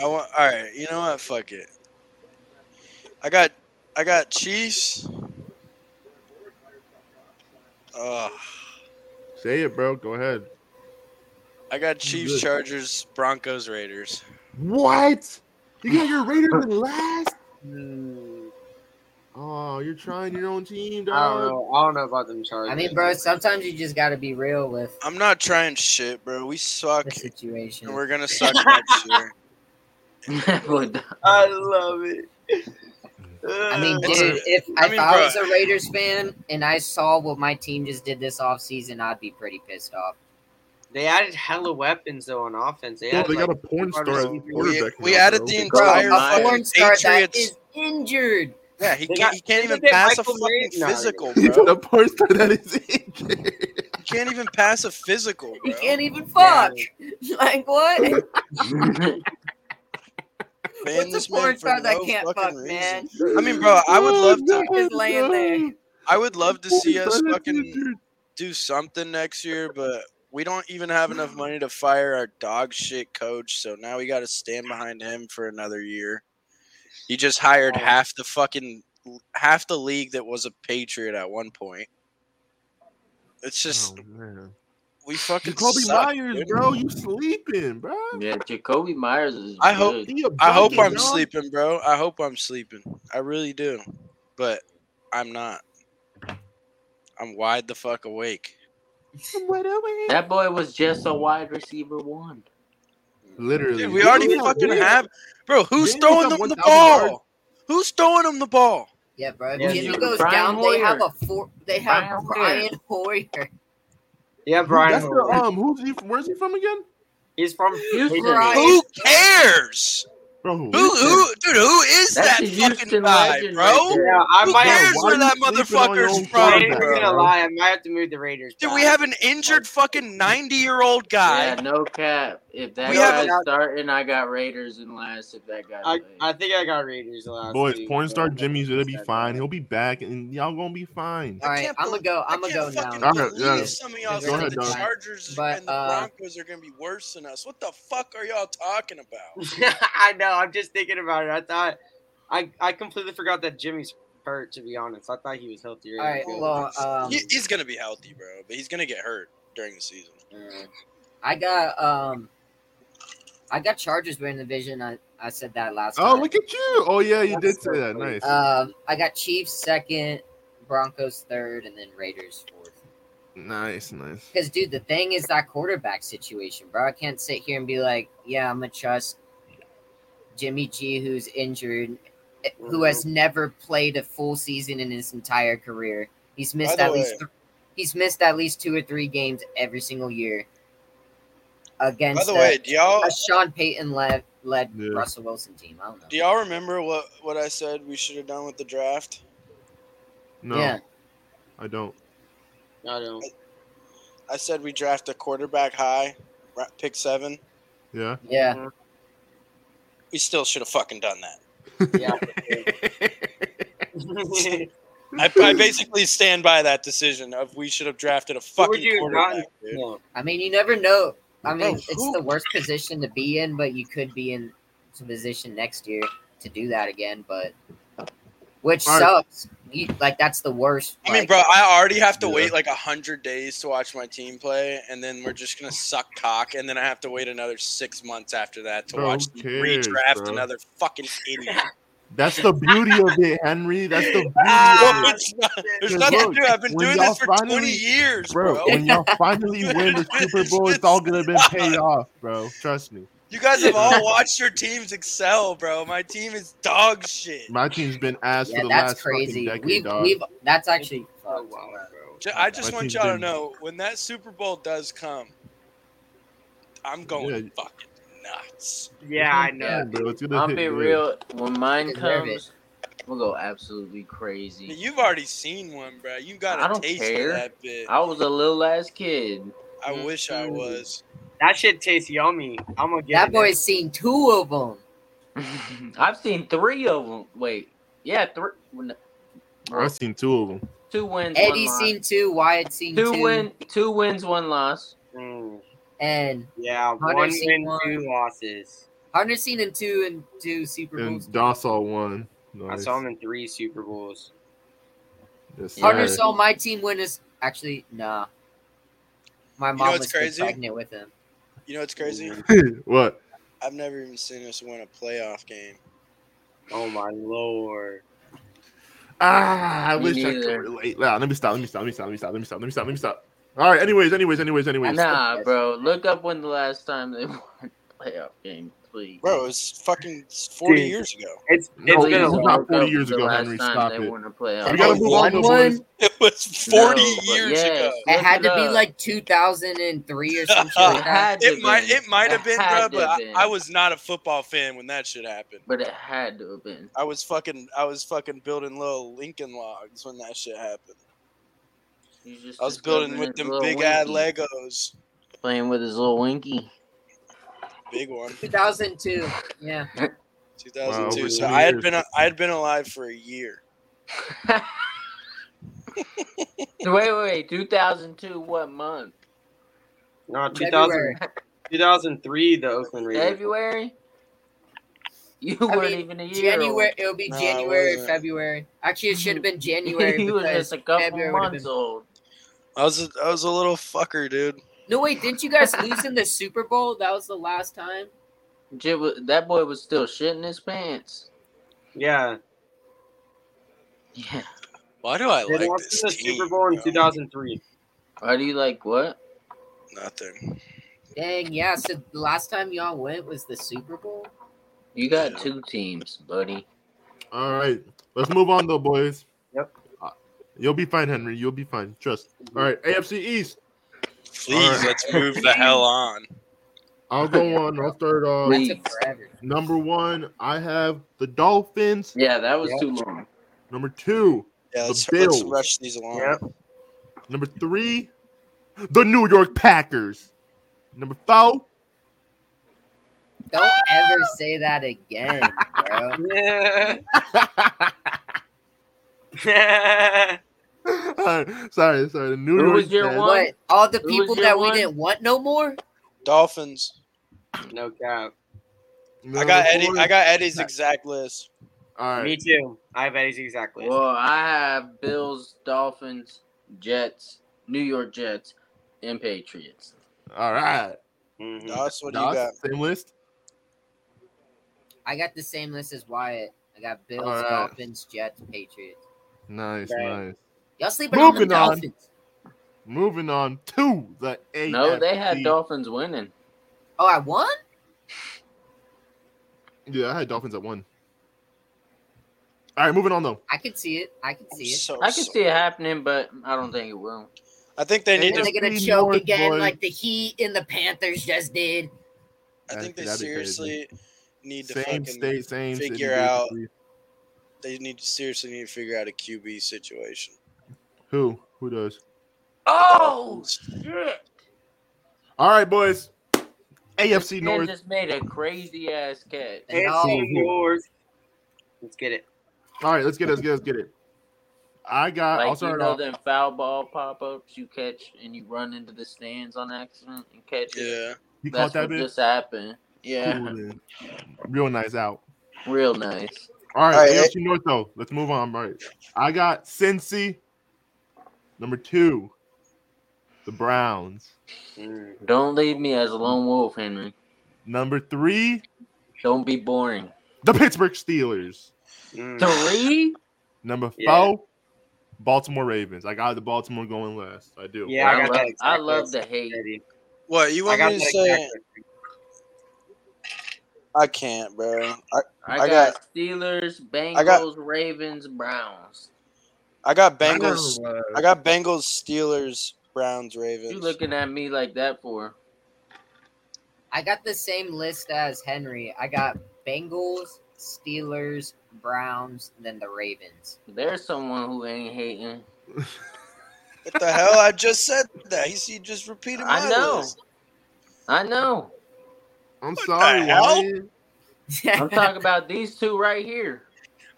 Speaker 4: I want. All right, you know what? Fuck it. I got, I got Chiefs. Uh,
Speaker 1: Say it, bro. Go ahead.
Speaker 4: I got Chiefs, Chargers, Broncos, Raiders.
Speaker 1: What? You got your Raiders in last? Oh, you're trying your own team,
Speaker 5: Mm, I don't
Speaker 1: dog.
Speaker 5: know. I don't know about them Chargers.
Speaker 3: I mean, bro, sometimes you just got to be real with
Speaker 4: I'm not trying shit, bro. We suck,
Speaker 3: the situation.
Speaker 4: and we're gonna suck next year.
Speaker 2: But
Speaker 5: I love it.
Speaker 3: I
Speaker 5: Uh,
Speaker 3: mean,
Speaker 4: It's
Speaker 3: dude, if, if
Speaker 4: I
Speaker 3: I,
Speaker 4: mean, bro.
Speaker 3: was a Raiders fan and I saw what my team just did this offseason, I'd be pretty pissed off.
Speaker 5: they added hella weapons though on offense. They,
Speaker 1: Bro,
Speaker 5: added,
Speaker 1: they got a
Speaker 5: like,
Speaker 1: porn
Speaker 5: hard
Speaker 1: star
Speaker 5: receiver.
Speaker 1: quarterback.
Speaker 4: We- we
Speaker 1: now,
Speaker 4: added
Speaker 1: bro.
Speaker 4: the
Speaker 1: They
Speaker 4: entire
Speaker 3: Bro,
Speaker 4: Fire
Speaker 3: a
Speaker 4: fucking
Speaker 3: porn star that
Speaker 4: Patriots.
Speaker 3: is injured.
Speaker 4: Yeah, he
Speaker 5: They
Speaker 4: can't.
Speaker 5: got-
Speaker 4: He can't
Speaker 5: they
Speaker 4: even
Speaker 5: get
Speaker 4: pass a
Speaker 5: Michael
Speaker 4: fucking
Speaker 5: Mayer- no,
Speaker 4: physical,
Speaker 1: got
Speaker 4: bro.
Speaker 1: [laughs] a porn star that is [laughs] injured.
Speaker 4: He can't even pass a physical,
Speaker 3: You
Speaker 4: bro.
Speaker 3: can't even fuck. [laughs] Like, what?
Speaker 4: Ban
Speaker 3: What's a
Speaker 4: this man
Speaker 3: porn
Speaker 4: for
Speaker 3: star that
Speaker 4: no
Speaker 3: can't
Speaker 4: fucking
Speaker 3: fuck,
Speaker 4: reason.
Speaker 3: man?
Speaker 4: I mean, bro, I
Speaker 1: Oh,
Speaker 4: would love to.
Speaker 3: You're just laying there.
Speaker 4: I would love to see us
Speaker 1: Porn star that's
Speaker 4: fucking
Speaker 1: injured.
Speaker 4: do something next year, but we don't even have enough money to fire our dog shit coach. So now we got to stand behind him for another year. He just hired
Speaker 5: Oh.
Speaker 4: half the fucking half the league that was a Patriot at one point. It's just
Speaker 1: Oh, man.
Speaker 4: we fucking
Speaker 1: Jacoby
Speaker 4: suck,
Speaker 1: Myers,
Speaker 4: dude.
Speaker 1: bro, you sleeping, bro?
Speaker 2: [laughs] yeah, Jacoby Myers is.
Speaker 4: I hope-
Speaker 2: good.
Speaker 1: He a
Speaker 4: I hope
Speaker 1: bucket,
Speaker 4: I'm
Speaker 1: dog.
Speaker 4: sleeping, bro. I hope I'm sleeping. I really do, but I'm not. I'm wide the fuck awake.
Speaker 1: What are we-
Speaker 2: that boy was just a wide receiver one.
Speaker 1: Literally,
Speaker 4: Dude, we already
Speaker 1: Yeah,
Speaker 4: fucking
Speaker 1: yeah.
Speaker 4: have, bro. Who's
Speaker 1: Daniels
Speaker 4: throwing
Speaker 1: got
Speaker 4: them the
Speaker 1: 1,000 yards.
Speaker 4: ball? Who's throwing them the ball?
Speaker 3: Yeah, bro. If
Speaker 5: Yeah,
Speaker 3: Jimmy
Speaker 5: dude.
Speaker 3: goes
Speaker 2: Brian
Speaker 3: down, they
Speaker 2: Hoyer.
Speaker 3: have a four. They have
Speaker 2: Brian
Speaker 3: Brian Hoyer.
Speaker 5: yeah, Brian.
Speaker 1: That's the,
Speaker 5: Hoyer.
Speaker 1: um, who's he? Where's he from again?
Speaker 5: He's from
Speaker 2: Houston.
Speaker 3: Brian-
Speaker 4: Who cares?
Speaker 1: Bro,
Speaker 4: Who, who, dude? Who is
Speaker 2: That's
Speaker 4: that
Speaker 2: a
Speaker 4: fucking
Speaker 2: Houston
Speaker 4: guy,
Speaker 2: legend
Speaker 4: bro?
Speaker 2: right there.
Speaker 5: Yeah, I
Speaker 4: Who
Speaker 5: might.
Speaker 4: cares
Speaker 1: Why
Speaker 4: where
Speaker 1: are
Speaker 4: that
Speaker 1: you sleeping on your
Speaker 4: motherfucker's
Speaker 1: own
Speaker 4: from,
Speaker 5: I ain't even
Speaker 1: quarterback,
Speaker 4: bro?
Speaker 5: gonna
Speaker 1: bro?
Speaker 5: lie. I might have to move the Raiders.
Speaker 4: Dude,
Speaker 5: back.
Speaker 4: we have an injured fucking ninety-year-old guy.
Speaker 2: Yeah, no cap. If that
Speaker 4: We
Speaker 2: guy's
Speaker 5: have-
Speaker 2: starting, I got Raiders in last. If that guy,
Speaker 5: I,
Speaker 2: plays.
Speaker 5: [laughs] I think I got Raiders last.
Speaker 1: Boys,
Speaker 5: week,
Speaker 1: porn
Speaker 5: so
Speaker 1: star
Speaker 5: I'm gonna
Speaker 1: Jimmy's gonna be
Speaker 5: upset
Speaker 1: fine.
Speaker 5: that.
Speaker 1: He'll be back, and y'all gonna be fine.
Speaker 3: All right,
Speaker 4: can't
Speaker 3: I'm
Speaker 4: bel-
Speaker 3: gonna go. I'm
Speaker 4: I
Speaker 3: gonna go
Speaker 4: can't fucking
Speaker 3: now.
Speaker 1: Alright,
Speaker 4: believe
Speaker 1: yeah.
Speaker 4: some of y'all
Speaker 3: Go
Speaker 4: think
Speaker 1: ahead,
Speaker 4: the
Speaker 1: dog.
Speaker 4: Chargers
Speaker 3: But,
Speaker 4: and the
Speaker 3: uh,
Speaker 4: Broncos are gonna be worse than us. What the fuck are y'all talking about?
Speaker 5: I know. I'm just thinking about it. I thought I I completely forgot that Jimmy's hurt. To be honest, I thought he was healthier.
Speaker 3: All right, well,
Speaker 5: [laughs]
Speaker 3: um,
Speaker 4: He- he's gonna be healthy, bro, but he's gonna get hurt during the season.
Speaker 3: I got um, I got Chargers winning the division. I, I said that last.
Speaker 1: Oh,
Speaker 3: time.
Speaker 1: look at you! Oh yeah, you did
Speaker 5: That's
Speaker 1: say
Speaker 5: so
Speaker 1: that.
Speaker 5: funny. Uh,
Speaker 1: Nice.
Speaker 3: Um, I got Chiefs second, Broncos third, and then Raiders fourth.
Speaker 1: nice, nice.
Speaker 3: Because, dude, the thing is that quarterback situation, bro. I can't sit here and be like, yeah, I'm going to trust Jimmy G, who's injured, eh, who has
Speaker 4: Mm-hmm.
Speaker 3: never played a full season in his entire career. He's missed
Speaker 4: By
Speaker 3: at
Speaker 4: the
Speaker 3: least th- he's missed at least two or three games every single year
Speaker 4: By
Speaker 3: against
Speaker 4: the
Speaker 3: a,
Speaker 4: way, do y'all
Speaker 3: a Sean Payton led led
Speaker 1: Yeah.
Speaker 3: Russell Wilson team. I don't know.
Speaker 4: do y'all remember what what I said we should have done with the draft?
Speaker 1: No,
Speaker 3: Yeah.
Speaker 1: I don't.
Speaker 5: I don't.
Speaker 4: I said we draft a quarterback high, ra- pick seven.
Speaker 5: [laughs]
Speaker 1: Yeah.
Speaker 3: Yeah.
Speaker 4: We still should have fucking done that.
Speaker 5: Yeah.
Speaker 4: I,
Speaker 3: [laughs]
Speaker 4: I basically stand by that decision of we should have drafted a fucking
Speaker 5: you have
Speaker 4: quarterback. dude.
Speaker 5: no.
Speaker 3: I mean, you never know. I
Speaker 4: Bro,
Speaker 3: mean, it's
Speaker 4: who-
Speaker 3: the worst position to be in, but you could be in a position next year to do that again. But which
Speaker 1: All right.
Speaker 3: sucks. You, like that's the worst.
Speaker 4: I mean,
Speaker 3: like-
Speaker 4: bro, I already have to wait
Speaker 1: Yeah.
Speaker 4: like a hundred days to watch my team play, and then we're just gonna suck cock, and then I have to wait another six months after that to
Speaker 1: Bro,
Speaker 4: watch
Speaker 1: who
Speaker 4: them
Speaker 1: cares,
Speaker 4: redraft
Speaker 1: bro?
Speaker 4: another fucking
Speaker 2: [laughs]
Speaker 4: idiot. [laughs]
Speaker 1: That's the beauty of it, Henry. That's the beauty
Speaker 4: No,
Speaker 1: of it.
Speaker 4: it's not- there's
Speaker 1: Dude,
Speaker 4: nothing
Speaker 1: look,
Speaker 4: to do. I've been
Speaker 1: when
Speaker 4: doing this
Speaker 1: y'all
Speaker 4: for
Speaker 1: finally-
Speaker 4: twenty years, bro.
Speaker 1: Bro, when y'all finally win the Super Bowl, it's all gonna be paid off, bro. Trust me.
Speaker 4: You guys have
Speaker 1: [laughs]
Speaker 4: all watched your teams excel, bro. My team is dog shit.
Speaker 1: My team's been ass
Speaker 3: yeah,
Speaker 1: for the
Speaker 3: that's
Speaker 1: last fucking
Speaker 3: crazy.
Speaker 1: decade,
Speaker 3: we've,
Speaker 1: dog.
Speaker 3: we've that's actually
Speaker 5: Oh,
Speaker 3: fucked,
Speaker 5: wow,
Speaker 3: bro.
Speaker 5: bro.
Speaker 4: Ju- I just
Speaker 1: My
Speaker 4: want
Speaker 1: team's
Speaker 4: y'all to
Speaker 1: been-
Speaker 4: know when that Super Bowl does come, I'm going
Speaker 1: Yeah.
Speaker 4: fucking nuts.
Speaker 5: Yeah, I know.
Speaker 1: Yeah, bro, it's gonna
Speaker 2: I'll
Speaker 1: hit
Speaker 2: be
Speaker 1: good.
Speaker 2: real. When mine
Speaker 3: Deserve it.
Speaker 2: comes, we'll go absolutely crazy.
Speaker 4: You've already seen one, bro. You
Speaker 2: I
Speaker 4: got a
Speaker 2: don't
Speaker 4: taste
Speaker 2: care.
Speaker 4: of that bit.
Speaker 2: I was a little ass kid.
Speaker 4: I wish I was.
Speaker 5: That shit tastes yummy. I'm gonna get
Speaker 3: That
Speaker 5: it.
Speaker 3: boy's seen two of them.
Speaker 2: [laughs] I've seen three of them. Wait, yeah, three.
Speaker 1: I've seen two of them.
Speaker 2: Two wins.
Speaker 3: Eddie's
Speaker 2: one
Speaker 3: seen two. Wyatt's seen
Speaker 2: loss.
Speaker 3: two,
Speaker 2: two win. Two wins, one loss.
Speaker 5: Mm,
Speaker 3: and
Speaker 5: yeah,
Speaker 3: Hunter
Speaker 5: one
Speaker 3: seen
Speaker 5: win,
Speaker 3: one.
Speaker 5: two losses.
Speaker 3: Hunter's seen in two and two Super
Speaker 1: And
Speaker 3: Bowls.
Speaker 1: Dawson won.
Speaker 5: I
Speaker 1: Nice.
Speaker 5: saw him in three Super Bowls.
Speaker 1: Yes, sir.
Speaker 3: Hunter saw my team win. Is actually nah. My
Speaker 4: know
Speaker 3: mom
Speaker 4: what's
Speaker 3: was still
Speaker 4: crazy?
Speaker 3: pregnant with him.
Speaker 4: You know what's crazy?
Speaker 1: what?
Speaker 4: I've never even seen us win a playoff game.
Speaker 5: [laughs] Oh my lord.
Speaker 1: Ah, I
Speaker 2: Me
Speaker 1: wish I could
Speaker 2: neither.
Speaker 1: relate. Nah, let me stop. Let me stop. Let me stop. Let me stop. Let me stop. Let me stop. Let me stop. All right. Anyways, anyways, anyways, anyways.
Speaker 2: Nah, bro. Look up when the last time they [laughs] won a playoff game, please.
Speaker 4: Bro, it was fucking 40
Speaker 5: Dude.
Speaker 4: years ago.
Speaker 5: It's
Speaker 1: No,
Speaker 5: it's
Speaker 1: it
Speaker 5: been a
Speaker 1: was
Speaker 5: long
Speaker 1: not 40
Speaker 2: Look up
Speaker 1: years
Speaker 2: the
Speaker 1: ago,
Speaker 2: last
Speaker 1: Henry,
Speaker 2: time
Speaker 1: stop
Speaker 2: they
Speaker 1: it.
Speaker 2: won a playoff.
Speaker 1: We
Speaker 2: game.
Speaker 1: gotta move on,
Speaker 3: One,
Speaker 1: though,
Speaker 3: one.
Speaker 1: boys.
Speaker 4: It was 40
Speaker 2: No, but
Speaker 4: years
Speaker 2: yes,
Speaker 4: ago.
Speaker 3: It had
Speaker 2: look
Speaker 3: to be
Speaker 2: up.
Speaker 3: like 2003 or something
Speaker 2: It
Speaker 3: like that.
Speaker 2: had to
Speaker 4: Uh, It might
Speaker 2: been.
Speaker 4: it might have been,
Speaker 2: had
Speaker 4: bro,
Speaker 2: to
Speaker 4: but I,
Speaker 2: been.
Speaker 4: I was not a football fan when that shit happened.
Speaker 2: But it had to have been.
Speaker 4: I was fucking I was fucking building little Lincoln logs when that shit happened.
Speaker 2: He's just
Speaker 4: I was
Speaker 2: just
Speaker 4: building
Speaker 2: living
Speaker 4: with
Speaker 2: his
Speaker 4: them
Speaker 2: little
Speaker 4: big ad
Speaker 2: winky,
Speaker 4: Legos.
Speaker 2: playing with his little winky.
Speaker 4: Big one.
Speaker 3: 2002. Yeah.
Speaker 4: 2002.
Speaker 1: Wow,
Speaker 4: so
Speaker 1: many
Speaker 4: I had
Speaker 1: years.
Speaker 4: been I had been alive for a year.
Speaker 2: [laughs] wait, wait, wait. 2002, what month?
Speaker 5: no 2000,
Speaker 3: February.
Speaker 5: 2003 the Oakland Raiders.
Speaker 2: February? You
Speaker 3: I
Speaker 2: weren't
Speaker 3: mean,
Speaker 2: even a year [laughs]
Speaker 3: January. It'll be
Speaker 4: Nah, it
Speaker 3: January or
Speaker 4: wasn't.
Speaker 3: February. Actually, it should have been
Speaker 2: old.
Speaker 3: January
Speaker 2: you were
Speaker 3: because
Speaker 2: just a couple
Speaker 3: February would've
Speaker 2: months
Speaker 3: been-
Speaker 2: old.
Speaker 4: I was a, I was a little fucker, dude.
Speaker 3: no wait, didn't you guys lose in the Super Bowl? That was the last time.
Speaker 2: Jit wa- that boy was still shitting his pants.
Speaker 5: Yeah.
Speaker 2: Yeah.
Speaker 4: Why do I
Speaker 5: They
Speaker 4: like
Speaker 5: lost
Speaker 4: this
Speaker 5: in the
Speaker 4: team,
Speaker 5: Super Bowl in
Speaker 4: bro?
Speaker 5: 2003.
Speaker 2: Are you like what?
Speaker 4: Nothing.
Speaker 3: Dang, yeah. So the last time y'all went was the Super Bowl.
Speaker 2: You got two teams, buddy.
Speaker 1: All right. Let's move on, though, boys.
Speaker 5: Yep.
Speaker 1: Uh, You'll be fine, Henry. You'll be fine. Trust. All right. AFC East.
Speaker 4: Please,
Speaker 1: Alright.
Speaker 4: let's move the [laughs] hell on.
Speaker 1: I'll go on. I'll start off.
Speaker 3: That
Speaker 2: Please.
Speaker 3: took forever.
Speaker 1: Number one, I have the Dolphins.
Speaker 2: Yeah, that was
Speaker 5: Yeah.
Speaker 2: too long.
Speaker 1: Number two.
Speaker 4: Yeah,
Speaker 1: The
Speaker 4: let's,
Speaker 1: Bills.
Speaker 4: let's rush these along.
Speaker 5: Yep.
Speaker 1: Number three, the New York Packers. Number four,
Speaker 3: Don't ever say that again, bro.
Speaker 1: [laughs]
Speaker 2: [laughs]
Speaker 5: Yeah.
Speaker 4: [laughs]
Speaker 5: yeah.
Speaker 1: sorry, sorry. The New
Speaker 2: Who
Speaker 1: York
Speaker 2: was your
Speaker 1: Jets.
Speaker 2: one?
Speaker 3: What? All the
Speaker 2: Who was
Speaker 3: people
Speaker 2: your
Speaker 3: that we
Speaker 2: one?
Speaker 3: didn't want no more?
Speaker 4: Dolphins.
Speaker 5: No cap.
Speaker 1: Number
Speaker 4: I got Eddie.
Speaker 1: four-
Speaker 4: I got Eddie's exact list.
Speaker 1: All
Speaker 5: Me
Speaker 1: right.
Speaker 5: too. I have Eddie's exactly.
Speaker 2: Well, I have Bills, Dolphins, Jets, New York Jets, and Patriots.
Speaker 1: All right.
Speaker 5: Mhm.
Speaker 4: That's what do you got.
Speaker 1: Dots, same list.
Speaker 3: I got the same list as Wyatt. I got Bills,
Speaker 2: Uh,
Speaker 1: All right.
Speaker 3: Dolphins, Jets, Patriots.
Speaker 1: Nice,
Speaker 5: Right.
Speaker 1: nice.
Speaker 3: Y'all sleeping on the
Speaker 1: Moving on.
Speaker 3: Dolphins.
Speaker 1: Moving on to the AFC.
Speaker 2: No, they had Dolphins winning.
Speaker 3: Oh, I won?
Speaker 1: Yeah, I had Dolphins at one. All right, moving on though.
Speaker 3: I can see it. I can see it.
Speaker 4: So,
Speaker 2: I can
Speaker 4: so-
Speaker 2: see it happening, but I don't think it will.
Speaker 4: I think they
Speaker 3: They're
Speaker 4: need
Speaker 3: gonna
Speaker 4: to.
Speaker 1: just
Speaker 3: get a
Speaker 1: be
Speaker 3: choke
Speaker 1: North,
Speaker 3: again,
Speaker 1: boys.
Speaker 3: like the Heat and the Panthers just did.
Speaker 4: I think they
Speaker 1: That'd be crazy.
Speaker 4: seriously need to
Speaker 1: Same
Speaker 4: fucking.
Speaker 1: state, same city,
Speaker 4: figure out-
Speaker 1: basically.
Speaker 4: They need to seriously need to figure out a QB situation.
Speaker 1: who who does.
Speaker 2: Oh shit!
Speaker 1: All right, boys. AFC
Speaker 2: Man
Speaker 1: North.
Speaker 2: just made a crazy ass catch.
Speaker 3: And
Speaker 5: AFC
Speaker 3: all-
Speaker 5: North. Let's get it.
Speaker 1: All right, let's get it. Let's get it. Let's get it. I got. I'll
Speaker 2: Like you
Speaker 1: start
Speaker 2: know
Speaker 1: off.
Speaker 2: them foul ball pop ups you catch and you run into the stands on accident and catch it.
Speaker 4: Yeah.
Speaker 1: You caught
Speaker 2: That's
Speaker 1: that
Speaker 2: what
Speaker 1: bit.
Speaker 2: just happened. Yeah,
Speaker 1: Cool, man. Real nice out.
Speaker 2: real nice.
Speaker 1: All right,
Speaker 4: All right,
Speaker 1: AFC North though. Let's move on. All right, I got Cincy. Number two, the Browns.
Speaker 5: Mm.
Speaker 2: Don't leave me as a lone wolf, Henry.
Speaker 1: Number three,
Speaker 2: Don't be boring.
Speaker 1: the Pittsburgh Steelers.
Speaker 5: Mm.
Speaker 2: Three?
Speaker 1: Number
Speaker 5: Yeah.
Speaker 1: four, Baltimore Ravens. I got the Baltimore going last. I do.
Speaker 5: Yeah, I got
Speaker 2: love,
Speaker 5: that
Speaker 2: I
Speaker 5: exact
Speaker 2: love
Speaker 5: list,
Speaker 2: the hate.
Speaker 5: Eddie.
Speaker 4: What you
Speaker 5: I
Speaker 4: want
Speaker 5: got
Speaker 4: me
Speaker 5: that
Speaker 4: to
Speaker 2: uh,
Speaker 4: say?
Speaker 5: exact list.
Speaker 4: I can't, bro. I,
Speaker 2: I,
Speaker 4: I
Speaker 2: got, Steelers, Bengals,
Speaker 4: I got-
Speaker 2: Ravens, Browns.
Speaker 4: I got
Speaker 1: I got
Speaker 4: Bengals.
Speaker 1: them
Speaker 4: I
Speaker 1: last.
Speaker 4: got Bengals, Steelers, Browns, Ravens.
Speaker 2: You looking at me like that for?
Speaker 3: I got the same list as Henry. I got Bengals, Steelers, Browns, and then the Ravens.
Speaker 2: There's someone who ain't hating.
Speaker 4: What the hell? I just said that. He, he just repeated my
Speaker 2: I know.
Speaker 4: list.
Speaker 2: I know.
Speaker 1: I'm
Speaker 4: What
Speaker 1: sorry,
Speaker 4: the hell?
Speaker 1: Wyatt.
Speaker 2: I'm talking about these two right here.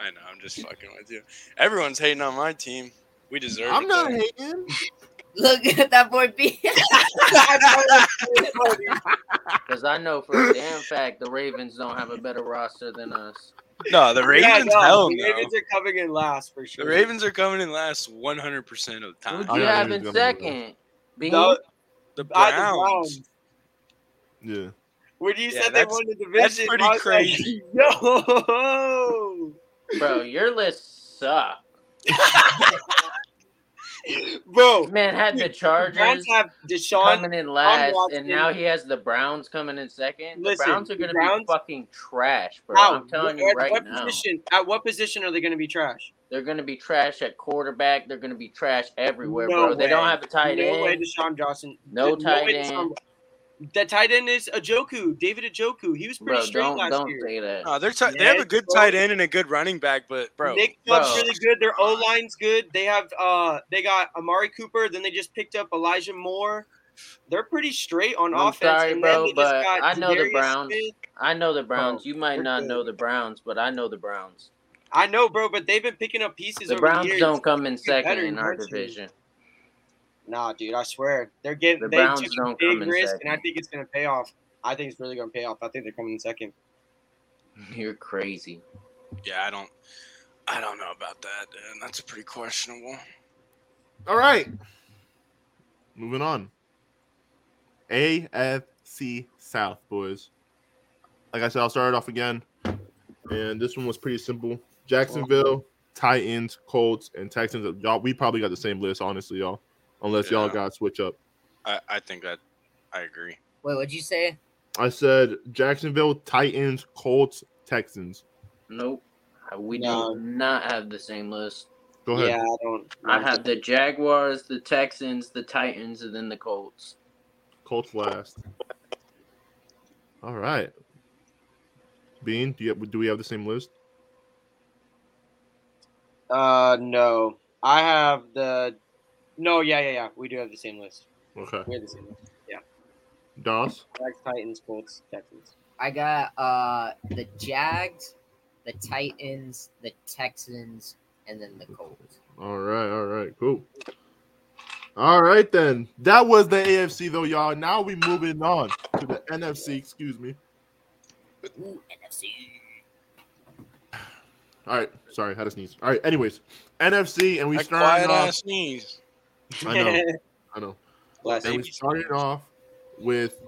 Speaker 4: I know. I'm just fucking with you. Everyone's hating on my team. We deserve
Speaker 1: I'm
Speaker 4: it.
Speaker 1: not
Speaker 4: though.
Speaker 5: [laughs]
Speaker 1: hating.
Speaker 3: [laughs] Look at that boy B. [laughs]
Speaker 2: Because I know for a damn fact the Ravens don't have a better roster than us.
Speaker 4: [laughs] No, the
Speaker 5: [laughs] Yeah,
Speaker 4: Ravens.
Speaker 5: no,
Speaker 4: hell
Speaker 5: the
Speaker 4: no.
Speaker 5: Ravens are coming in last for sure.
Speaker 4: The Ravens are coming in last 100% of the
Speaker 2: Who
Speaker 4: time.
Speaker 1: I got
Speaker 2: you have
Speaker 1: who's gonna do
Speaker 2: in
Speaker 1: that.
Speaker 5: Uh,
Speaker 2: second? B?
Speaker 5: No,
Speaker 4: The
Speaker 5: I- the
Speaker 4: Browns.
Speaker 1: Yeah.
Speaker 5: When you
Speaker 4: Yeah,
Speaker 5: said they
Speaker 4: that's-
Speaker 5: won the
Speaker 4: that's
Speaker 5: division,
Speaker 4: pretty
Speaker 5: I was like,
Speaker 4: crazy.
Speaker 5: [laughs] Yo,
Speaker 2: Bro, your list suck.
Speaker 5: bro,
Speaker 2: Man had the
Speaker 5: [laughs] Browns
Speaker 2: Chargers
Speaker 5: have Deshaun.
Speaker 2: coming in last,
Speaker 5: Watson-
Speaker 2: and now he has the Browns coming in second.
Speaker 5: Listen,
Speaker 2: the Browns are going to
Speaker 5: the Browns-
Speaker 2: be fucking trash, bro.
Speaker 5: How?
Speaker 2: I'm telling
Speaker 5: At
Speaker 2: you right
Speaker 5: what
Speaker 2: now.
Speaker 5: position? At what position are they going to be trash?
Speaker 2: They're going to be trash at quarterback. They're going to be trash everywhere,
Speaker 5: No
Speaker 2: bro. They
Speaker 5: way.
Speaker 2: don't have a tight
Speaker 5: no
Speaker 2: end.
Speaker 5: way, Deshaun Johnson.
Speaker 2: No tight
Speaker 5: way
Speaker 2: end.
Speaker 5: Deshaun- The tight end is Ajoku, David Ajoku. He was pretty
Speaker 2: bro,
Speaker 5: straight
Speaker 2: don't
Speaker 5: last
Speaker 2: don't
Speaker 5: year.
Speaker 2: say that.
Speaker 4: No, they're ti- they have a
Speaker 5: Yes,
Speaker 4: good
Speaker 5: bro.
Speaker 4: tight end and a good running back, but bro,
Speaker 5: Nick Chubb's
Speaker 2: Bro.
Speaker 5: really good. Their O line's good. They have uh they got Amari Cooper. Then they just picked up Elijah Moore. They're pretty straight on
Speaker 2: I'm
Speaker 5: offense.
Speaker 2: sorry,
Speaker 5: and then
Speaker 2: bro,
Speaker 5: they just
Speaker 2: but
Speaker 5: got
Speaker 2: I know the
Speaker 5: Zadarius
Speaker 2: Browns.
Speaker 5: Smith.
Speaker 2: I know the Browns. you might
Speaker 5: they're
Speaker 2: not
Speaker 5: good.
Speaker 2: know the Browns, but I know the Browns.
Speaker 5: I know, bro, but they've been picking up pieces.
Speaker 2: The
Speaker 5: over
Speaker 2: Browns
Speaker 5: the years.
Speaker 2: don't come in
Speaker 5: They're getting
Speaker 2: second
Speaker 5: better
Speaker 2: in our
Speaker 5: eventually.
Speaker 2: division. [laughs]
Speaker 5: Nah, dude, I swear they're getting.
Speaker 2: The
Speaker 5: they
Speaker 2: Browns
Speaker 5: took a
Speaker 2: don't
Speaker 5: big
Speaker 2: come in
Speaker 5: risk,
Speaker 2: second.
Speaker 5: and I think it's gonna pay off. I think it's really gonna pay off. I think they're coming in second.
Speaker 2: You're crazy.
Speaker 4: yeah, I don't, I don't know about that. Dude. That's pretty questionable.
Speaker 1: All right. Moving on. AFC South, boys. Like I said, I'll start it off again. And this one was pretty simple. Jacksonville, Titans, Colts, and Texans. Y'all, we probably got the same list, honestly, y'all. Unless y'all
Speaker 4: Yeah.
Speaker 1: got switch up.
Speaker 4: I, I think that I agree.
Speaker 3: Wait, what'd you say?
Speaker 1: I said Jacksonville, Titans, Colts, Texans.
Speaker 2: Nope. We
Speaker 5: No.
Speaker 2: do not have the same list.
Speaker 1: Go ahead.
Speaker 5: Yeah, I don't.
Speaker 2: I have the Jaguars, the Texans, the Titans, and then the Colts.
Speaker 1: Colts last. All right. Bean, do you do we have the same list?
Speaker 5: Uh, no, I have the. No, yeah, yeah, yeah. We do have the same list.
Speaker 1: Okay.
Speaker 5: We have the same list.
Speaker 1: Doss?
Speaker 5: Jags, Titans, Colts, Texans.
Speaker 3: I got uh the Jags, the Titans, the Texans, and then the Colts.
Speaker 1: All right, all right, cool. All right then. That was the AFC though, y'all. Now we moving on to the NFC. Excuse me.
Speaker 3: Ooh, NFC.
Speaker 1: All right, sorry, had a sneeze. All right, anyways, NFC, and we
Speaker 4: that
Speaker 1: started
Speaker 4: quiet
Speaker 1: off. [laughs]
Speaker 4: ass sneeze.
Speaker 1: I know, I
Speaker 4: [laughs]
Speaker 1: know.
Speaker 5: [laughs] Bless
Speaker 1: And
Speaker 5: you.
Speaker 1: we started off with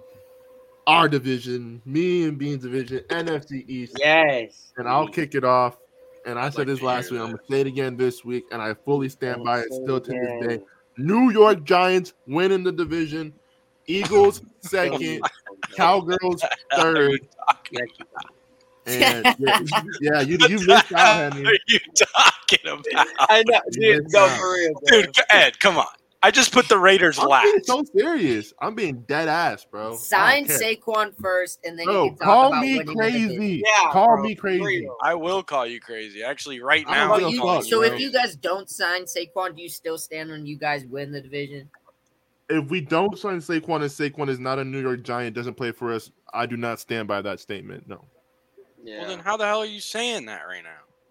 Speaker 1: our division, me and Bean's division, NFC East.
Speaker 5: Yes.
Speaker 1: and I'll kick it off. And I said
Speaker 4: like
Speaker 1: this
Speaker 4: to
Speaker 1: last
Speaker 4: hear
Speaker 1: week. I'm
Speaker 4: that.
Speaker 1: gonna say it again this week, and I fully stand by it still to this day.
Speaker 5: Again.
Speaker 1: New York Giants winning the division,
Speaker 5: [laughs]
Speaker 1: Eagles
Speaker 5: Oh
Speaker 1: second, Cowgirls third,
Speaker 4: [laughs]
Speaker 3: [laughs]
Speaker 1: and yeah, yeah, you you
Speaker 4: What
Speaker 1: missed out,
Speaker 4: the hell
Speaker 1: honey.
Speaker 5: [laughs]
Speaker 4: are you talking about?
Speaker 5: I know, dude.
Speaker 1: Yes,
Speaker 5: No,
Speaker 1: sir.
Speaker 5: for real, bro.
Speaker 4: Dude, Ed, come on. I just put the Raiders
Speaker 1: I'm being
Speaker 4: last.
Speaker 1: so serious. I'm being dead ass, bro. I don't
Speaker 3: Sign
Speaker 1: care.
Speaker 3: Saquon first, and then you
Speaker 1: bro.
Speaker 3: can talk
Speaker 1: Call
Speaker 3: about
Speaker 1: me
Speaker 3: winning the division.
Speaker 1: crazy.
Speaker 5: Yeah,
Speaker 1: call
Speaker 5: bro,
Speaker 1: me
Speaker 5: for
Speaker 1: crazy.
Speaker 5: real.
Speaker 4: I will call you crazy. Actually, right
Speaker 1: I don't
Speaker 4: now.
Speaker 3: But
Speaker 1: give
Speaker 4: I'm
Speaker 1: a
Speaker 3: you-
Speaker 1: fuck,
Speaker 4: calling
Speaker 3: so if
Speaker 1: bro.
Speaker 3: you guys don't sign Saquon, do you still stand when you guys win the division?
Speaker 1: If we don't sign Saquon and Saquon is not a New York Giant, doesn't play for us, I do not stand by that statement. No.
Speaker 5: Yeah.
Speaker 4: Well, then how the hell are you saying that right [laughs] now?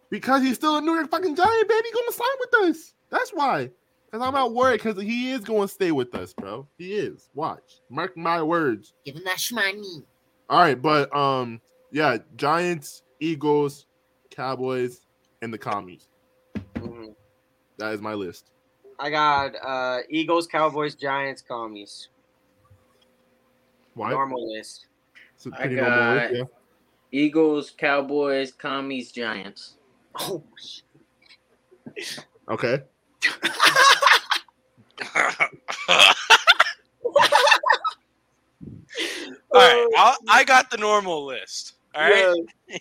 Speaker 1: Because he's still a New York fucking Giant, baby. He's gonna sign with us. That's why. Because I'm not worried. Because he is going to stay with us, bro. He is. Watch. Mark my words.
Speaker 3: Give him that shmoney.
Speaker 1: All right, but um, yeah, Giants, Eagles, Cowboys, and the Commies.
Speaker 5: Mhm.
Speaker 1: That is my list.
Speaker 5: I got uh, Eagles, Cowboys, Giants, Commies.
Speaker 1: Why?
Speaker 5: Normal list.
Speaker 1: It's a
Speaker 2: I
Speaker 1: pretty
Speaker 2: got-
Speaker 1: normal list, yeah.
Speaker 2: Eagles, Cowboys, commies, Giants.
Speaker 5: Oh,
Speaker 1: Okay.
Speaker 4: All right, I'll, I got the normal list. All right,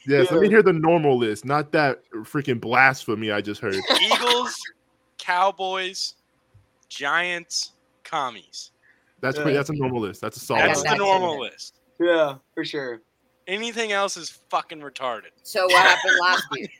Speaker 1: Yes. Let me
Speaker 5: Yeah.
Speaker 1: hear the normal list, not that freaking blasphemy I just heard.
Speaker 4: Eagles, Cowboys, Giants, Commies.
Speaker 1: That's pretty. That's a normal list. That's a solid.
Speaker 4: That's
Speaker 1: list.
Speaker 4: the normal list.
Speaker 5: Yeah, yeah, for sure.
Speaker 4: Anything else is fucking retarded.
Speaker 3: So what
Speaker 1: [laughs]
Speaker 3: happened last week?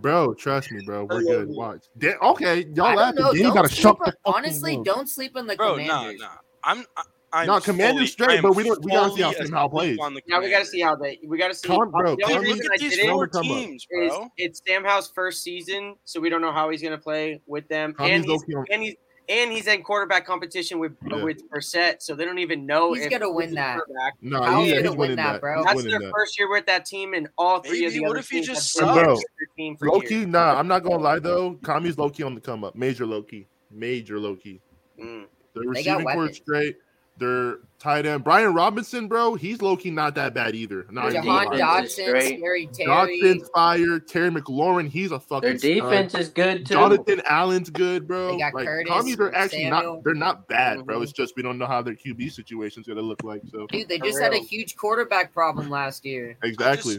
Speaker 1: Bro, trust me, bro. We're
Speaker 5: love
Speaker 1: good.
Speaker 5: you.
Speaker 1: Watch. Da- okay,
Speaker 3: I
Speaker 1: y'all
Speaker 3: don't
Speaker 1: laughing.
Speaker 3: know.
Speaker 1: Then you
Speaker 3: Don't
Speaker 1: gotta
Speaker 3: sleep
Speaker 1: shut
Speaker 3: on-
Speaker 1: the fucking
Speaker 3: honestly,
Speaker 1: room.
Speaker 3: don't sleep on the
Speaker 4: Bro, no,
Speaker 3: Commanders.
Speaker 4: no. I'm I, I'm
Speaker 1: No, Commander's
Speaker 4: fully-
Speaker 1: straight,
Speaker 4: I am
Speaker 1: but we don't. We gotta see how
Speaker 4: fully
Speaker 1: Sam Howell plays.
Speaker 4: on the
Speaker 5: Now we got to see
Speaker 4: Commanders.
Speaker 5: how they. We got to see.
Speaker 1: Con- bro,
Speaker 5: the
Speaker 1: Con-
Speaker 5: only
Speaker 4: Dude,
Speaker 5: reason
Speaker 4: look
Speaker 5: I
Speaker 4: at these
Speaker 5: did
Speaker 1: Con-
Speaker 5: it
Speaker 1: Number
Speaker 4: four
Speaker 1: come up.
Speaker 4: teams,
Speaker 5: is
Speaker 4: bro.
Speaker 5: it's Sam Howe's first season, so we don't know how he's gonna play with them, and
Speaker 1: Tommy's okay
Speaker 5: he's,
Speaker 1: on-
Speaker 5: and he's and he's in quarterback competition with
Speaker 1: Yeah.
Speaker 5: with Brissett, so they don't even know
Speaker 3: He's
Speaker 5: if
Speaker 3: gonna win
Speaker 5: he's
Speaker 3: that.
Speaker 5: quarterback.
Speaker 1: No,
Speaker 3: Howell's
Speaker 1: he,
Speaker 3: gonna
Speaker 1: he's winning
Speaker 3: win that,
Speaker 1: that,
Speaker 3: bro.
Speaker 1: He's
Speaker 5: That's
Speaker 1: winning
Speaker 5: their
Speaker 1: that.
Speaker 5: first year with that team, and all three of
Speaker 4: Maybe,
Speaker 5: the
Speaker 4: what
Speaker 5: other
Speaker 4: if he
Speaker 5: teams
Speaker 4: just
Speaker 5: have been
Speaker 1: sucks?
Speaker 5: with their team for
Speaker 1: Low
Speaker 5: years.
Speaker 1: key, nah. I'm not gonna lie though. Kami's low key on the come up. Major low key. Major low key.
Speaker 5: Mm.
Speaker 1: The
Speaker 3: They
Speaker 1: receiving
Speaker 3: got
Speaker 1: core
Speaker 3: weapons.
Speaker 1: straight. Their tight end Brian Robinson, bro, he's low key not that bad either. Not
Speaker 2: Their
Speaker 1: even gonna
Speaker 3: Jahan
Speaker 1: lie.
Speaker 2: defense is
Speaker 3: Dotson,
Speaker 2: great.
Speaker 3: Scary Terry.
Speaker 1: Dotson's fire. Terry McLaurin, he's a fucking
Speaker 2: Their defense is good too.
Speaker 1: stud. Jonathan Allen's good, bro.
Speaker 3: They got
Speaker 1: like
Speaker 3: Curtis,
Speaker 1: Commies are actually
Speaker 3: Samuel. Mm-hmm.
Speaker 1: not they're not bad, bro.
Speaker 5: Mhm.
Speaker 1: It's just we don't know how their QB situation's gonna look like. So
Speaker 3: Dude, they
Speaker 5: For
Speaker 3: just had a
Speaker 5: real.
Speaker 3: huge quarterback problem last year.
Speaker 1: exactly.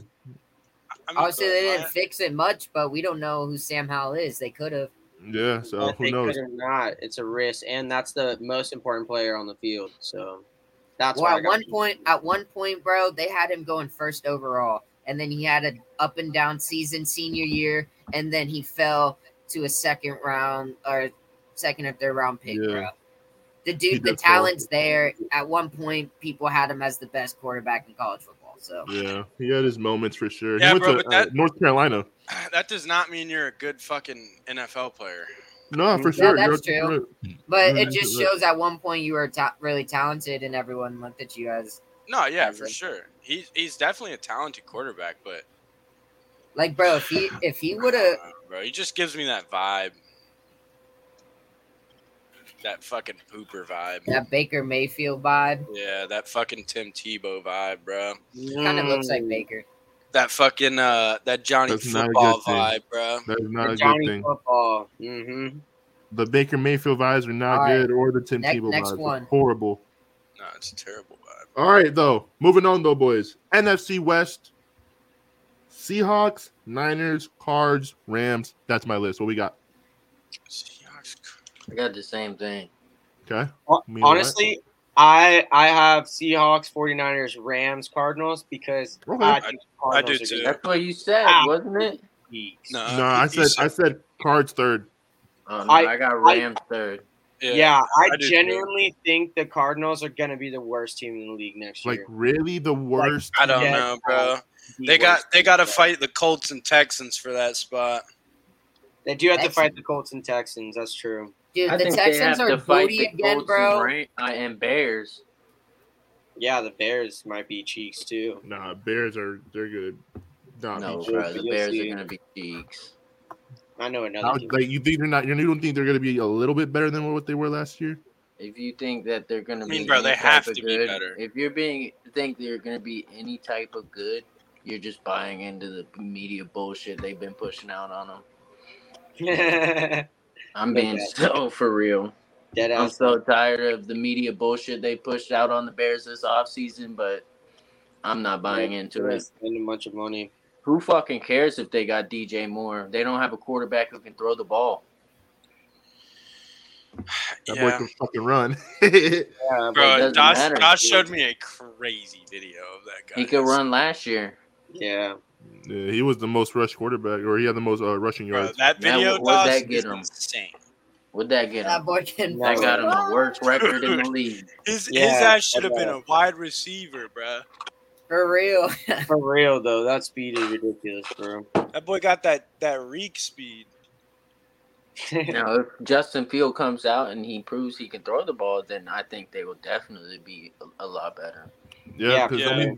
Speaker 4: I'm
Speaker 3: Obviously, they
Speaker 4: my-
Speaker 3: didn't fix it much, but we don't know who Sam Howell is. They could have.
Speaker 1: yeah, so
Speaker 5: But
Speaker 1: who
Speaker 5: they
Speaker 1: knows?
Speaker 5: could or not, it's a risk, and that's the most important player on the field. So that's
Speaker 3: Well,
Speaker 5: why I
Speaker 3: at
Speaker 5: got-
Speaker 3: one point, at one point, bro, they had him going first overall, and then he had an up and down season senior year, and then he fell to a second round or second or third round pick,
Speaker 1: Yeah.
Speaker 3: bro. The
Speaker 1: He
Speaker 3: dude, the
Speaker 1: does fall.
Speaker 3: talent's there. At one point, people had him as the best quarterback in college football. So
Speaker 1: Yeah, he had his moments for sure.
Speaker 4: Yeah,
Speaker 1: he went
Speaker 4: bro,
Speaker 1: to
Speaker 4: but
Speaker 1: uh,
Speaker 4: that-
Speaker 1: North Carolina.
Speaker 4: [sighs] That does not mean you're a good fucking NFL player.
Speaker 1: No, for
Speaker 3: Yeah,
Speaker 1: sure.
Speaker 3: that's
Speaker 1: you're-
Speaker 3: true.
Speaker 1: you're-
Speaker 3: But
Speaker 1: Yeah,
Speaker 3: it just
Speaker 1: yeah.
Speaker 3: shows at one point you were ta- really talented, and everyone looked at you as
Speaker 4: No, yeah, for
Speaker 3: Exactly.
Speaker 4: sure. He, he's definitely a talented quarterback, but
Speaker 3: like, bro, if he if he would have,
Speaker 4: Uh, bro, he just gives me that vibe. That fucking pooper vibe.
Speaker 3: that Baker Mayfield vibe
Speaker 4: Yeah, that fucking Tim Tebow vibe, bro.
Speaker 3: kind of looks
Speaker 5: Mm.
Speaker 3: like Baker.
Speaker 4: That fucking uh that Johnny
Speaker 1: That's not a
Speaker 4: football
Speaker 1: good thing.
Speaker 4: vibe, bro.
Speaker 1: That is not
Speaker 5: The
Speaker 1: a
Speaker 5: Johnny
Speaker 1: good thing.
Speaker 5: football. Mm-hmm.
Speaker 1: The Baker Mayfield vibes are not
Speaker 3: All right.
Speaker 1: good, or the Tim
Speaker 3: Next-
Speaker 1: Tebow
Speaker 3: next
Speaker 1: vibes.
Speaker 3: one.
Speaker 1: Horrible.
Speaker 4: No, it's a terrible vibe.
Speaker 1: All right, though. Moving on, though, boys. NFC West, Seahawks, Niners, Cards, Rams. That's my list. What we got?
Speaker 4: Seahawks.
Speaker 2: I got the same thing.
Speaker 1: Okay. Mean what?
Speaker 5: Honestly, I I have Seahawks, 49ers, Rams, Cardinals because
Speaker 1: Okay.
Speaker 5: I, think
Speaker 4: I
Speaker 5: Cardinals
Speaker 4: do
Speaker 5: are
Speaker 4: too.
Speaker 5: gonna
Speaker 2: That's what you said,
Speaker 5: Ah.
Speaker 2: wasn't it?
Speaker 5: be-
Speaker 4: No,
Speaker 1: no, I
Speaker 4: he- he
Speaker 1: said I said Cards third.
Speaker 2: Oh, no,
Speaker 5: I-
Speaker 2: I, got
Speaker 5: I-
Speaker 2: Rams third.
Speaker 5: Yeah,
Speaker 4: I
Speaker 5: I,
Speaker 4: do too.
Speaker 5: genuinely think the Cardinals are going to be the worst team in the league next
Speaker 1: Like
Speaker 5: year.
Speaker 1: really, the worst.
Speaker 4: I don't
Speaker 5: Yeah.
Speaker 4: know, bro.
Speaker 5: The
Speaker 4: They got
Speaker 5: worst
Speaker 4: they
Speaker 5: team.
Speaker 4: got to fight the Colts and Texans for that spot.
Speaker 5: They do have to
Speaker 3: Texans.
Speaker 5: fight the Colts and Texans. That's true.
Speaker 3: Dude,
Speaker 2: I
Speaker 3: the
Speaker 2: think they
Speaker 3: Texans
Speaker 2: have
Speaker 3: are
Speaker 2: to fight
Speaker 3: booty
Speaker 2: the
Speaker 3: again,
Speaker 2: Colts and,
Speaker 3: bro.
Speaker 2: Ram- uh, and Bears.
Speaker 5: Yeah, the Bears might be cheeks too.
Speaker 1: Nah, Bears are they're good. Nah,
Speaker 2: No,
Speaker 1: be-
Speaker 2: bro, the
Speaker 5: You'll
Speaker 2: Bears
Speaker 5: see.
Speaker 2: are gonna be cheeks.
Speaker 5: I know another.
Speaker 1: Now,
Speaker 5: team. [laughs]
Speaker 1: like you think they're not? You don't think they're going to be a little bit better than what they were last year?
Speaker 2: If you think that they're gonna
Speaker 4: I mean,
Speaker 2: be,
Speaker 4: bro,
Speaker 2: any
Speaker 4: they
Speaker 2: type
Speaker 4: have
Speaker 2: of
Speaker 4: to be
Speaker 2: good,
Speaker 4: better.
Speaker 2: If you're being think they're gonna be any type of good, you're just buying into the media bullshit they've been pushing out on them.
Speaker 5: Dead
Speaker 2: I'm being
Speaker 5: Okay.
Speaker 2: [laughs] so for real. I'm
Speaker 5: ass.
Speaker 2: so tired of the media bullshit they pushed out on the Bears this offseason, but I'm not buying into it.
Speaker 5: Spending a bunch of money.
Speaker 2: Who fucking cares if they got DJ Moore? They don't have a quarterback who can throw the ball.
Speaker 1: That boy
Speaker 4: yeah,
Speaker 1: can fucking run. [laughs] yeah,
Speaker 5: Yeah,
Speaker 2: doesn't
Speaker 5: but-
Speaker 4: bro. Dosh,
Speaker 2: matter,
Speaker 4: Dosh
Speaker 2: dude.
Speaker 4: showed me a crazy video of that guy.
Speaker 2: He could run last year.
Speaker 5: yeah.
Speaker 1: he was the most rushed quarterback, or he had the most uh, rushing
Speaker 4: Bro,
Speaker 1: yards.
Speaker 4: that
Speaker 2: Man,
Speaker 4: video
Speaker 2: what- what'd
Speaker 4: Dosh
Speaker 2: that
Speaker 4: is
Speaker 2: get him?
Speaker 4: insane.
Speaker 2: What'd that get
Speaker 3: That
Speaker 2: him?
Speaker 3: boy can.
Speaker 5: No.
Speaker 2: That got him the worst record in the
Speaker 3: [laughs]
Speaker 2: league.
Speaker 4: His
Speaker 5: Yeah,
Speaker 4: his ass should
Speaker 5: I
Speaker 4: have been
Speaker 5: know.
Speaker 4: a wide receiver, bro.
Speaker 3: for real.
Speaker 5: For real though, that speed is ridiculous, bro. [laughs]
Speaker 4: That boy got that that reek speed.
Speaker 2: Now, if Justin Field comes out and he proves he can throw the ball, then I think they will definitely be a, a lot better.
Speaker 1: Yeah,
Speaker 5: Yeah,
Speaker 1: 'cause,
Speaker 4: yeah.
Speaker 1: I mean,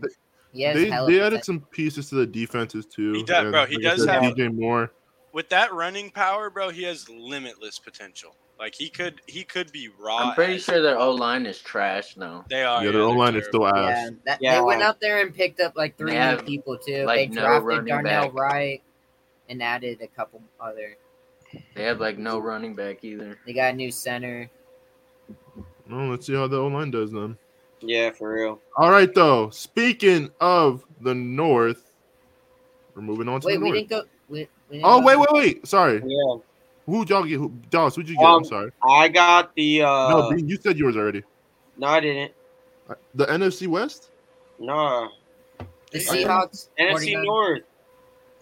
Speaker 3: Yes,
Speaker 1: they,
Speaker 3: hell
Speaker 1: they
Speaker 3: of a
Speaker 1: added some pieces to the defenses too.
Speaker 4: He does-
Speaker 1: And
Speaker 4: bro, he
Speaker 1: I
Speaker 4: does
Speaker 1: said,
Speaker 4: have-
Speaker 1: DJ Moore.
Speaker 4: With that running power, bro, he has limitless potential. Like he could he could be raw.
Speaker 2: I'm pretty
Speaker 4: as-
Speaker 2: sure their O line is trash now.
Speaker 4: they are.
Speaker 1: yeah, their O line is
Speaker 4: Oh, terrible.
Speaker 1: still
Speaker 3: te-
Speaker 1: ass.
Speaker 3: yeah, that,
Speaker 5: Yeah.
Speaker 3: They went out there and picked up like three
Speaker 2: They
Speaker 3: new
Speaker 2: have,
Speaker 3: people too.
Speaker 2: like,
Speaker 3: they
Speaker 2: no
Speaker 3: drafted
Speaker 2: running
Speaker 3: Darnell
Speaker 2: back.
Speaker 3: Wright and added a couple other.
Speaker 2: They have like no running back either.
Speaker 3: They got a new center.
Speaker 1: Well, let's see how the O line does then.
Speaker 5: yeah, for real.
Speaker 1: All right, though. Speaking of the North, we're moving on to
Speaker 3: Wait,
Speaker 1: the
Speaker 3: we
Speaker 1: North.
Speaker 3: didn't go. We, we didn't
Speaker 1: Oh
Speaker 3: go-
Speaker 1: wait, wait, wait! Sorry,
Speaker 5: Yeah,
Speaker 1: who y'all get? Who, Dallas, who'd you get? I'm
Speaker 5: Um,
Speaker 1: sorry.
Speaker 5: I got the. uh
Speaker 1: no,
Speaker 5: No,
Speaker 1: Bean, you said yours already. Uh,
Speaker 5: I didn't.
Speaker 1: The NFC West?
Speaker 5: No,
Speaker 3: The
Speaker 4: Yeah.
Speaker 3: Seahawks.
Speaker 5: NFC
Speaker 3: 49ers.
Speaker 5: North.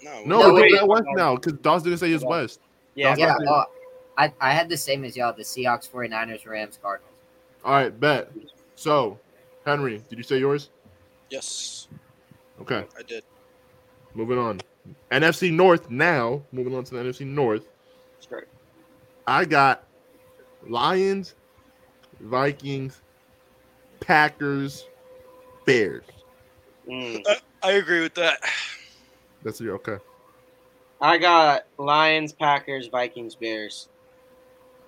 Speaker 4: No,
Speaker 1: No,
Speaker 3: No,
Speaker 1: we're
Speaker 5: wait.
Speaker 1: doing that West now because Dallas didn't say his
Speaker 5: Yeah.
Speaker 1: West.
Speaker 5: Yeah,
Speaker 1: Dallas
Speaker 3: Yeah.
Speaker 1: Cowboys.
Speaker 3: Oh, I, I had the same as y'all. The Seahawks, 49ers, Rams, Cardinals.
Speaker 1: All right, bet. So, Henry, did you say yours?
Speaker 4: Yes,
Speaker 1: Okay,
Speaker 4: I did.
Speaker 1: moving on. NFC North now. Moving on to the NFC North.
Speaker 5: that's great.
Speaker 1: I got Lions, Vikings, Packers, Bears.
Speaker 5: Mm.
Speaker 4: I agree with that. [sighs]
Speaker 1: That's your okay.
Speaker 5: I got Lions, Packers, Vikings, Bears.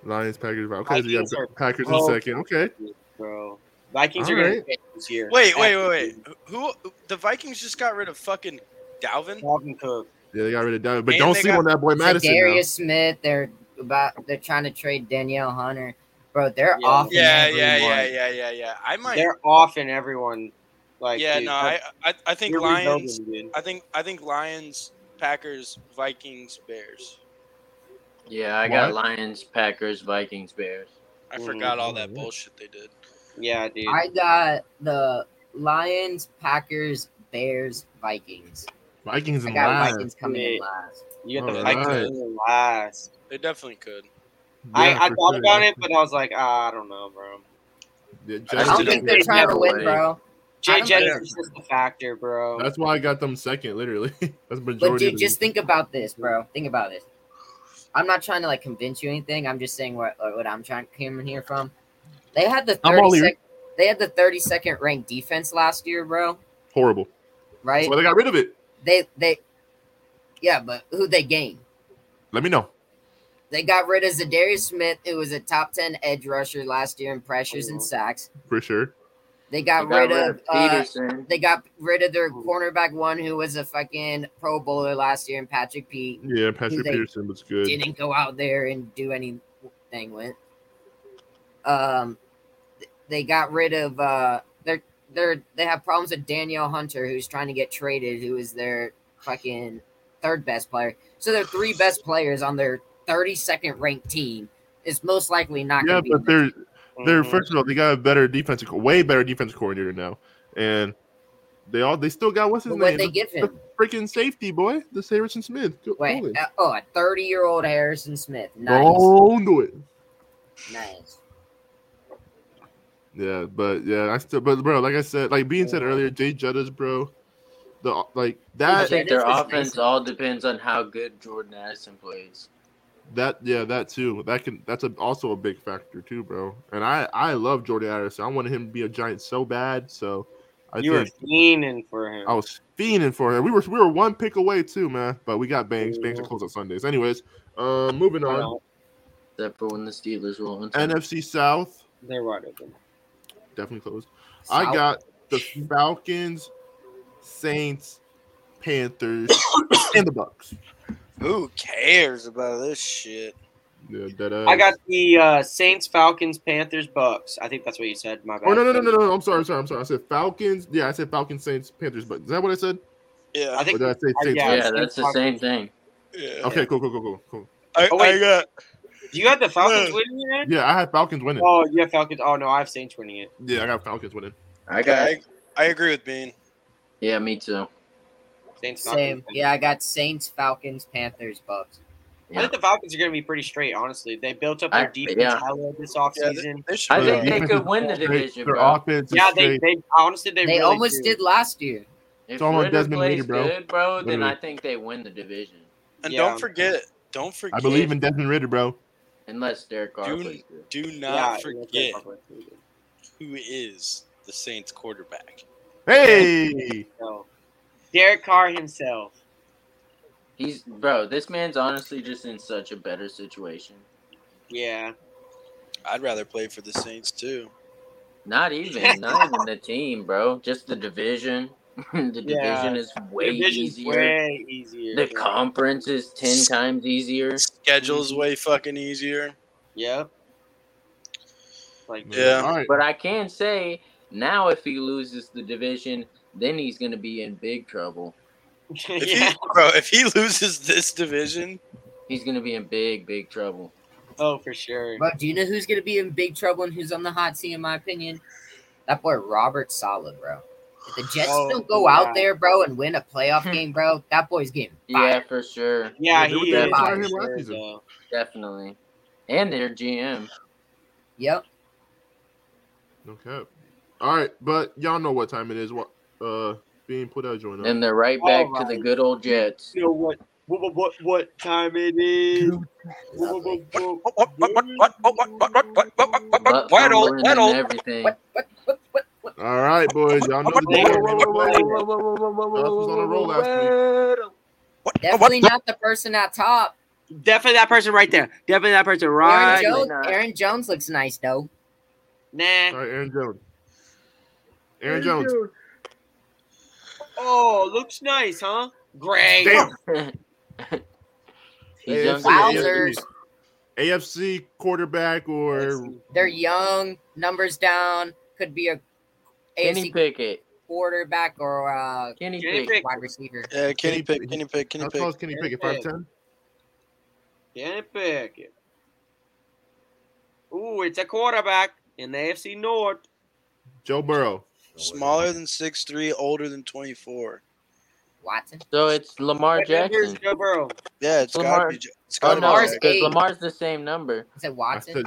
Speaker 1: Lions, Packers, Vikings. Okay, so you
Speaker 5: Vikings are
Speaker 1: got Packers in
Speaker 5: broke.
Speaker 1: second. Okay,
Speaker 5: Bro, Vikings
Speaker 1: All
Speaker 5: are going
Speaker 1: right.
Speaker 5: to get this year.
Speaker 4: Wait, wait, wait, wait. Who? The Vikings just got rid of fucking Dalvin.
Speaker 5: Dalvin Cook.
Speaker 1: Yeah, they got rid of Dalvin, but
Speaker 4: And
Speaker 1: don't
Speaker 4: they
Speaker 1: see
Speaker 4: got
Speaker 1: on that boy Madison. now.
Speaker 3: Darius Smith, they're about they're trying to trade Danielle Hunter. Bro, they're
Speaker 5: Yeah.
Speaker 3: off. in
Speaker 4: Yeah,
Speaker 3: every
Speaker 4: yeah, yeah,
Speaker 3: one.
Speaker 4: yeah, yeah, yeah. I might.
Speaker 5: They're off and everyone. Like
Speaker 4: yeah,
Speaker 5: dude,
Speaker 4: no, I, I, I think
Speaker 5: they're rebuilding,
Speaker 4: Lions.
Speaker 5: dude.
Speaker 4: I think, I think Lions, Packers, Vikings, Bears.
Speaker 2: Yeah, I got Lions, Packers, Vikings, Bears.
Speaker 4: I
Speaker 5: Mhm.
Speaker 4: forgot all that
Speaker 1: Mhm.
Speaker 4: bullshit they did.
Speaker 5: Yeah, dude.
Speaker 3: I got the Lions, Packers, Bears, Vikings.
Speaker 1: Vikings
Speaker 3: I
Speaker 1: and
Speaker 3: got
Speaker 1: live.
Speaker 3: Vikings coming in
Speaker 5: Wait.
Speaker 3: last.
Speaker 5: you got the
Speaker 1: All
Speaker 5: Vikings
Speaker 1: right.
Speaker 5: in the last.
Speaker 4: They definitely could.
Speaker 5: I, I thought about it, but I was like, ah, I don't know, bro.
Speaker 3: I
Speaker 4: I
Speaker 3: don't
Speaker 4: still
Speaker 3: think
Speaker 4: don't
Speaker 3: they're
Speaker 4: think
Speaker 3: trying to
Speaker 2: either
Speaker 3: win,
Speaker 2: way.
Speaker 3: bro. I
Speaker 5: Jay
Speaker 3: don't
Speaker 5: Jettis
Speaker 4: care.
Speaker 5: is just a factor, bro.
Speaker 1: Oh, That's why I got them second, literally. [laughs] That's majority.
Speaker 3: But
Speaker 1: of
Speaker 3: dude,
Speaker 1: the-
Speaker 3: just think about this, bro. Think about this. I'm not trying to like convince you anything. I'm just saying what what I'm trying coming here from. They had the
Speaker 1: I'm
Speaker 3: 30
Speaker 1: all ears.
Speaker 3: sec- they had the 32nd ranked defense last year, bro.
Speaker 1: horrible.
Speaker 3: Right?
Speaker 1: That's why they got rid of it.
Speaker 3: They they yeah, but who they gained?
Speaker 1: Let me know.
Speaker 3: They got rid of Zadarius Smith, who was a top 10 edge rusher last year in pressures
Speaker 1: Oh.
Speaker 3: and sacks.
Speaker 1: For sure.
Speaker 3: They
Speaker 2: They
Speaker 3: got, rid, of, uh,
Speaker 2: Peterson.
Speaker 3: they got rid of their cornerback one, who was a fucking Pro Bowler last year, and Patrick Pete
Speaker 1: Yeah, Patrick
Speaker 3: they
Speaker 1: Peterson was good.
Speaker 3: didn't go out there and do anything with. Um, th- they got rid of uh, their their they have problems with Danielle Hunter, who's trying to get traded, who is their fucking third best player. So their three best players on their thirty second ranked team is most likely not.
Speaker 1: Yeah,
Speaker 3: gonna be
Speaker 1: but they're they're
Speaker 5: Mhm.
Speaker 1: first of all they got a better defensive, co- way better defensive coordinator now, and they all they still got what's his
Speaker 3: But
Speaker 1: name?
Speaker 3: what they give
Speaker 1: the
Speaker 3: him?
Speaker 1: freaking safety boy, the Saracen Smith. Go,
Speaker 3: Wait,
Speaker 1: do it.
Speaker 3: uh, oh, a thirty year old Harrison Smith. Nice,
Speaker 1: Don't do it.
Speaker 3: nice.
Speaker 1: Yeah, but yeah, I still, but bro, like I said, like being said earlier, Jay Jettas, bro, the like
Speaker 2: I
Speaker 1: that
Speaker 2: think
Speaker 3: Yeah,
Speaker 2: their
Speaker 3: this is
Speaker 2: offense
Speaker 3: nice.
Speaker 2: all depends on how good Jordan Addison plays.
Speaker 1: that yeah that too that can that's a, also a big factor too, bro. And I I love Jordan Addison. I wanted him to be a giant so bad, so I
Speaker 5: you were
Speaker 1: think
Speaker 5: fiending for him.
Speaker 1: I was fiending for him. We were we were one pick away too, man. But we got bangs. Bangs are closed on Sundays. Anyways, uh, moving
Speaker 5: I
Speaker 1: on.
Speaker 5: know.
Speaker 2: Except for when the Steelers roll into
Speaker 1: NFC South
Speaker 5: They're wide open.
Speaker 1: definitely closed.
Speaker 3: South-
Speaker 1: I got the Falcons, Saints, Panthers, [coughs] and the Bucks.
Speaker 4: Who cares about this shit?
Speaker 1: Yeah, that, uh,
Speaker 5: I got the uh, Saints, Falcons, Panthers, Bucks. I think that's what you said. My bad.
Speaker 1: Oh no no no no no! I'm sorry, I'm sorry, I'm sorry. I said Falcons. Yeah, I said Falcons, Saints, Panthers. But is that what I said?
Speaker 4: Yeah.
Speaker 5: I
Speaker 1: Or
Speaker 5: think.
Speaker 1: did I say Saints?
Speaker 5: yeah.
Speaker 2: Yeah,
Speaker 1: Falcons?
Speaker 5: Saints,
Speaker 2: that's the same thing.
Speaker 4: yeah.
Speaker 1: Okay, cool, cool, cool, cool, cool.
Speaker 4: I,
Speaker 5: Oh, wait.
Speaker 4: I got.
Speaker 5: You had the Falcons
Speaker 4: Yeah.
Speaker 5: winning it.
Speaker 1: Yeah, I had Falcons winning.
Speaker 5: Oh, you have Falcons. Oh no, I have Saints winning it.
Speaker 1: Yeah, I got Falcons winning.
Speaker 2: I got.
Speaker 4: I, I agree with Bean.
Speaker 2: Yeah, me too.
Speaker 5: Saints.
Speaker 3: Same.
Speaker 5: Falcons.
Speaker 3: Yeah, I got Saints, Falcons, Panthers, Bucks.
Speaker 5: I think the Falcons are going to be pretty straight. Honestly, they built up
Speaker 2: I-
Speaker 5: their defense
Speaker 2: yeah.
Speaker 5: hella this
Speaker 4: Yeah, they-
Speaker 5: offseason.
Speaker 4: they should
Speaker 2: I
Speaker 1: Bro, their
Speaker 2: think they
Speaker 1: defense
Speaker 2: could
Speaker 1: is
Speaker 2: win the
Speaker 1: great.
Speaker 2: division,
Speaker 1: Their
Speaker 2: bro.
Speaker 1: offense is
Speaker 5: Yeah, they,
Speaker 1: great.
Speaker 5: they honestly they,
Speaker 3: They
Speaker 5: really
Speaker 3: almost
Speaker 5: do.
Speaker 3: did last year.
Speaker 2: If
Speaker 1: all on
Speaker 2: Ritter
Speaker 1: Desmond
Speaker 2: plays
Speaker 1: Ridder, bro.
Speaker 2: good, bro, then
Speaker 1: Literally.
Speaker 2: I think they win the division.
Speaker 4: and
Speaker 5: Yeah.
Speaker 4: don't forget. Don't forget.
Speaker 1: I believe in Desmond Ritter, bro.
Speaker 2: Unless Derek Carr
Speaker 4: Dude.
Speaker 2: plays good.
Speaker 4: Do
Speaker 5: Yeah,
Speaker 4: not
Speaker 5: it was
Speaker 4: forget
Speaker 5: like-
Speaker 4: who is the Saints quarterback.
Speaker 1: Hey,
Speaker 5: So, Derek Carr himself.
Speaker 2: He's bro. This man's honestly just in such a better situation.
Speaker 5: Yeah.
Speaker 4: I'd rather play for the Saints too.
Speaker 2: Not even, not even the team, bro. Just the division. [laughs] the division
Speaker 5: Yeah.
Speaker 2: is way
Speaker 5: Division's
Speaker 2: easier.
Speaker 5: way easier.
Speaker 2: the
Speaker 5: bro.
Speaker 2: conference is ten times easier.
Speaker 4: Schedule's way fucking [laughs] easier.
Speaker 5: Yep. Like
Speaker 4: Yeah.
Speaker 1: All right.
Speaker 2: But I can say now, if he loses the division, then he's going to be in big trouble.
Speaker 4: If
Speaker 5: [laughs] yeah.
Speaker 4: he, bro, if he loses this division,
Speaker 2: He's going to be in big, big trouble.
Speaker 5: Oh, for sure.
Speaker 3: But do you know who's gonna be in big trouble and who's on the hot seat? In my opinion, that boy Robert Sala, bro. If the Jets
Speaker 5: Oh,
Speaker 3: don't go
Speaker 5: yeah.
Speaker 3: out there, bro, and win a playoff game, bro, that boy's getting
Speaker 2: Yeah,
Speaker 3: fired.
Speaker 2: for sure,
Speaker 5: yeah,
Speaker 1: Yeah, they were
Speaker 5: he
Speaker 2: doing
Speaker 5: is.
Speaker 2: that
Speaker 1: for him
Speaker 5: for
Speaker 1: last
Speaker 5: sure,
Speaker 1: season.
Speaker 5: though.
Speaker 2: definitely. And their GM.
Speaker 3: Yep.
Speaker 1: No cap. All right, but y'all know what time it is. What uh being put out joint up.
Speaker 2: And they're right back
Speaker 5: All
Speaker 2: to the
Speaker 5: right.
Speaker 2: good old Jets.
Speaker 5: You know what? What, what, what, what time it is? What, what, what, what,
Speaker 4: what, what, what, what, what, what, what, what, what, what, what, what,
Speaker 2: Butt
Speaker 4: White old-
Speaker 2: fumbling
Speaker 4: white
Speaker 2: and
Speaker 4: old-
Speaker 2: everything. [laughs]
Speaker 3: What? What? What? What? What?
Speaker 1: All right, boys. Y'all know the
Speaker 5: Wait,
Speaker 1: deal.
Speaker 5: wait, wait, wait, wait.
Speaker 1: was on a roll last
Speaker 2: week.
Speaker 3: Definitely not the person at top.
Speaker 5: Definitely that person right there. Definitely that person
Speaker 3: Aaron
Speaker 5: right.
Speaker 2: Jones.
Speaker 3: Jones. Aaron Jones looks nice though.
Speaker 1: All
Speaker 5: Nah.
Speaker 1: right, Aaron Jones. Aaron Jones.
Speaker 5: Oh, looks nice, huh? Great.
Speaker 1: Damn.
Speaker 2: He
Speaker 1: Hey,
Speaker 2: jumped
Speaker 1: that's
Speaker 2: in.
Speaker 1: it.
Speaker 3: Wowzers.
Speaker 1: AFC quarterback or
Speaker 3: They're young, numbers down. Could be a
Speaker 2: Kenny
Speaker 3: AFC
Speaker 2: Pickett.
Speaker 3: quarterback or a
Speaker 2: Kenny
Speaker 5: Kenny
Speaker 2: Pickett.
Speaker 5: Pickett.
Speaker 3: wide receiver.
Speaker 4: Yeah, Kenny
Speaker 1: Kenny
Speaker 4: pick,
Speaker 1: Pick-
Speaker 4: Kenny pick, Kenny
Speaker 1: how
Speaker 4: pick.
Speaker 1: tall is Kenny Pickett? Five ten.
Speaker 5: Kenny Pickett. Ooh, it's a quarterback in the AFC North.
Speaker 1: Joe Burrow.
Speaker 4: Smaller than six three, older than 24.
Speaker 3: Watson.
Speaker 2: So it's Lamar
Speaker 5: But then here's
Speaker 2: Jackson.
Speaker 5: Joe Burrow.
Speaker 4: Yeah, it's got to
Speaker 2: Lamar-
Speaker 4: be. Jo- It's
Speaker 2: Oh
Speaker 4: got to be.
Speaker 2: no,
Speaker 3: Lamar's
Speaker 4: Jack.
Speaker 2: because
Speaker 3: eight.
Speaker 2: Lamar's the same number.
Speaker 3: Is it
Speaker 1: I
Speaker 3: Watson?
Speaker 1: said,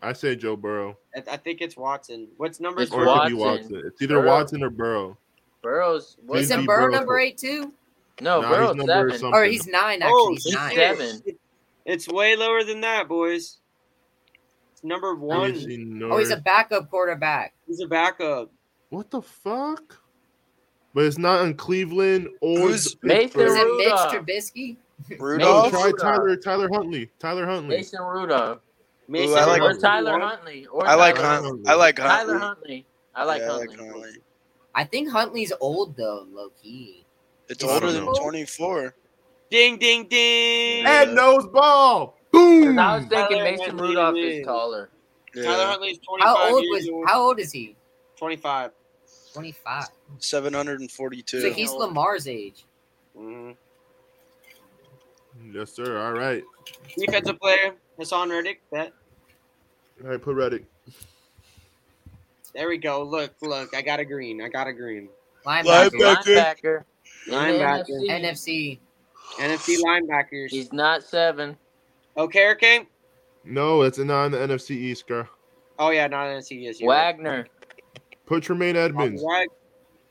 Speaker 1: I said Joe Burrow.
Speaker 5: I, I think it's Watson. What's number
Speaker 2: It's
Speaker 1: Or
Speaker 5: four?
Speaker 1: it could be
Speaker 2: Watson.
Speaker 1: Watson. It's either
Speaker 2: Burrow.
Speaker 1: Watson or Burrow.
Speaker 2: Burrows.
Speaker 1: Please
Speaker 2: What's
Speaker 1: be
Speaker 3: Isn't
Speaker 2: no,
Speaker 3: Burrow
Speaker 1: Burrow.
Speaker 3: number eight too?
Speaker 1: Nah, he's
Speaker 2: Burrows
Speaker 1: number
Speaker 2: seven.
Speaker 1: something.
Speaker 3: Or he's nine actually.
Speaker 5: Oh,
Speaker 3: he's
Speaker 5: shit.
Speaker 3: nine.
Speaker 2: Seven.
Speaker 5: It's way lower than that, boys. It's number one.
Speaker 1: AFC North.
Speaker 3: Oh, he's a backup quarterback.
Speaker 5: He's a backup.
Speaker 1: what the fuck? But it's not in Cleveland or
Speaker 4: Who's-
Speaker 1: Pittsburgh.
Speaker 2: Mason
Speaker 3: Is it Mitch
Speaker 2: Rudolph.
Speaker 3: Trubisky?
Speaker 1: No,
Speaker 4: Rudolph.
Speaker 1: try Tyler. Tyler Huntley. Tyler Huntley.
Speaker 2: Mason Rudolph.
Speaker 5: Mason
Speaker 4: I like-
Speaker 2: or
Speaker 5: Rudolph.
Speaker 2: Tyler Huntley. Or
Speaker 4: I like
Speaker 2: Tyler
Speaker 1: Hunt-
Speaker 4: Huntley. I like Huntley.
Speaker 2: Tyler Huntley. I like
Speaker 4: Yeah, I
Speaker 2: Huntley.
Speaker 4: Huntley.
Speaker 3: I think Huntley's old though, low key.
Speaker 4: It's
Speaker 1: I don't
Speaker 4: older than
Speaker 1: know.
Speaker 4: 24.
Speaker 5: Ding, ding, ding.
Speaker 4: Yeah.
Speaker 1: And nose ball. Boom.
Speaker 2: 'Cause I was thinking
Speaker 5: Tyler
Speaker 2: Mason
Speaker 5: Huntley
Speaker 2: Rudolph
Speaker 5: is.
Speaker 2: is taller.
Speaker 5: Tyler
Speaker 4: Yeah.
Speaker 5: Huntley's 25
Speaker 3: How old
Speaker 5: years
Speaker 3: was?
Speaker 5: old.
Speaker 3: How old is he?
Speaker 5: 25.
Speaker 3: Twenty five. So
Speaker 4: 742.
Speaker 3: he's Lamar's age.
Speaker 5: Mhm.
Speaker 1: Yes, sir. All right.
Speaker 5: Defensive player, Hassan Reddick. That.
Speaker 1: All right. Put Reddick.
Speaker 5: There we go. Look, look. I got a green. I got a green.
Speaker 3: Linebacker.
Speaker 4: Linebacker.
Speaker 2: Linebacker. In the
Speaker 5: Linebacker.
Speaker 2: NFC,
Speaker 3: NFC.
Speaker 5: NFC linebackers. Oh,
Speaker 2: He's not seven.
Speaker 5: okay, okay.
Speaker 1: No, it's not in the NFC East, girl.
Speaker 5: Oh yeah, not NFC. Yes, you're right.
Speaker 2: Wagner.
Speaker 1: Put Tremaine Edmonds.
Speaker 5: Wag-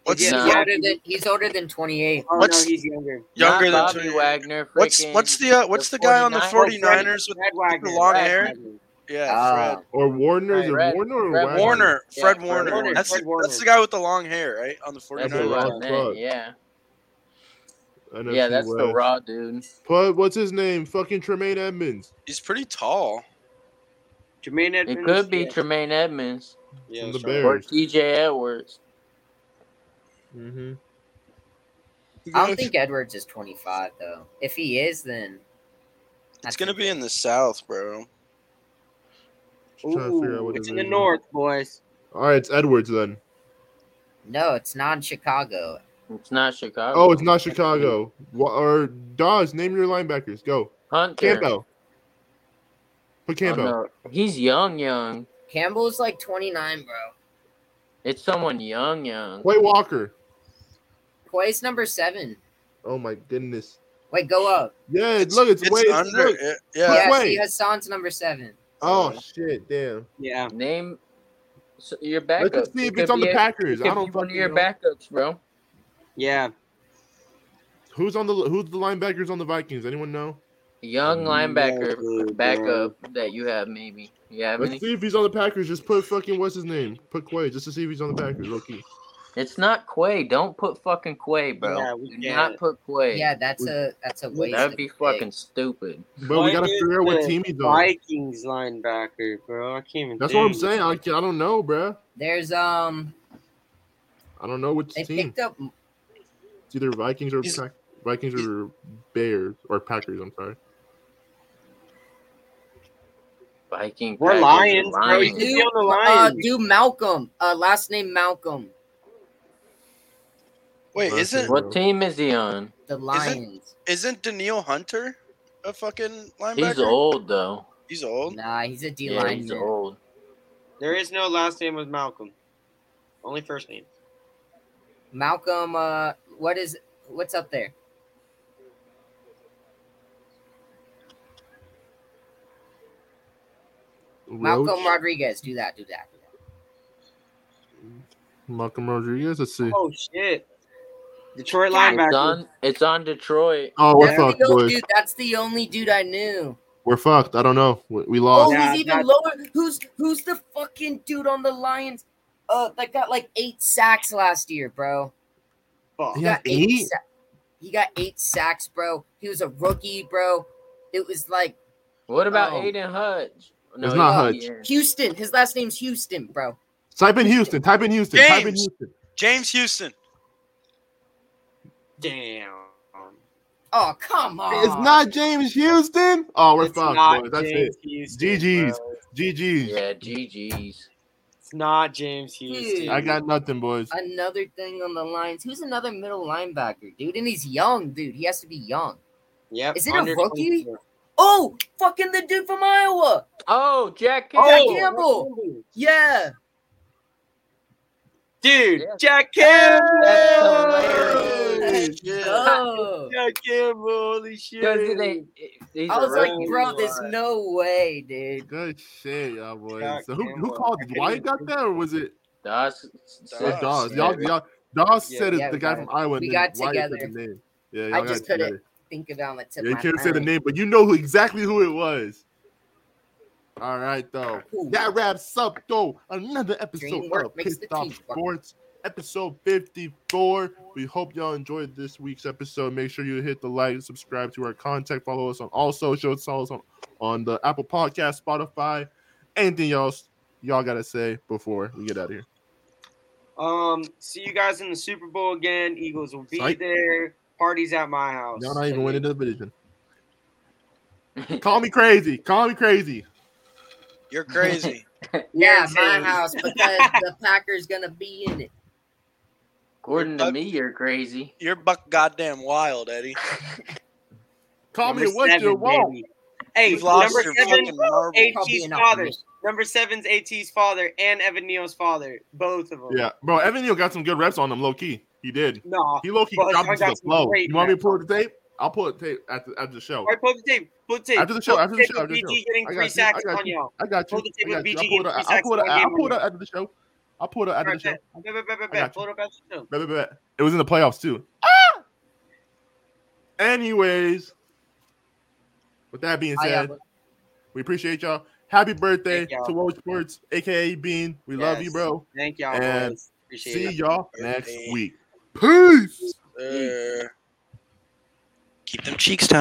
Speaker 4: What's
Speaker 3: He's
Speaker 2: Yeah.
Speaker 4: the-
Speaker 3: older than he's older than twenty eight.
Speaker 5: Oh
Speaker 4: What's-
Speaker 5: no, he's younger.
Speaker 4: younger
Speaker 2: not
Speaker 4: than
Speaker 2: Bobby
Speaker 4: 20?
Speaker 2: Wagner.
Speaker 4: What's
Speaker 2: freaking- Oh,
Speaker 4: what's the uh, what's the guy on the
Speaker 2: 49ers?
Speaker 4: 49ers with
Speaker 5: Fred Wagner.
Speaker 4: long
Speaker 5: Fred
Speaker 4: hair?
Speaker 5: Wagner.
Speaker 4: yeah,
Speaker 1: Or Warner. Is it
Speaker 2: Right.
Speaker 1: Warner or
Speaker 2: Fred
Speaker 4: Fred
Speaker 1: Wagner?
Speaker 4: Warner,
Speaker 2: Ah, Yeah,
Speaker 4: Fred
Speaker 2: Fred
Speaker 4: Warner.
Speaker 5: Warner,
Speaker 4: That's
Speaker 5: Fred
Speaker 4: the,
Speaker 5: Warner.
Speaker 4: that's the guy with the long hair, right? On the
Speaker 2: That's
Speaker 4: 49ers.
Speaker 2: who
Speaker 1: Raw
Speaker 2: I
Speaker 1: fuck.
Speaker 2: meant. Yeah.
Speaker 1: NFC
Speaker 2: Yeah, that's the
Speaker 1: West.
Speaker 2: raw dude.
Speaker 1: Put what's his name? Fucking Tremaine Edmonds
Speaker 4: He's pretty tall.
Speaker 5: Jermaine Edmonds.
Speaker 2: It could be
Speaker 5: Yeah.
Speaker 2: Tremaine Edmonds
Speaker 5: Yeah,
Speaker 1: from the
Speaker 5: that's right.
Speaker 2: or
Speaker 1: Bears.
Speaker 2: TJ Edwards.
Speaker 1: Mm-hmm.
Speaker 3: I don't think Edwards is twenty five though. If he is, then
Speaker 4: It's gonna be in the South, bro.
Speaker 1: trying to figure out
Speaker 5: Ooh,
Speaker 1: what
Speaker 5: it's in
Speaker 1: it
Speaker 5: the
Speaker 1: is.
Speaker 5: north, boys.
Speaker 1: All right, it's Edwards then.
Speaker 3: no, it's not in Chicago.
Speaker 2: It's not Chicago.
Speaker 1: Oh, it's not Chicago. Wha- Or Dawes, name your linebackers. Go.
Speaker 2: Hunter.
Speaker 1: Campbell. Put
Speaker 2: Oh,
Speaker 1: Campbell.
Speaker 2: no. He's young, young.
Speaker 3: Campbell's like twenty nine, bro.
Speaker 2: It's someone young, young.
Speaker 1: Quay Walker.
Speaker 3: Quay's number seven.
Speaker 1: Oh my goodness.
Speaker 3: Wait, go up.
Speaker 1: Yeah, look, it's, way it's
Speaker 4: under.
Speaker 1: look.
Speaker 4: it-
Speaker 1: Uh,
Speaker 4: yeah,
Speaker 3: yeah,
Speaker 1: wait.
Speaker 3: see Hassan's number seven.
Speaker 1: Oh shit, damn.
Speaker 5: Yeah.
Speaker 2: Name so your
Speaker 1: Let's
Speaker 2: backup.
Speaker 1: just see
Speaker 2: It
Speaker 1: if
Speaker 2: could
Speaker 1: it's on
Speaker 2: be
Speaker 1: the
Speaker 2: a- it
Speaker 1: Packers.
Speaker 2: could
Speaker 1: I don't
Speaker 2: be one of
Speaker 1: fucking
Speaker 2: your
Speaker 1: know.
Speaker 2: backups, bro.
Speaker 5: Yeah.
Speaker 1: Who's on the who's the linebackers on the Vikings? Anyone know?
Speaker 2: Young
Speaker 5: No clue,
Speaker 2: linebacker
Speaker 5: bro.
Speaker 2: backup that you have, maybe. You have
Speaker 1: Let's
Speaker 2: any?
Speaker 1: see if he's on the Packers. Just put fucking what's his name? Put Quay just to see if he's on the Packers. Low key.
Speaker 2: It's not Quay. Don't put fucking Quay, bro.
Speaker 5: Yeah, we
Speaker 2: Do
Speaker 5: can't.
Speaker 2: not put Quay.
Speaker 3: Yeah, that's a that's a waste.
Speaker 2: That'd be
Speaker 3: of pick.
Speaker 2: fucking stupid.
Speaker 1: But we gotta
Speaker 5: Vikings,
Speaker 1: figure out what
Speaker 5: the
Speaker 1: team he's on.
Speaker 5: Vikings linebacker, bro. I can't even.
Speaker 1: That's
Speaker 5: think.
Speaker 1: what I'm saying. I, can- I don't know, bruh.
Speaker 3: There's um
Speaker 1: I don't know which
Speaker 3: they
Speaker 1: team.
Speaker 3: picked up
Speaker 1: It's either Vikings or
Speaker 4: He's-
Speaker 1: Pack- Vikings or Bears or Packers. I'm sorry.
Speaker 2: Viking.
Speaker 5: We're
Speaker 2: Packers,
Speaker 5: Lions, bro. You
Speaker 2: Lions.
Speaker 5: could be on the
Speaker 3: uh
Speaker 5: Lions.
Speaker 3: dude Malcolm. Uh last name Malcolm.
Speaker 4: Wait,
Speaker 1: Let's
Speaker 4: isn't
Speaker 1: see.
Speaker 2: What team is he on?
Speaker 3: The Lions.
Speaker 4: isn't Daniil Hunter a fucking linebacker?
Speaker 2: He's old though.
Speaker 4: He's old.
Speaker 3: Nah, he's a D
Speaker 2: Yeah,
Speaker 3: line.
Speaker 2: he's old.
Speaker 5: there is no last name with Malcolm. Only first name.
Speaker 3: Malcolm, uh what is what's up there? Malcolm
Speaker 1: Roach?
Speaker 3: Rodriguez. Do that, do that, do that.
Speaker 1: Malcolm Rodriguez. Let's see.
Speaker 5: Oh shit. Detroit
Speaker 3: Yeah,
Speaker 2: It's
Speaker 5: linebacker.
Speaker 2: on. It's on Detroit.
Speaker 1: Oh, we're
Speaker 3: That's
Speaker 1: fucked,
Speaker 3: the only-
Speaker 1: boys.
Speaker 3: dude, that's the only dude I knew.
Speaker 1: We're fucked. I don't know. We, we
Speaker 3: Oh,
Speaker 1: lost.
Speaker 5: Yeah,
Speaker 3: he's even
Speaker 5: that's-
Speaker 3: lower. Who's who's the fucking dude on the Lions? Uh, that got like eight sacks last year, bro.
Speaker 5: Fuck.
Speaker 3: He
Speaker 1: Yeah.
Speaker 3: got eight.
Speaker 1: eight?
Speaker 3: sa- he got eight sacks, bro. He was a rookie, bro. It was like
Speaker 2: What about
Speaker 3: Oh.
Speaker 2: Aiden Hutch?
Speaker 1: It's not
Speaker 2: he's-
Speaker 3: Houston. His last name's Houston, bro.
Speaker 1: Type in Houston. Type in Houston. Type in
Speaker 4: James.
Speaker 1: Houston.
Speaker 4: James Houston.
Speaker 5: Damn.
Speaker 3: Oh, come on.
Speaker 1: It's not James Houston. Oh, we're
Speaker 5: It's
Speaker 1: fucked,
Speaker 5: not
Speaker 1: boys. That's
Speaker 5: James Houston,
Speaker 1: GGs.
Speaker 5: bro.
Speaker 1: it. GG's.
Speaker 2: Yeah, GG's.
Speaker 5: It's not James
Speaker 3: Dude.
Speaker 5: Houston.
Speaker 1: I got nothing, boys.
Speaker 3: Another thing on the lines. Who's another middle linebacker, dude? And he's young, dude. He has to be young.
Speaker 5: Yep.
Speaker 3: Is it a
Speaker 5: under
Speaker 3: rookie?
Speaker 5: 24.
Speaker 3: Oh, fucking the dude from Iowa.
Speaker 2: Oh, Jack
Speaker 3: Jack
Speaker 2: Campbell.
Speaker 3: Campbell. Yeah.
Speaker 5: Dude,
Speaker 2: Yeah.
Speaker 5: Jack Campbell.
Speaker 2: That's
Speaker 5: Holy shit.
Speaker 3: Oh.
Speaker 5: Jack Campbell. Holy shit.
Speaker 2: Those are they- these
Speaker 3: I
Speaker 2: are
Speaker 3: was like,
Speaker 2: rookies.
Speaker 3: bro, there's no way, dude.
Speaker 1: Good shit, y'all boys.
Speaker 5: Jack
Speaker 1: so who, who
Speaker 5: Campbell.
Speaker 1: called
Speaker 5: I couldn't
Speaker 1: Dwight
Speaker 5: even
Speaker 1: got that, or was it
Speaker 2: That's-
Speaker 1: or
Speaker 4: Dawes,
Speaker 1: Dawes?
Speaker 4: yeah.
Speaker 1: Y'all, y'all, Dawes
Speaker 5: Yeah,
Speaker 1: said it.
Speaker 3: yeah,
Speaker 1: the
Speaker 3: we
Speaker 1: guy
Speaker 3: got
Speaker 1: from
Speaker 3: it.
Speaker 1: Iowa. and
Speaker 3: We
Speaker 1: then
Speaker 3: got
Speaker 1: Wyatt said the
Speaker 3: together.
Speaker 1: name. Yeah,
Speaker 3: I
Speaker 1: y'all got
Speaker 3: just couldn't
Speaker 1: together.
Speaker 3: Think about it to
Speaker 1: Yeah, you
Speaker 3: my
Speaker 1: can't say the
Speaker 3: brain.
Speaker 1: name, but you know who exactly who it was. All right, though.
Speaker 3: Ooh.
Speaker 1: That wraps up though another episode
Speaker 3: Dream work
Speaker 1: of
Speaker 3: makes
Speaker 1: Pissed
Speaker 3: the
Speaker 1: Off
Speaker 3: team work.
Speaker 1: Sports, episode fifty-four. We hope y'all enjoyed this week's episode. Make sure you hit the like, subscribe to our contact, follow us on all socials, follow us on, on the Apple Podcast, Spotify. Anything else y'all gotta say before we get out of here?
Speaker 5: Um, see you guys in the Super Bowl again. Eagles will be
Speaker 1: Psych.
Speaker 5: there. Parties at my house.
Speaker 1: Y'all not even winning the division.
Speaker 5: [laughs]
Speaker 1: Call me crazy. Call me crazy.
Speaker 4: You're crazy.
Speaker 3: Yeah, my
Speaker 5: Guaranteed.
Speaker 3: house because the Packers gonna be
Speaker 1: [laughs]
Speaker 3: in it.
Speaker 2: According to me, you're crazy.
Speaker 4: You're buck goddamn wild, Eddie.
Speaker 1: Call
Speaker 5: Number
Speaker 1: me what you
Speaker 5: seven,
Speaker 1: want.
Speaker 5: baby. Hey,
Speaker 4: You've lost
Speaker 5: number
Speaker 4: your
Speaker 5: seven,
Speaker 4: fucking marbles.
Speaker 5: eight.
Speaker 3: Probably
Speaker 5: AT's
Speaker 3: an
Speaker 5: father.
Speaker 3: optimist.
Speaker 5: number seven's AT's father and Evan Neal's father, both of them.
Speaker 1: Yeah, bro. Evan Neal got some good reps on him, low key. He did.
Speaker 5: No.
Speaker 1: He low key
Speaker 5: Well,
Speaker 1: dropped
Speaker 5: I
Speaker 1: into
Speaker 5: got
Speaker 1: the
Speaker 5: some
Speaker 1: flow.
Speaker 5: great
Speaker 1: You want me to pull up the tape? I'll pull up the tape after, after the show.
Speaker 5: All right, pull the tape. Pull the tape.
Speaker 1: After the show,
Speaker 5: Pull
Speaker 1: after the
Speaker 5: tape
Speaker 1: show,
Speaker 5: with
Speaker 1: after the
Speaker 5: BG
Speaker 1: show.
Speaker 5: getting
Speaker 1: I got
Speaker 5: three
Speaker 1: you,
Speaker 5: sacks
Speaker 1: I got
Speaker 5: on
Speaker 1: you.
Speaker 5: y'all.
Speaker 1: I got you.
Speaker 5: Pull the tape
Speaker 1: I got
Speaker 5: with
Speaker 1: you. I'll
Speaker 5: BG
Speaker 1: pull it up.
Speaker 5: and
Speaker 1: I'll pull it up.
Speaker 5: Isaac
Speaker 1: I'll
Speaker 5: one
Speaker 1: pull it
Speaker 5: game
Speaker 1: up after the show. I'll pull it up after the
Speaker 5: Alright,
Speaker 1: show.
Speaker 5: bet. Bet, bet,
Speaker 1: I got
Speaker 5: bet, bet, bet.
Speaker 1: you.
Speaker 5: Pull it up after the show.
Speaker 1: Bet, bet, bet. It was in the playoffs too. Ah! Anyways, with that being
Speaker 3: I
Speaker 1: said,
Speaker 3: am-
Speaker 1: we appreciate y'all. Happy birthday
Speaker 5: Thank y'all.
Speaker 1: to World Sports, aka Bean. We love you,
Speaker 5: Yes.
Speaker 1: bro.
Speaker 5: Thank y'all.
Speaker 1: And
Speaker 5: boys. Appreciate
Speaker 1: See
Speaker 5: it.
Speaker 1: y'all next
Speaker 4: Birthday.
Speaker 1: week. Peace.
Speaker 4: Uh, keep them cheeks tight.